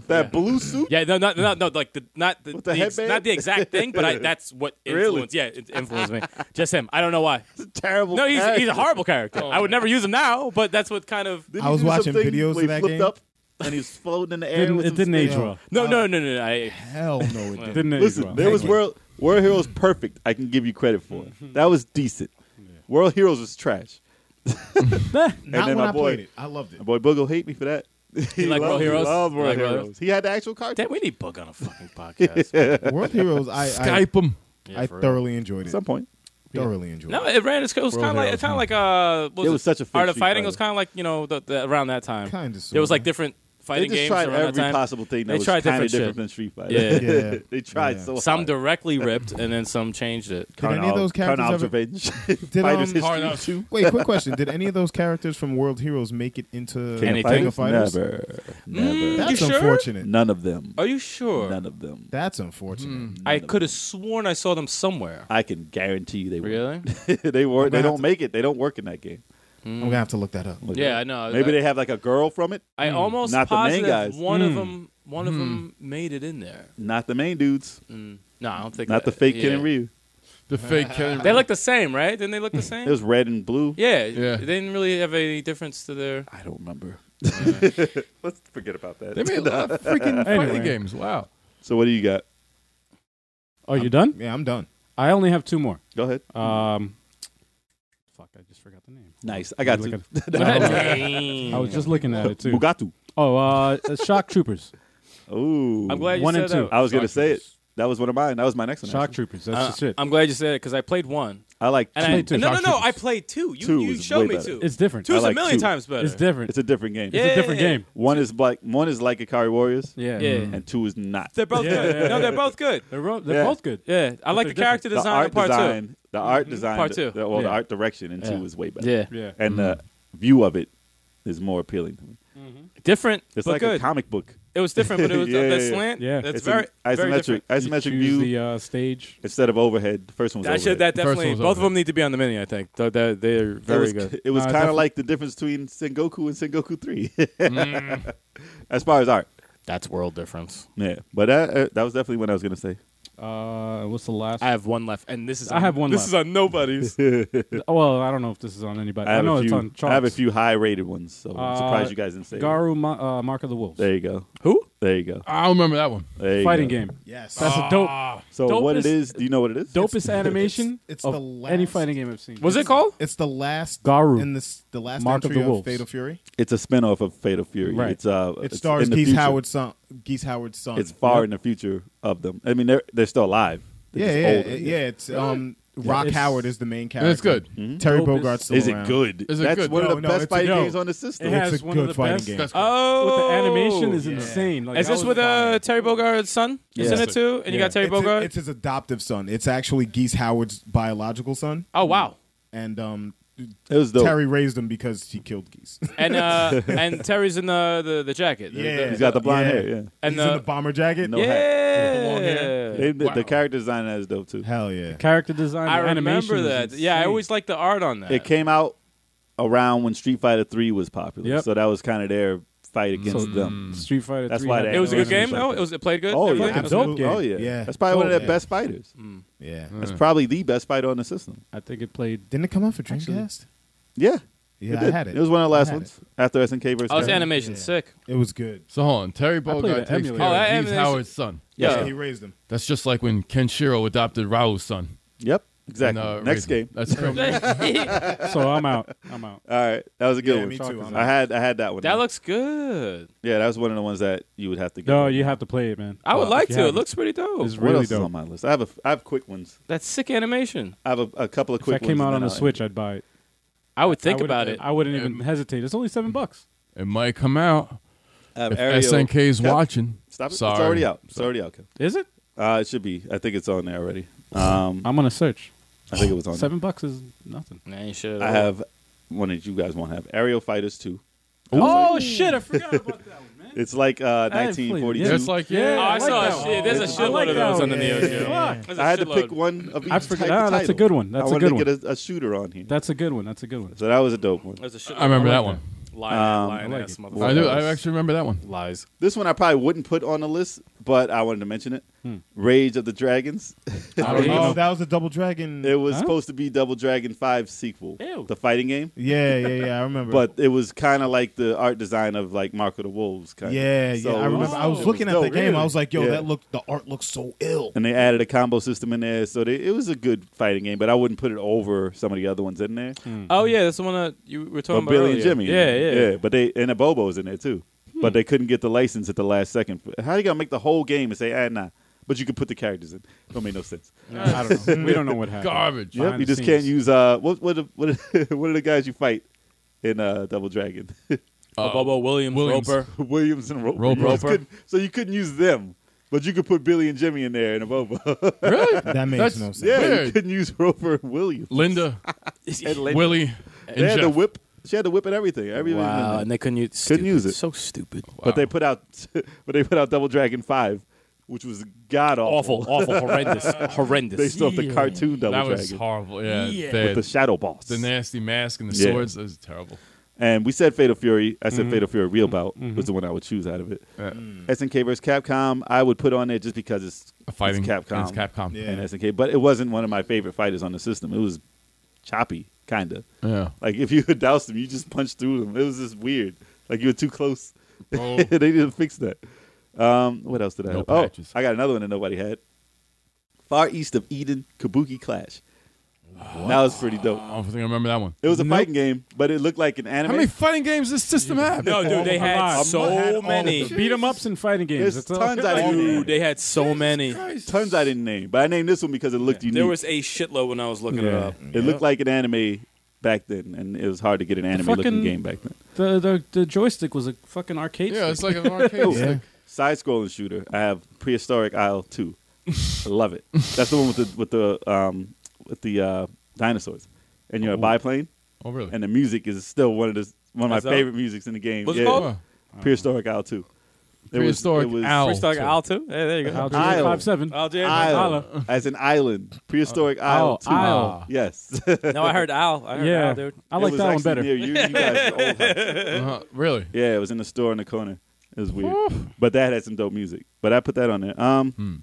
Speaker 4: That blue suit?
Speaker 3: Yeah, no, not no, no, like the not the,
Speaker 4: With the
Speaker 3: the ex-
Speaker 4: headband?
Speaker 3: not the exact thing, but I, that's what
Speaker 4: Really?
Speaker 3: influenced. Yeah, it influenced me. Just him. I don't know why.
Speaker 4: Terrible.
Speaker 3: No, he's he's
Speaker 4: character.
Speaker 3: a horrible character. I would never use him now, but that's what kind of.
Speaker 4: Didn't
Speaker 5: I
Speaker 4: he
Speaker 5: was
Speaker 4: do
Speaker 5: watching
Speaker 4: something
Speaker 5: videos
Speaker 4: where he
Speaker 5: of that
Speaker 4: flipped
Speaker 5: game.
Speaker 4: up and he was floating in the air.
Speaker 6: Didn't-
Speaker 4: with
Speaker 6: it
Speaker 4: some
Speaker 6: didn't age
Speaker 4: spin.
Speaker 6: well.
Speaker 3: No, no, no, no, no. I,
Speaker 5: Hell no, it didn't.
Speaker 6: didn't age
Speaker 4: Listen,
Speaker 6: well.
Speaker 4: there was World World Heroes Perfect. I can give you credit for that was decent. World Heroes was trash.
Speaker 5: Not
Speaker 4: then
Speaker 5: when
Speaker 4: my
Speaker 5: I
Speaker 4: boy-
Speaker 5: played it. I loved it.
Speaker 4: My boy Boogo hate me for that. He,
Speaker 3: like World
Speaker 4: loved-
Speaker 3: Heroes?
Speaker 4: He loved
Speaker 3: You
Speaker 4: World
Speaker 3: like World
Speaker 4: Heroes.
Speaker 3: Heroes?
Speaker 4: He had the actual cartoon.
Speaker 3: damn, we need Bug on a fucking podcast.
Speaker 5: World Heroes, I I,
Speaker 2: Skype him.
Speaker 3: Yeah,
Speaker 5: I
Speaker 3: for real.
Speaker 5: thoroughly enjoyed
Speaker 4: At
Speaker 5: it.
Speaker 4: some point,
Speaker 5: Thoroughly enjoyed
Speaker 3: No,
Speaker 5: it.
Speaker 3: it ran. It was kind of like it's kind of like uh, what
Speaker 4: It was such a
Speaker 3: art of
Speaker 4: fake
Speaker 3: fighting. It
Speaker 4: Street
Speaker 3: was kind of like you know the, the, around that time.
Speaker 5: Kinda,
Speaker 3: There was
Speaker 5: sorta.
Speaker 3: like different
Speaker 4: they
Speaker 3: fighting
Speaker 4: just
Speaker 3: games
Speaker 4: tried
Speaker 3: around
Speaker 4: every
Speaker 3: that time.
Speaker 4: possible thing that
Speaker 3: They
Speaker 4: was
Speaker 3: tried
Speaker 4: kind
Speaker 3: different
Speaker 4: of different
Speaker 3: shit.
Speaker 4: than Street Fighter.
Speaker 3: Yeah.
Speaker 5: Yeah.
Speaker 4: they tried
Speaker 5: Yeah.
Speaker 4: so
Speaker 3: Some
Speaker 4: hard.
Speaker 3: directly ripped, and then some changed it.
Speaker 5: Did any of
Speaker 4: Carnal-
Speaker 5: those characters
Speaker 4: Carnal's
Speaker 5: ever-
Speaker 4: Revenge.
Speaker 5: Did,
Speaker 4: Fighters
Speaker 5: um,
Speaker 4: History
Speaker 2: Carnal's-
Speaker 4: 2.
Speaker 5: Wait, quick question. Did any of those characters from World Heroes make it into
Speaker 3: King of
Speaker 5: King
Speaker 3: Fighters?
Speaker 5: of Fighters?
Speaker 4: Never.
Speaker 3: Mm.
Speaker 4: Never.
Speaker 5: That's
Speaker 3: You sure?
Speaker 5: unfortunate.
Speaker 4: None of them.
Speaker 3: Are you sure?
Speaker 4: None of them.
Speaker 5: That's unfortunate.
Speaker 3: I could have sworn I saw them somewhere.
Speaker 4: I can guarantee you they were.
Speaker 3: Really?
Speaker 4: they were. They
Speaker 5: gonna have
Speaker 4: don't
Speaker 5: to-
Speaker 4: make it. They don't work in that game.
Speaker 5: I'm gonna have to look that up.
Speaker 4: Look
Speaker 3: Yeah,
Speaker 4: it
Speaker 3: I
Speaker 4: up.
Speaker 3: know.
Speaker 4: Maybe
Speaker 3: I-
Speaker 4: they have like a girl from it.
Speaker 3: I almost
Speaker 4: Not the main
Speaker 3: positive
Speaker 4: guys.
Speaker 3: one of them. One of them made it in there.
Speaker 4: Not the main dudes.
Speaker 3: Mm. No, I don't think.
Speaker 4: Not the
Speaker 3: that-
Speaker 4: fake Ken
Speaker 3: yeah.
Speaker 4: and Ryu.
Speaker 2: The fake Ken.
Speaker 3: They look the same, right? Didn't they look the
Speaker 4: It
Speaker 3: same?
Speaker 4: was red and blue.
Speaker 3: yeah,
Speaker 2: Yeah.
Speaker 3: They didn't really have any difference to their.
Speaker 4: I don't remember. Let's forget about that.
Speaker 2: They made a lot of freaking
Speaker 6: Anyway.
Speaker 2: fighting games. Wow.
Speaker 4: so what do you got?
Speaker 6: Oh, you done?
Speaker 5: Yeah, I'm done.
Speaker 6: I only have two more.
Speaker 4: Go ahead.
Speaker 6: Um, fuck, I just forgot the name.
Speaker 4: Nice. I got
Speaker 6: Look
Speaker 4: you.
Speaker 6: at- I was just looking at it too.
Speaker 4: Mugatu.
Speaker 6: Oh, uh, uh, Shock Troopers.
Speaker 4: Ooh.
Speaker 3: I'm glad you
Speaker 6: One
Speaker 3: said
Speaker 6: and two.
Speaker 3: that.
Speaker 4: I was gonna say it. That was one of mine. That was my next one.
Speaker 6: Shock
Speaker 4: actually.
Speaker 6: Troopers. That's
Speaker 3: Uh,
Speaker 6: the shit.
Speaker 3: I'm glad you said it because I played one.
Speaker 4: I like.
Speaker 3: And
Speaker 4: two.
Speaker 3: I,
Speaker 6: played two.
Speaker 3: No, no,
Speaker 6: Shock
Speaker 3: no.
Speaker 6: Troopers.
Speaker 3: I played two. You,
Speaker 4: Two
Speaker 3: you
Speaker 4: is
Speaker 3: showed
Speaker 4: way
Speaker 3: me
Speaker 4: better.
Speaker 3: two.
Speaker 6: it's different.
Speaker 3: Two's
Speaker 4: I like
Speaker 3: a million
Speaker 4: two.
Speaker 3: times better.
Speaker 6: It's different.
Speaker 4: It's a different game.
Speaker 3: Yeah.
Speaker 6: It's a different game.
Speaker 4: One is like one is like Ikari Warriors,
Speaker 6: Yeah.
Speaker 3: Yeah.
Speaker 6: Mm.
Speaker 4: and two is not.
Speaker 3: They're both
Speaker 6: Yeah,
Speaker 3: good.
Speaker 6: yeah,
Speaker 3: No,
Speaker 6: yeah.
Speaker 3: they're both good.
Speaker 6: They're, ro- they're
Speaker 4: Yeah.
Speaker 6: both good.
Speaker 3: Yeah, I like the
Speaker 6: They're
Speaker 3: character
Speaker 4: the
Speaker 3: design
Speaker 4: art
Speaker 3: in part Mm-hmm.
Speaker 4: design. The art design.
Speaker 3: Part
Speaker 4: the-
Speaker 3: two.
Speaker 4: the- well, the
Speaker 6: Yeah.
Speaker 4: art direction in
Speaker 3: Yeah.
Speaker 4: two is way
Speaker 3: two.
Speaker 4: better.
Speaker 3: Yeah,
Speaker 6: Yeah.
Speaker 4: And the view of it is more appealing to me.
Speaker 3: different,
Speaker 4: It's
Speaker 3: but
Speaker 4: like
Speaker 3: good.
Speaker 4: a comic book.
Speaker 3: It was different, but it was that
Speaker 4: Yeah, yeah, yeah.
Speaker 3: slant.
Speaker 6: Yeah.
Speaker 3: that's
Speaker 4: It's
Speaker 3: very
Speaker 4: an
Speaker 3: very
Speaker 4: isometric
Speaker 3: different.
Speaker 4: isometric
Speaker 6: You
Speaker 4: view
Speaker 6: choose the uh, stage.
Speaker 4: instead of overhead. The first one was
Speaker 3: That should
Speaker 4: overhead.
Speaker 3: that
Speaker 2: The first
Speaker 3: definitely.
Speaker 2: one's
Speaker 3: Both of
Speaker 2: over.
Speaker 3: them need to be on the mini. I think Th- they're, they're
Speaker 4: it
Speaker 3: very
Speaker 4: was,
Speaker 3: good.
Speaker 4: It was
Speaker 6: Uh,
Speaker 4: kind
Speaker 6: defi-
Speaker 4: of like the difference between Sengoku and Sengoku Three,
Speaker 3: Mm.
Speaker 4: as far as art.
Speaker 3: That's world difference.
Speaker 4: Yeah, but that uh, that was definitely what I was gonna say.
Speaker 6: Uh, what's the last?
Speaker 3: I have one left, and this is
Speaker 6: I
Speaker 3: on-
Speaker 6: have one
Speaker 3: This
Speaker 6: left.
Speaker 3: is on nobody's.
Speaker 6: well, I don't know if this is on anybody.
Speaker 4: I
Speaker 6: I,
Speaker 4: have
Speaker 6: know
Speaker 4: a
Speaker 6: it's
Speaker 4: few.
Speaker 6: on Charles.
Speaker 4: I have a few high rated ones, so I'm
Speaker 6: Uh,
Speaker 4: surprised you guys didn't say. it.
Speaker 6: Garu Ma- uh, Mark of the Wolves.
Speaker 4: There you go.
Speaker 3: Who?
Speaker 4: There you go.
Speaker 2: I remember that one.
Speaker 4: There you
Speaker 6: Fighting
Speaker 4: go.
Speaker 6: game.
Speaker 5: Yes.
Speaker 6: That's a dope,
Speaker 2: Ah,
Speaker 4: So
Speaker 6: Dope
Speaker 4: what
Speaker 6: is-
Speaker 4: it is? Do you know what it is?
Speaker 6: dopest animation
Speaker 5: it's
Speaker 6: of
Speaker 5: the last-
Speaker 6: any fighting game I've seen.
Speaker 3: Was it called?
Speaker 5: it's the last
Speaker 6: Garu.
Speaker 5: in this the last
Speaker 6: Mark of
Speaker 5: entry
Speaker 6: the
Speaker 5: of,
Speaker 6: Wolves.
Speaker 5: Fatal Fury.
Speaker 4: It's a spinoff of Fatal Fury.
Speaker 6: Right.
Speaker 4: It's uh.
Speaker 5: It
Speaker 4: it's
Speaker 5: stars
Speaker 4: in the
Speaker 5: Geese
Speaker 4: future.
Speaker 5: Howard's son. Geese Howard's son.
Speaker 4: It's far
Speaker 5: Yep.
Speaker 4: in the future of them. I mean, they're they're still alive. They're
Speaker 5: Yeah,
Speaker 4: just
Speaker 5: yeah,
Speaker 4: older.
Speaker 5: yeah, It's um, Rock
Speaker 6: It's-
Speaker 5: Howard is the main character.
Speaker 2: it's good.
Speaker 5: Terry
Speaker 6: Dope is-
Speaker 5: Bogart's still
Speaker 4: Mm-hmm. Is it
Speaker 5: around.
Speaker 4: good?
Speaker 2: Is it
Speaker 4: That's
Speaker 2: good?
Speaker 4: one
Speaker 5: No,
Speaker 4: of the
Speaker 5: no,
Speaker 4: best
Speaker 5: it's a-
Speaker 4: fighting
Speaker 6: no.
Speaker 4: games on the system.
Speaker 6: It has
Speaker 5: It's a
Speaker 6: one of
Speaker 5: good
Speaker 6: the
Speaker 5: fighting
Speaker 6: best.
Speaker 5: game.
Speaker 2: that's cool.
Speaker 3: Oh,
Speaker 6: With the animation is insane. Like,
Speaker 3: Is
Speaker 6: I
Speaker 3: this
Speaker 6: was
Speaker 3: with uh,
Speaker 6: fine.
Speaker 3: Terry Bogard's son? Is
Speaker 4: Yeah.
Speaker 3: in it too? And you
Speaker 6: Yeah.
Speaker 3: got Terry
Speaker 5: It's,
Speaker 3: Bogard.
Speaker 5: it's his adoptive son. It's actually Geese Howard's biological son,
Speaker 3: oh wow.
Speaker 5: and um,
Speaker 4: It was dope.
Speaker 5: Terry raised him because he killed geese.
Speaker 3: And uh, and Terry's in the the, the jacket. The- the-
Speaker 4: He's got the blind hair. Yeah.
Speaker 3: and
Speaker 5: He's
Speaker 3: the-
Speaker 5: in the bomber jacket.
Speaker 4: No.
Speaker 3: yeah.
Speaker 2: Long hair.
Speaker 4: They- the-
Speaker 2: Wow.
Speaker 4: The character design on that is dope too.
Speaker 5: Hell yeah.
Speaker 6: character design.
Speaker 3: I
Speaker 6: the animation
Speaker 3: remember
Speaker 6: is
Speaker 3: that. Yeah, I
Speaker 6: insane.
Speaker 3: always liked the art on that.
Speaker 4: It came out around when Street Fighter Three was popular,
Speaker 6: Yep. Mm.
Speaker 4: so that was kind of their fight
Speaker 5: Mm.
Speaker 4: against them.
Speaker 6: Street Fighter.
Speaker 4: That's
Speaker 6: 3
Speaker 4: why
Speaker 6: had
Speaker 4: they-
Speaker 3: It was a good
Speaker 4: Yeah.
Speaker 3: game though. It was it played good.
Speaker 4: Oh
Speaker 3: Everything?
Speaker 4: yeah,
Speaker 3: It was
Speaker 6: Dope
Speaker 3: good?
Speaker 6: game.
Speaker 4: Oh yeah,
Speaker 5: Yeah.
Speaker 4: That's probably one of their
Speaker 5: Dope.
Speaker 4: best fighters.
Speaker 5: Yeah.
Speaker 4: That's probably the best fighter on the system.
Speaker 6: I think it played.
Speaker 5: Didn't it come out for Dreamcast?
Speaker 4: Yeah,
Speaker 5: Yeah, I
Speaker 4: did.
Speaker 5: had it.
Speaker 4: It was one of the
Speaker 5: I
Speaker 4: last
Speaker 5: had
Speaker 4: ones after SNK versus.
Speaker 3: Oh, it's
Speaker 4: Capcom.
Speaker 3: animation.
Speaker 5: Yeah.
Speaker 3: Sick.
Speaker 5: It was good.
Speaker 2: So hold on. Terry
Speaker 6: played
Speaker 2: Bogard
Speaker 6: an
Speaker 2: takes care
Speaker 6: emulator.
Speaker 3: Oh, that
Speaker 2: of He's
Speaker 3: emulation-
Speaker 2: Howard's son.
Speaker 4: Yeah.
Speaker 5: He raised him.
Speaker 2: That's just like when Kenshiro adopted Rao's son.
Speaker 4: Yep,
Speaker 2: in,
Speaker 4: exactly.
Speaker 2: uh,
Speaker 4: Next
Speaker 2: Raisin.
Speaker 4: game.
Speaker 2: That's criminal.
Speaker 6: So I'm out. I'm out.
Speaker 4: All right, that was a good
Speaker 5: Yeah,
Speaker 4: one.
Speaker 5: me too. I'm
Speaker 4: I
Speaker 5: out.
Speaker 4: had I had that one.
Speaker 3: that looks good.
Speaker 4: yeah, that was one of the ones that you would have to. Get
Speaker 6: No, you have to play it, man.
Speaker 3: I would
Speaker 6: Uh,
Speaker 3: like
Speaker 6: if you
Speaker 3: to. It
Speaker 6: haven't.
Speaker 3: looks pretty dope.
Speaker 6: It's
Speaker 4: What
Speaker 6: really
Speaker 4: else is
Speaker 6: dope.
Speaker 4: on my list? I have a I have quick ones.
Speaker 3: That's sick animation.
Speaker 4: I have a, a couple of
Speaker 6: If
Speaker 4: quick
Speaker 6: that came
Speaker 4: ones.
Speaker 6: out
Speaker 4: and
Speaker 6: on
Speaker 4: then
Speaker 6: the
Speaker 4: I'll-
Speaker 6: Switch, I'd buy it.
Speaker 3: I would think
Speaker 6: I wouldn't-
Speaker 3: about it.
Speaker 6: I wouldn't even hesitate. It's only seven bucks.
Speaker 2: it might come out.
Speaker 4: I have
Speaker 2: If
Speaker 4: Ariel-
Speaker 2: SNK's
Speaker 4: Yep.
Speaker 2: watching.
Speaker 4: Stop it!
Speaker 2: Sorry.
Speaker 4: It's already out. It's already out. Kev.
Speaker 6: Is it?
Speaker 4: Uh, it should be. I think it's on there already. Um,
Speaker 6: I'm gonna search.
Speaker 4: I think it was on.
Speaker 6: Uh, Seven bucks is nothing.
Speaker 3: Nah, you should.
Speaker 4: there. I have one that you guys won't have. Aerial Fighters Two. I was
Speaker 6: Oh
Speaker 4: like-
Speaker 6: shit! I forgot about that one, man.
Speaker 4: It's like uh,
Speaker 6: I haven't played it.
Speaker 4: 1942.
Speaker 6: Yeah,
Speaker 2: It's like, yeah.
Speaker 3: Oh, I,
Speaker 6: I like
Speaker 3: saw.
Speaker 6: that
Speaker 3: a
Speaker 6: one.
Speaker 3: shit. There's a
Speaker 6: I
Speaker 3: shitload
Speaker 6: like
Speaker 3: of
Speaker 6: that
Speaker 3: those on the
Speaker 6: one.
Speaker 3: Neo
Speaker 5: Yeah.
Speaker 3: Geo.
Speaker 5: Yeah.
Speaker 3: There's a
Speaker 4: I had to
Speaker 3: shitload.
Speaker 4: pick one of each
Speaker 6: I forgot.
Speaker 4: type
Speaker 6: Ah,
Speaker 4: of
Speaker 6: that's a
Speaker 4: title.
Speaker 6: good one. That's
Speaker 4: I
Speaker 6: a
Speaker 4: wanted
Speaker 6: good
Speaker 4: to get a, a shooter on here.
Speaker 6: That's a good one. That's a good one.
Speaker 4: so that was a dope one.
Speaker 3: There's a shitload.
Speaker 2: I remember that one.
Speaker 3: Lying,
Speaker 4: Um,
Speaker 3: lying
Speaker 6: I like
Speaker 3: ass
Speaker 6: it.
Speaker 3: motherfucker.
Speaker 2: I do.
Speaker 4: What
Speaker 2: I
Speaker 4: else?
Speaker 2: actually remember that one.
Speaker 3: Lies.
Speaker 4: This one I probably wouldn't put on the list, but I wanted to mention it.
Speaker 5: Hmm.
Speaker 4: Rage of the Dragons.
Speaker 6: I
Speaker 5: Oh,
Speaker 6: don't know.
Speaker 5: that was a Double Dragon.
Speaker 4: It was
Speaker 6: Huh?
Speaker 4: supposed to be Double Dragon 5 sequel,
Speaker 6: Ew.
Speaker 4: the fighting game.
Speaker 5: yeah, yeah, yeah. I remember.
Speaker 4: But it was kind of like the art design of like Mark of the Wolves. Kind
Speaker 5: yeah,
Speaker 4: of.
Speaker 5: yeah. I remember. I was
Speaker 6: it
Speaker 5: looking at the game. I was like, yo,
Speaker 4: Yeah.
Speaker 5: that looked. The art looks so ill.
Speaker 4: And they added a combo system in there, so they, it was a good fighting game. But I wouldn't put it over some of the other ones in there.
Speaker 5: Hmm.
Speaker 3: Oh yeah, that's the one that you were talking about.
Speaker 4: But Billy
Speaker 3: earlier.
Speaker 4: and Jimmy, in
Speaker 3: Yeah,
Speaker 4: there.
Speaker 3: yeah.
Speaker 4: yeah. But they and the Bobo's in there too.
Speaker 5: Hmm.
Speaker 4: But they couldn't get the license at the last second. How you gonna make the whole game and say, ah, nah? But you could put the characters in. Don't make no sense.
Speaker 6: I don't know. We don't know what happened.
Speaker 2: Garbage.
Speaker 6: Behind
Speaker 4: Yep, you
Speaker 6: the
Speaker 4: just can't
Speaker 6: scenes.
Speaker 4: use uh what what are- what are- what are the guys you fight in uh Double Dragon?
Speaker 3: Uh, Bobo Williams,
Speaker 2: Williams.
Speaker 3: Roper.
Speaker 4: Williams and Roper.
Speaker 2: Roper.
Speaker 4: You just
Speaker 2: Roper.
Speaker 4: couldn't- so you couldn't use them, but you could put Billy and Jimmy in there and a Bobo.
Speaker 2: Really?
Speaker 5: That makes
Speaker 2: That's-
Speaker 5: no sense.
Speaker 4: yeah, you
Speaker 2: Weird.
Speaker 4: couldn't use Roper and Williams.
Speaker 2: Linda,
Speaker 4: And Lin-
Speaker 2: Willie,
Speaker 4: they
Speaker 2: and
Speaker 4: had the
Speaker 2: Jeff.
Speaker 4: whip. She had the whip and everything. Everything. in there.
Speaker 3: and they couldn't use.
Speaker 4: Couldn't use it.
Speaker 3: So stupid.
Speaker 4: But they put out, but they put out Double Dragon Five, which was god awful.
Speaker 3: Awful, awful, horrendous, horrendous.
Speaker 4: They still have the cartoon Double
Speaker 2: That
Speaker 4: Dragon
Speaker 2: was horrible. Yeah.
Speaker 3: Yeah.
Speaker 2: They
Speaker 4: with
Speaker 2: had
Speaker 4: the
Speaker 2: The,
Speaker 4: Shadow Boss.
Speaker 2: nasty mask and the
Speaker 4: Yeah.
Speaker 2: swords. That was terrible.
Speaker 4: and we said Fatal Fury. I said Fatal Fury Real Bout was the one I would choose out of it.
Speaker 2: Mm-hmm. Yeah.
Speaker 4: SNK versus Capcom, I would put on there just because it's
Speaker 2: A fighting.
Speaker 4: it's Capcom,
Speaker 2: It's Capcom.
Speaker 5: Yeah.
Speaker 4: and SNK. But it wasn't one of my favorite fighters on the system. It was choppy, kinda.
Speaker 2: Yeah.
Speaker 4: Like if you had doused them, you just punched through them. It was just weird. Like you were too close.
Speaker 2: Bro.
Speaker 4: they didn't fix that. Um, what else did I
Speaker 2: Oh. No
Speaker 4: have?
Speaker 2: patches.
Speaker 4: Oh, I got another one that nobody had. Far East of Eden Kabuki Clash. That was pretty dope.
Speaker 2: I don't think I remember that one.
Speaker 4: It was a
Speaker 6: Nope.
Speaker 4: fighting game, but it looked like an anime.
Speaker 2: How many fighting games does this system have?
Speaker 3: no, dude, they had
Speaker 6: lot.
Speaker 3: so
Speaker 5: Had all of
Speaker 3: many.
Speaker 5: them.
Speaker 6: Beat 'em ups and fighting games.
Speaker 4: There's
Speaker 6: That's all.
Speaker 4: tons I didn't name.
Speaker 3: Dude, they had so many.
Speaker 4: Tons I didn't name, but I named this one because it looked unique.
Speaker 3: There was a shitload when I was looking it
Speaker 6: Yeah.
Speaker 3: up.
Speaker 4: it looked like an anime back then, and it was hard to get an anime looking
Speaker 6: fucking-
Speaker 4: game back then.
Speaker 6: The, the the joystick was a fucking arcade.
Speaker 2: Yeah, it's
Speaker 6: stick.
Speaker 2: like an arcade.
Speaker 5: Yeah.
Speaker 2: stick.
Speaker 4: Side scrolling shooter. I have Prehistoric Isle two. I love it. That's the one with the with the um with the uh, dinosaurs, and you're a biplane,
Speaker 2: Oh, really?
Speaker 4: and the music is still one of the one of my
Speaker 3: That's up?
Speaker 4: favorite musics in the game.
Speaker 3: What's it
Speaker 4: yeah.
Speaker 3: called?
Speaker 2: Oh,
Speaker 4: Prehistoric Isle two. It was-
Speaker 2: Prehistoric
Speaker 4: it was
Speaker 2: Isle.
Speaker 3: Freestyle
Speaker 2: too.
Speaker 3: Al too. Hey, there you go.
Speaker 6: Al Jr.
Speaker 4: Isle.
Speaker 6: five seven.
Speaker 3: Al Jr.
Speaker 4: Isle as an island. Prehistoric Isle
Speaker 6: Isle.
Speaker 4: two.
Speaker 6: Isle.
Speaker 4: Yes.
Speaker 3: No, I heard Al. I heard
Speaker 6: Yeah,
Speaker 3: Al, dude.
Speaker 6: I
Speaker 4: It
Speaker 6: like
Speaker 4: was
Speaker 6: that one
Speaker 4: actually
Speaker 6: better.
Speaker 4: near you, you guys' old house.
Speaker 2: Uh-huh. Really?
Speaker 4: Yeah, it was in the store in the corner. It was weird, but that had some dope music. But I put that on there. Um,
Speaker 2: Hmm.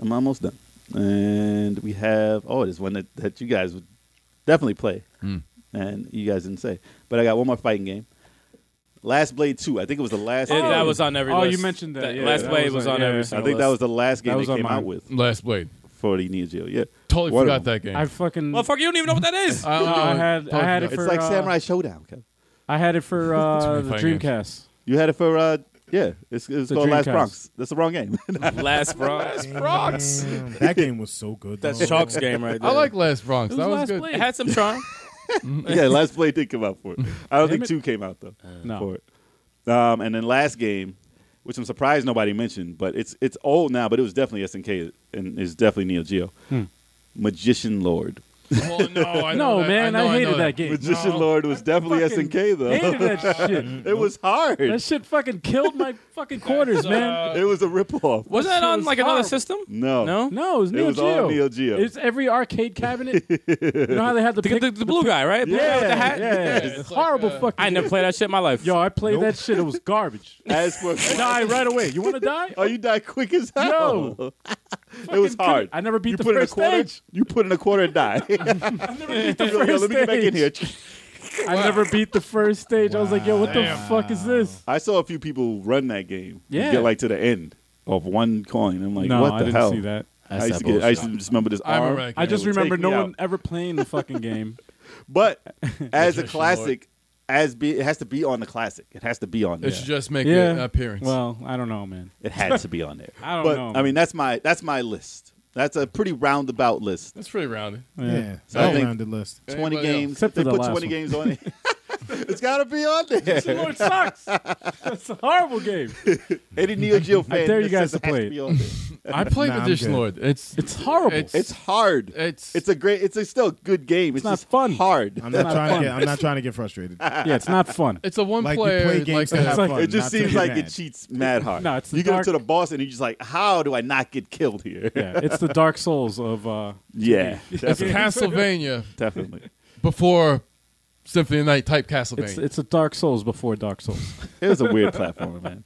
Speaker 4: I'm almost done, and we have oh, there's one that, that you guys would definitely play, and you guys didn't say. But I got one more fighting game. Last Blade Two. I think it was the last.
Speaker 3: It-
Speaker 4: game.
Speaker 3: that was on every.
Speaker 6: Oh, you
Speaker 3: list.
Speaker 6: mentioned that, yeah,
Speaker 3: last
Speaker 6: that
Speaker 3: Blade
Speaker 6: was
Speaker 3: was
Speaker 6: on-
Speaker 3: on
Speaker 6: yeah.
Speaker 3: every.
Speaker 6: I
Speaker 4: I
Speaker 3: single
Speaker 4: think that was
Speaker 3: list.
Speaker 4: the last game
Speaker 6: was
Speaker 4: they
Speaker 6: on
Speaker 4: came
Speaker 6: mine.
Speaker 4: out with
Speaker 2: Last Blade.
Speaker 4: for the Neo Geo. Yeah,
Speaker 2: Totally
Speaker 4: One
Speaker 2: forgot
Speaker 4: of them.
Speaker 2: that game.
Speaker 6: I fucking.
Speaker 3: Well, fuck, you don't even know what that is.
Speaker 2: don't know.
Speaker 6: I had- I
Speaker 2: Totally
Speaker 6: had it
Speaker 2: forgot.
Speaker 4: it's
Speaker 6: for,
Speaker 4: like
Speaker 6: uh,
Speaker 4: Samurai Showdown. Kev.
Speaker 6: I had it for uh,
Speaker 2: really
Speaker 6: the
Speaker 2: funny
Speaker 6: Dreamcast.
Speaker 4: You had it for uh, yeah. It's, it's
Speaker 6: The
Speaker 4: called Last
Speaker 6: Dreamcast.
Speaker 4: Bronx. That's the wrong game.
Speaker 3: last Bronx.
Speaker 2: Bronx.
Speaker 5: Damn, that game was so good. That's though.
Speaker 3: Sharks game right there.
Speaker 2: I like Last Bronx.
Speaker 6: It was
Speaker 2: That was
Speaker 6: Last
Speaker 2: good.
Speaker 6: Blade.
Speaker 3: It had some charm.
Speaker 4: yeah, Last Blade did come out for it. I don't think
Speaker 6: it.
Speaker 4: two came out though.
Speaker 6: No.
Speaker 4: For it. Um, and then last game, which I'm surprised nobody mentioned, but it's it's old now, but it was definitely SNK and it's definitely Neo Geo.
Speaker 6: Hmm.
Speaker 4: Magician Lord.
Speaker 2: Well, no, I know
Speaker 6: No,
Speaker 2: that.
Speaker 6: man,
Speaker 2: know,
Speaker 6: I hated
Speaker 2: know
Speaker 6: that game.
Speaker 4: Magician Lord was definitely
Speaker 6: fucking
Speaker 4: SNK though.
Speaker 6: Hated that shit.
Speaker 4: it was hard.
Speaker 6: That shit fucking killed my fucking quarters, man.
Speaker 4: it was a ripoff.
Speaker 3: Wasn't that
Speaker 6: That shit
Speaker 3: on
Speaker 6: was
Speaker 3: like another
Speaker 6: horrible.
Speaker 3: system?
Speaker 4: No.
Speaker 3: No.
Speaker 6: No, it was
Speaker 4: It
Speaker 6: Neo
Speaker 4: was all
Speaker 6: Geo.
Speaker 4: Neo Geo.
Speaker 6: It's every arcade cabinet. you know how they had the,
Speaker 3: The,
Speaker 6: pick-
Speaker 3: the, the blue guy, right? Blue guy with the
Speaker 6: yeah,
Speaker 3: hat?
Speaker 6: yeah,
Speaker 2: it's like,
Speaker 6: horrible
Speaker 2: uh,
Speaker 6: fucking.
Speaker 3: I never played that shit in my life.
Speaker 6: Yo, I played
Speaker 5: Nope.
Speaker 6: that shit. It was garbage.
Speaker 4: As for
Speaker 6: die right away. You want to die?
Speaker 4: Oh, you died quick as hell. it was hard.
Speaker 6: Fucking couldn't- I never beat
Speaker 4: you
Speaker 6: the
Speaker 4: put
Speaker 6: first
Speaker 4: in a quarter.
Speaker 6: stage.
Speaker 4: You put in a quarter and die. Yo, yo,
Speaker 6: first
Speaker 4: let me get back in
Speaker 6: stage.
Speaker 4: here.
Speaker 6: I never beat the first stage. I was like, yo, what the
Speaker 2: Wow.
Speaker 6: fuck is this?
Speaker 4: I saw a few people run that game. You
Speaker 6: Yeah.
Speaker 4: get like to the end of one coin. I'm like,
Speaker 6: no,
Speaker 4: what the
Speaker 6: I didn't
Speaker 4: hell?
Speaker 6: see that.
Speaker 4: I used to get. I used to just remember this
Speaker 2: I
Speaker 4: arm.
Speaker 2: remember that
Speaker 6: I
Speaker 2: game.
Speaker 6: just
Speaker 4: it would
Speaker 6: remember
Speaker 4: take
Speaker 6: no
Speaker 4: me
Speaker 6: one
Speaker 4: out.
Speaker 6: ever playing the fucking game.
Speaker 4: But as a
Speaker 2: Magician
Speaker 4: classic, as be, it has to be on the classic. It has to be on
Speaker 2: It
Speaker 4: there.
Speaker 2: should just make an
Speaker 6: yeah.
Speaker 2: appearance.
Speaker 6: Well, I don't know, man.
Speaker 4: It had to be on there.
Speaker 6: I don't
Speaker 4: but
Speaker 6: know.
Speaker 4: I mean, that's my that's my list. That's a pretty roundabout list.
Speaker 2: That's pretty rounded.
Speaker 5: Yeah,
Speaker 4: So I
Speaker 5: all
Speaker 4: think-
Speaker 5: around the list.
Speaker 2: Anybody
Speaker 4: Twenty
Speaker 2: else?
Speaker 4: games.
Speaker 6: Except
Speaker 4: they
Speaker 6: for the
Speaker 4: put
Speaker 6: last
Speaker 4: twenty
Speaker 6: one.
Speaker 4: games on it. it's got to be on there.
Speaker 6: Lord sucks. That's a horrible game.
Speaker 4: Any Neo Geo fan,
Speaker 6: dare you
Speaker 4: that
Speaker 6: guys
Speaker 4: says it
Speaker 6: to
Speaker 4: has
Speaker 6: play it.
Speaker 4: be on there.
Speaker 2: I played
Speaker 5: Nah, I'm
Speaker 2: Magician
Speaker 5: good.
Speaker 2: Lord. It's
Speaker 6: It's horrible.
Speaker 2: It's-
Speaker 4: It's hard.
Speaker 2: it's
Speaker 4: It's a great. It's a still a good game. It's,
Speaker 6: not
Speaker 4: just
Speaker 6: fun.
Speaker 4: Hard.
Speaker 5: I'm not
Speaker 6: not
Speaker 5: trying
Speaker 6: fun.
Speaker 5: to get. I'm not trying to get frustrated.
Speaker 6: yeah, it's not fun.
Speaker 2: it's a one
Speaker 5: Like you
Speaker 2: player
Speaker 5: play games
Speaker 2: like
Speaker 5: to have
Speaker 6: like-
Speaker 5: fun.
Speaker 4: It just
Speaker 5: not to
Speaker 4: seems
Speaker 5: get
Speaker 4: like it
Speaker 5: mad.
Speaker 4: cheats mad hard.
Speaker 6: No, it's the
Speaker 4: you go
Speaker 6: dark-
Speaker 4: to the boss and you're just like, how do I not get killed here?
Speaker 6: yeah, it's the Dark Souls of. Uh,
Speaker 4: Yeah,
Speaker 2: it's
Speaker 4: definitely.
Speaker 2: Castlevania
Speaker 4: definitely.
Speaker 2: before Symphony of the Night type Castlevania.
Speaker 6: it's it's a Dark Souls before Dark Souls.
Speaker 4: It was a weird platformer, man.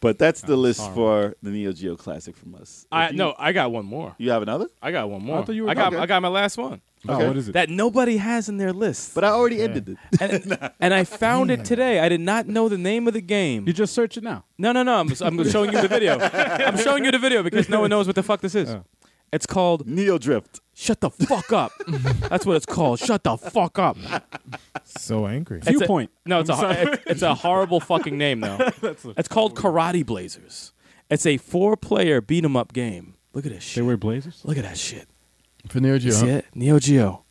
Speaker 4: But that's the list
Speaker 6: sorry.
Speaker 4: for the Neo Geo Classic from us. If
Speaker 3: I
Speaker 4: you,
Speaker 3: no, I got one more.
Speaker 4: You have another?
Speaker 3: I got one more.
Speaker 6: thought you were
Speaker 3: I got
Speaker 4: done.
Speaker 3: I got my last one.
Speaker 6: Oh,
Speaker 4: Okay.
Speaker 6: what is it?
Speaker 3: That nobody has in their list.
Speaker 4: But I already ended it.
Speaker 3: and, and I found it today. I did not know the name of the game.
Speaker 6: you just search it now.
Speaker 3: No, no, no. I'm, I'm showing you the video. I'm showing you the video because no one knows what the fuck this is.
Speaker 6: Oh.
Speaker 3: It's called
Speaker 4: Neo Drift.
Speaker 3: Shut the Fuck Up. That's what it's called. Shut the Fuck Up.
Speaker 5: So angry.
Speaker 3: It's a-
Speaker 6: Viewpoint.
Speaker 3: no, it's a, hor- it's, it's a horrible fucking name, though. it's called Karate Blazers. It's a four player beat 'em up game. Look at this
Speaker 6: They
Speaker 3: shit.
Speaker 6: wear blazers.
Speaker 3: Look at that shit.
Speaker 2: for Neo
Speaker 3: You
Speaker 2: Geo.
Speaker 3: See
Speaker 2: huh?
Speaker 3: it? Neo Geo.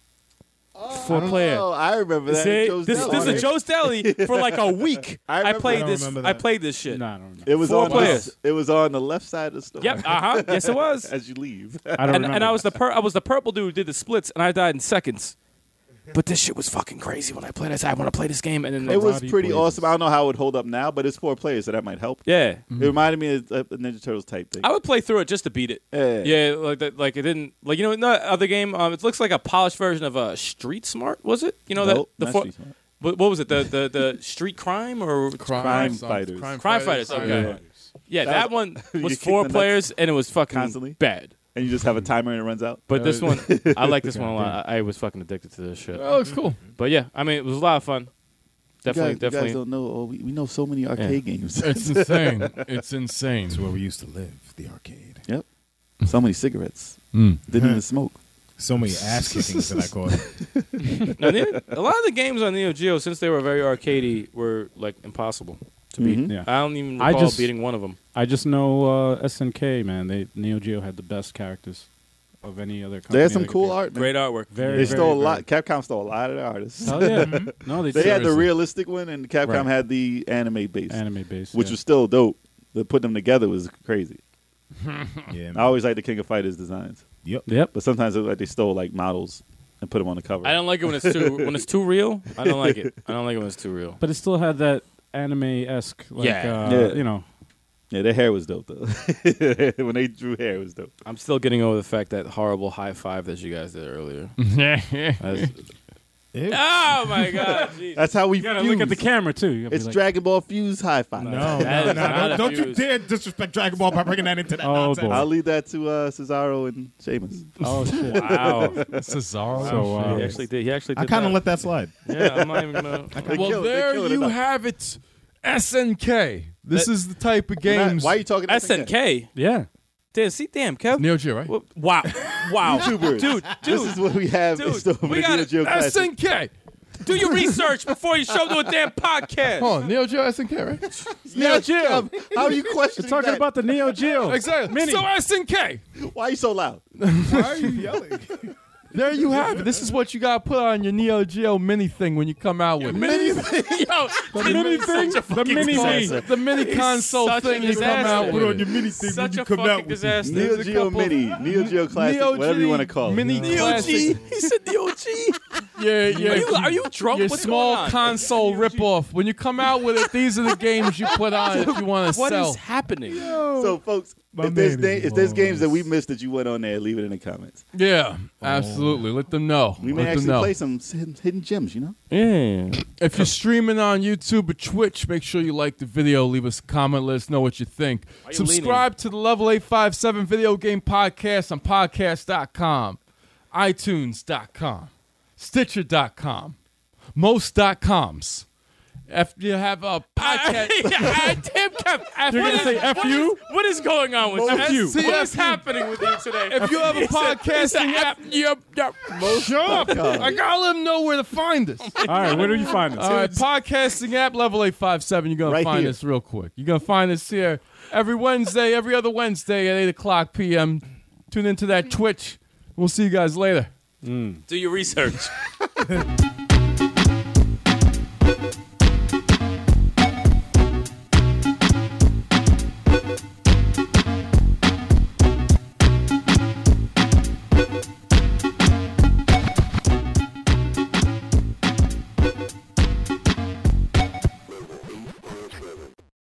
Speaker 3: Four player.
Speaker 4: Oh, I remember that.
Speaker 3: See,
Speaker 4: It was
Speaker 3: this,
Speaker 4: on
Speaker 3: this
Speaker 4: it.
Speaker 3: is Joe's Deli for like a week.
Speaker 4: I
Speaker 3: I,
Speaker 4: remember- I
Speaker 3: played
Speaker 5: don't
Speaker 3: this.
Speaker 5: remember
Speaker 3: I
Speaker 5: that.
Speaker 3: played this shit.
Speaker 6: No, I don't know.
Speaker 4: It was
Speaker 3: Four
Speaker 4: on
Speaker 3: players.
Speaker 4: The, it was on the left side of the store.
Speaker 3: Yep. Uh huh. Yes, it was.
Speaker 4: As you leave.
Speaker 6: I don't
Speaker 3: and,
Speaker 6: remember.
Speaker 3: and I was the per- I was the purple dude who did the splits, and I died in seconds. But this shit was fucking crazy when I played. I said, I want to play this game, and then
Speaker 4: it was
Speaker 6: Karate
Speaker 4: pretty
Speaker 6: Blazers.
Speaker 4: awesome. I don't know how it would hold up now, but it's four players, so that might help.
Speaker 3: yeah.
Speaker 4: It reminded me of a Ninja Turtles type thing.
Speaker 3: Mm. I would play through it just to beat it.
Speaker 4: Yeah.
Speaker 3: yeah, like that, like it didn't like you know no other game. Um, it looks like a polished version of uh, Street Smart. Was it? You know
Speaker 4: Nope,
Speaker 3: that the
Speaker 4: not
Speaker 3: four-
Speaker 4: Street Smart.
Speaker 3: What, what was it? The the the Street Crime or
Speaker 2: Crime,
Speaker 4: Crime
Speaker 2: something.
Speaker 4: Fighters.
Speaker 3: Crime Fighters? Okay.
Speaker 4: Yeah.
Speaker 3: Yeah, that,
Speaker 4: That
Speaker 3: one
Speaker 4: you
Speaker 3: was
Speaker 4: kick
Speaker 3: four
Speaker 4: the nuts
Speaker 3: players, and it was fucking
Speaker 4: constantly?
Speaker 3: bad.
Speaker 4: and you just have a timer and it runs out.
Speaker 3: But this one, I like this one a lot. I, I was fucking addicted to this shit.
Speaker 2: That looks Oh, cool.
Speaker 3: But yeah, I mean, it was a lot of fun. Definitely,
Speaker 4: you guys,
Speaker 3: definitely.
Speaker 4: You guys don't know. Oh, we, we know so many arcade games.
Speaker 2: It's insane. It's insane.
Speaker 5: It's where we used to live, the arcade.
Speaker 4: yep. So many cigarettes.
Speaker 2: Mm.
Speaker 4: Didn't even smoke.
Speaker 5: So many ass kickings that I caught.
Speaker 3: Now, the- a lot of the games on Neo Geo, since they were very arcadey, were like impossible to beat.
Speaker 4: Mhm.
Speaker 6: Yeah.
Speaker 3: I don't even
Speaker 6: I
Speaker 3: recall
Speaker 6: just-
Speaker 3: beating one of them.
Speaker 6: I just know uh, SNK man. They Neo Geo had the best characters of any other. Company
Speaker 4: They had some
Speaker 6: that could
Speaker 4: cool
Speaker 6: do it.
Speaker 4: art. Man.
Speaker 3: Great artwork.
Speaker 6: Very,
Speaker 4: They
Speaker 6: very,
Speaker 4: stole a
Speaker 6: very-
Speaker 4: lot. Capcom stole a lot of the artists.
Speaker 6: Hell yeah! Mm-hmm. no, they,
Speaker 4: they
Speaker 6: did.
Speaker 4: had the
Speaker 2: Seriously.
Speaker 4: realistic one, and Capcom
Speaker 6: Right.
Speaker 4: had the anime base,
Speaker 6: anime based,
Speaker 4: which
Speaker 6: yeah.
Speaker 4: was still dope. But putting them together was crazy.
Speaker 5: Yeah.
Speaker 4: I always liked the King of Fighters designs,
Speaker 5: Yep.
Speaker 6: Yep.
Speaker 4: but sometimes it was like they stole like models and put them on the cover.
Speaker 3: I don't like it when it's too when it's too real. I don't like it. I don't like it when it's too real.
Speaker 6: But it still had that anime esque, like,
Speaker 3: Yeah.
Speaker 6: uh,
Speaker 4: Yeah.
Speaker 6: you know,
Speaker 4: yeah, their hair was dope though. when they drew hair, it was dope.
Speaker 3: I'm still getting over the fact that horrible high five that you guys did earlier. That's-
Speaker 5: Ew.
Speaker 3: oh my god! Jesus.
Speaker 4: That's how we.
Speaker 6: you gotta look at the
Speaker 4: fused.
Speaker 6: camera too. You gotta
Speaker 4: It's
Speaker 6: be like,
Speaker 4: Dragon Ball Fuse High Five.
Speaker 5: No,
Speaker 3: That
Speaker 5: no, no.
Speaker 3: is not a
Speaker 5: Don't, don't you
Speaker 3: fuse.
Speaker 5: dare disrespect Dragon Ball by bringing that into that
Speaker 6: Oh,
Speaker 5: nonsense.
Speaker 6: boy.
Speaker 4: I'll leave that to uh, Cesaro and Sheamus.
Speaker 6: Oh shit!
Speaker 3: Wow.
Speaker 2: Cesaro.
Speaker 6: So, uh,
Speaker 3: He actually did. He actually did.
Speaker 5: I kind of
Speaker 3: that.
Speaker 5: let that slide.
Speaker 3: Yeah, I'm not even gonna.
Speaker 4: They
Speaker 2: well,
Speaker 4: killed- they
Speaker 2: there
Speaker 4: killed it
Speaker 2: you
Speaker 4: up.
Speaker 2: have it. SNK. This
Speaker 3: That-
Speaker 2: is the type of
Speaker 4: We're not-
Speaker 2: games.
Speaker 4: why are you talking
Speaker 3: SNK.
Speaker 6: Yeah.
Speaker 3: Damn, see, damn, Kev.
Speaker 2: Neo Geo, right?
Speaker 3: W- Wow, wow,
Speaker 4: YouTubers.
Speaker 3: dude,
Speaker 4: This
Speaker 3: dude,
Speaker 4: is what we have in
Speaker 3: dude,
Speaker 4: store for
Speaker 3: we
Speaker 4: the
Speaker 3: gotta-
Speaker 4: Neo Geo Classic.
Speaker 2: SNK.
Speaker 3: do your research before you show to a damn podcast.
Speaker 2: Hold on, Neo Geo SNK, right?
Speaker 4: Neo
Speaker 6: Geo.
Speaker 4: How are you questioning
Speaker 6: We're talking
Speaker 4: that?
Speaker 6: about the Neo Geo.
Speaker 2: exactly.
Speaker 6: Mini.
Speaker 2: So SNK.
Speaker 4: Why are you so loud?
Speaker 5: Why are you yelling?
Speaker 2: There you have it. This is what you got to put on your Neo Geo mini thing when you come out with it.
Speaker 3: Mini, yo,
Speaker 6: the mini thing. The mini
Speaker 3: disaster.
Speaker 6: me.
Speaker 2: The mini console
Speaker 3: such
Speaker 2: thing
Speaker 3: a
Speaker 2: you come out
Speaker 3: disaster.
Speaker 5: Put on
Speaker 2: with.
Speaker 5: your mini thing when
Speaker 3: such
Speaker 5: you
Speaker 3: a
Speaker 5: come out
Speaker 3: fucking
Speaker 5: with it.
Speaker 3: disaster.
Speaker 4: Neo Geo Mini, Neo Geo Classic,
Speaker 2: Neo
Speaker 4: whatever you
Speaker 2: Geo
Speaker 4: want to call it.
Speaker 2: Mini
Speaker 3: Neo G.
Speaker 2: classic.
Speaker 3: He said Neo G.
Speaker 2: Yeah, yeah.
Speaker 3: Are you, are you drunk?
Speaker 2: your
Speaker 3: What's
Speaker 2: small
Speaker 3: going on?
Speaker 2: console ripoff. When you come out with it, these are the games you put on if you want to
Speaker 3: What is
Speaker 2: sell.
Speaker 3: happening?
Speaker 4: So, folks,
Speaker 5: My
Speaker 4: if there's,
Speaker 5: man
Speaker 4: da-
Speaker 5: is
Speaker 4: if there's games that we
Speaker 5: lost.
Speaker 4: missed that you went on there, leave it in the comments.
Speaker 2: yeah, absolutely. Let them know.
Speaker 4: We
Speaker 2: Let
Speaker 4: may
Speaker 2: them
Speaker 4: actually
Speaker 2: know.
Speaker 4: play some s- hidden hidden gems, you know?
Speaker 3: Yeah.
Speaker 2: If you're streaming on YouTube or Twitch, make sure you like the video, leave us a comment, let us know what you think.
Speaker 3: Why you
Speaker 2: Subscribe to the Level 857 Video Game Podcast on podcast.com, iTunes.com, Stitcher.com, most.coms. If you have a podcast,
Speaker 3: I, damn, Kev.
Speaker 6: You're
Speaker 3: what
Speaker 6: gonna
Speaker 3: is-
Speaker 6: say F
Speaker 3: what
Speaker 6: you?
Speaker 3: is- What is going on with
Speaker 2: F
Speaker 3: you?
Speaker 2: you.
Speaker 3: What is
Speaker 2: F you.
Speaker 3: happening with you today?
Speaker 2: if you have a podcasting app, yep, yep. Show up. I gotta let them know where to find us.
Speaker 6: All right, where do you find us?
Speaker 2: All right, podcasting app level eight five seven. You're gonna
Speaker 4: Right
Speaker 2: find
Speaker 4: here.
Speaker 2: us real quick. You're gonna find us here every Wednesday, every other Wednesday at eight o'clock p.m. Tune into that Twitch. We'll see you guys later.
Speaker 3: Do your research.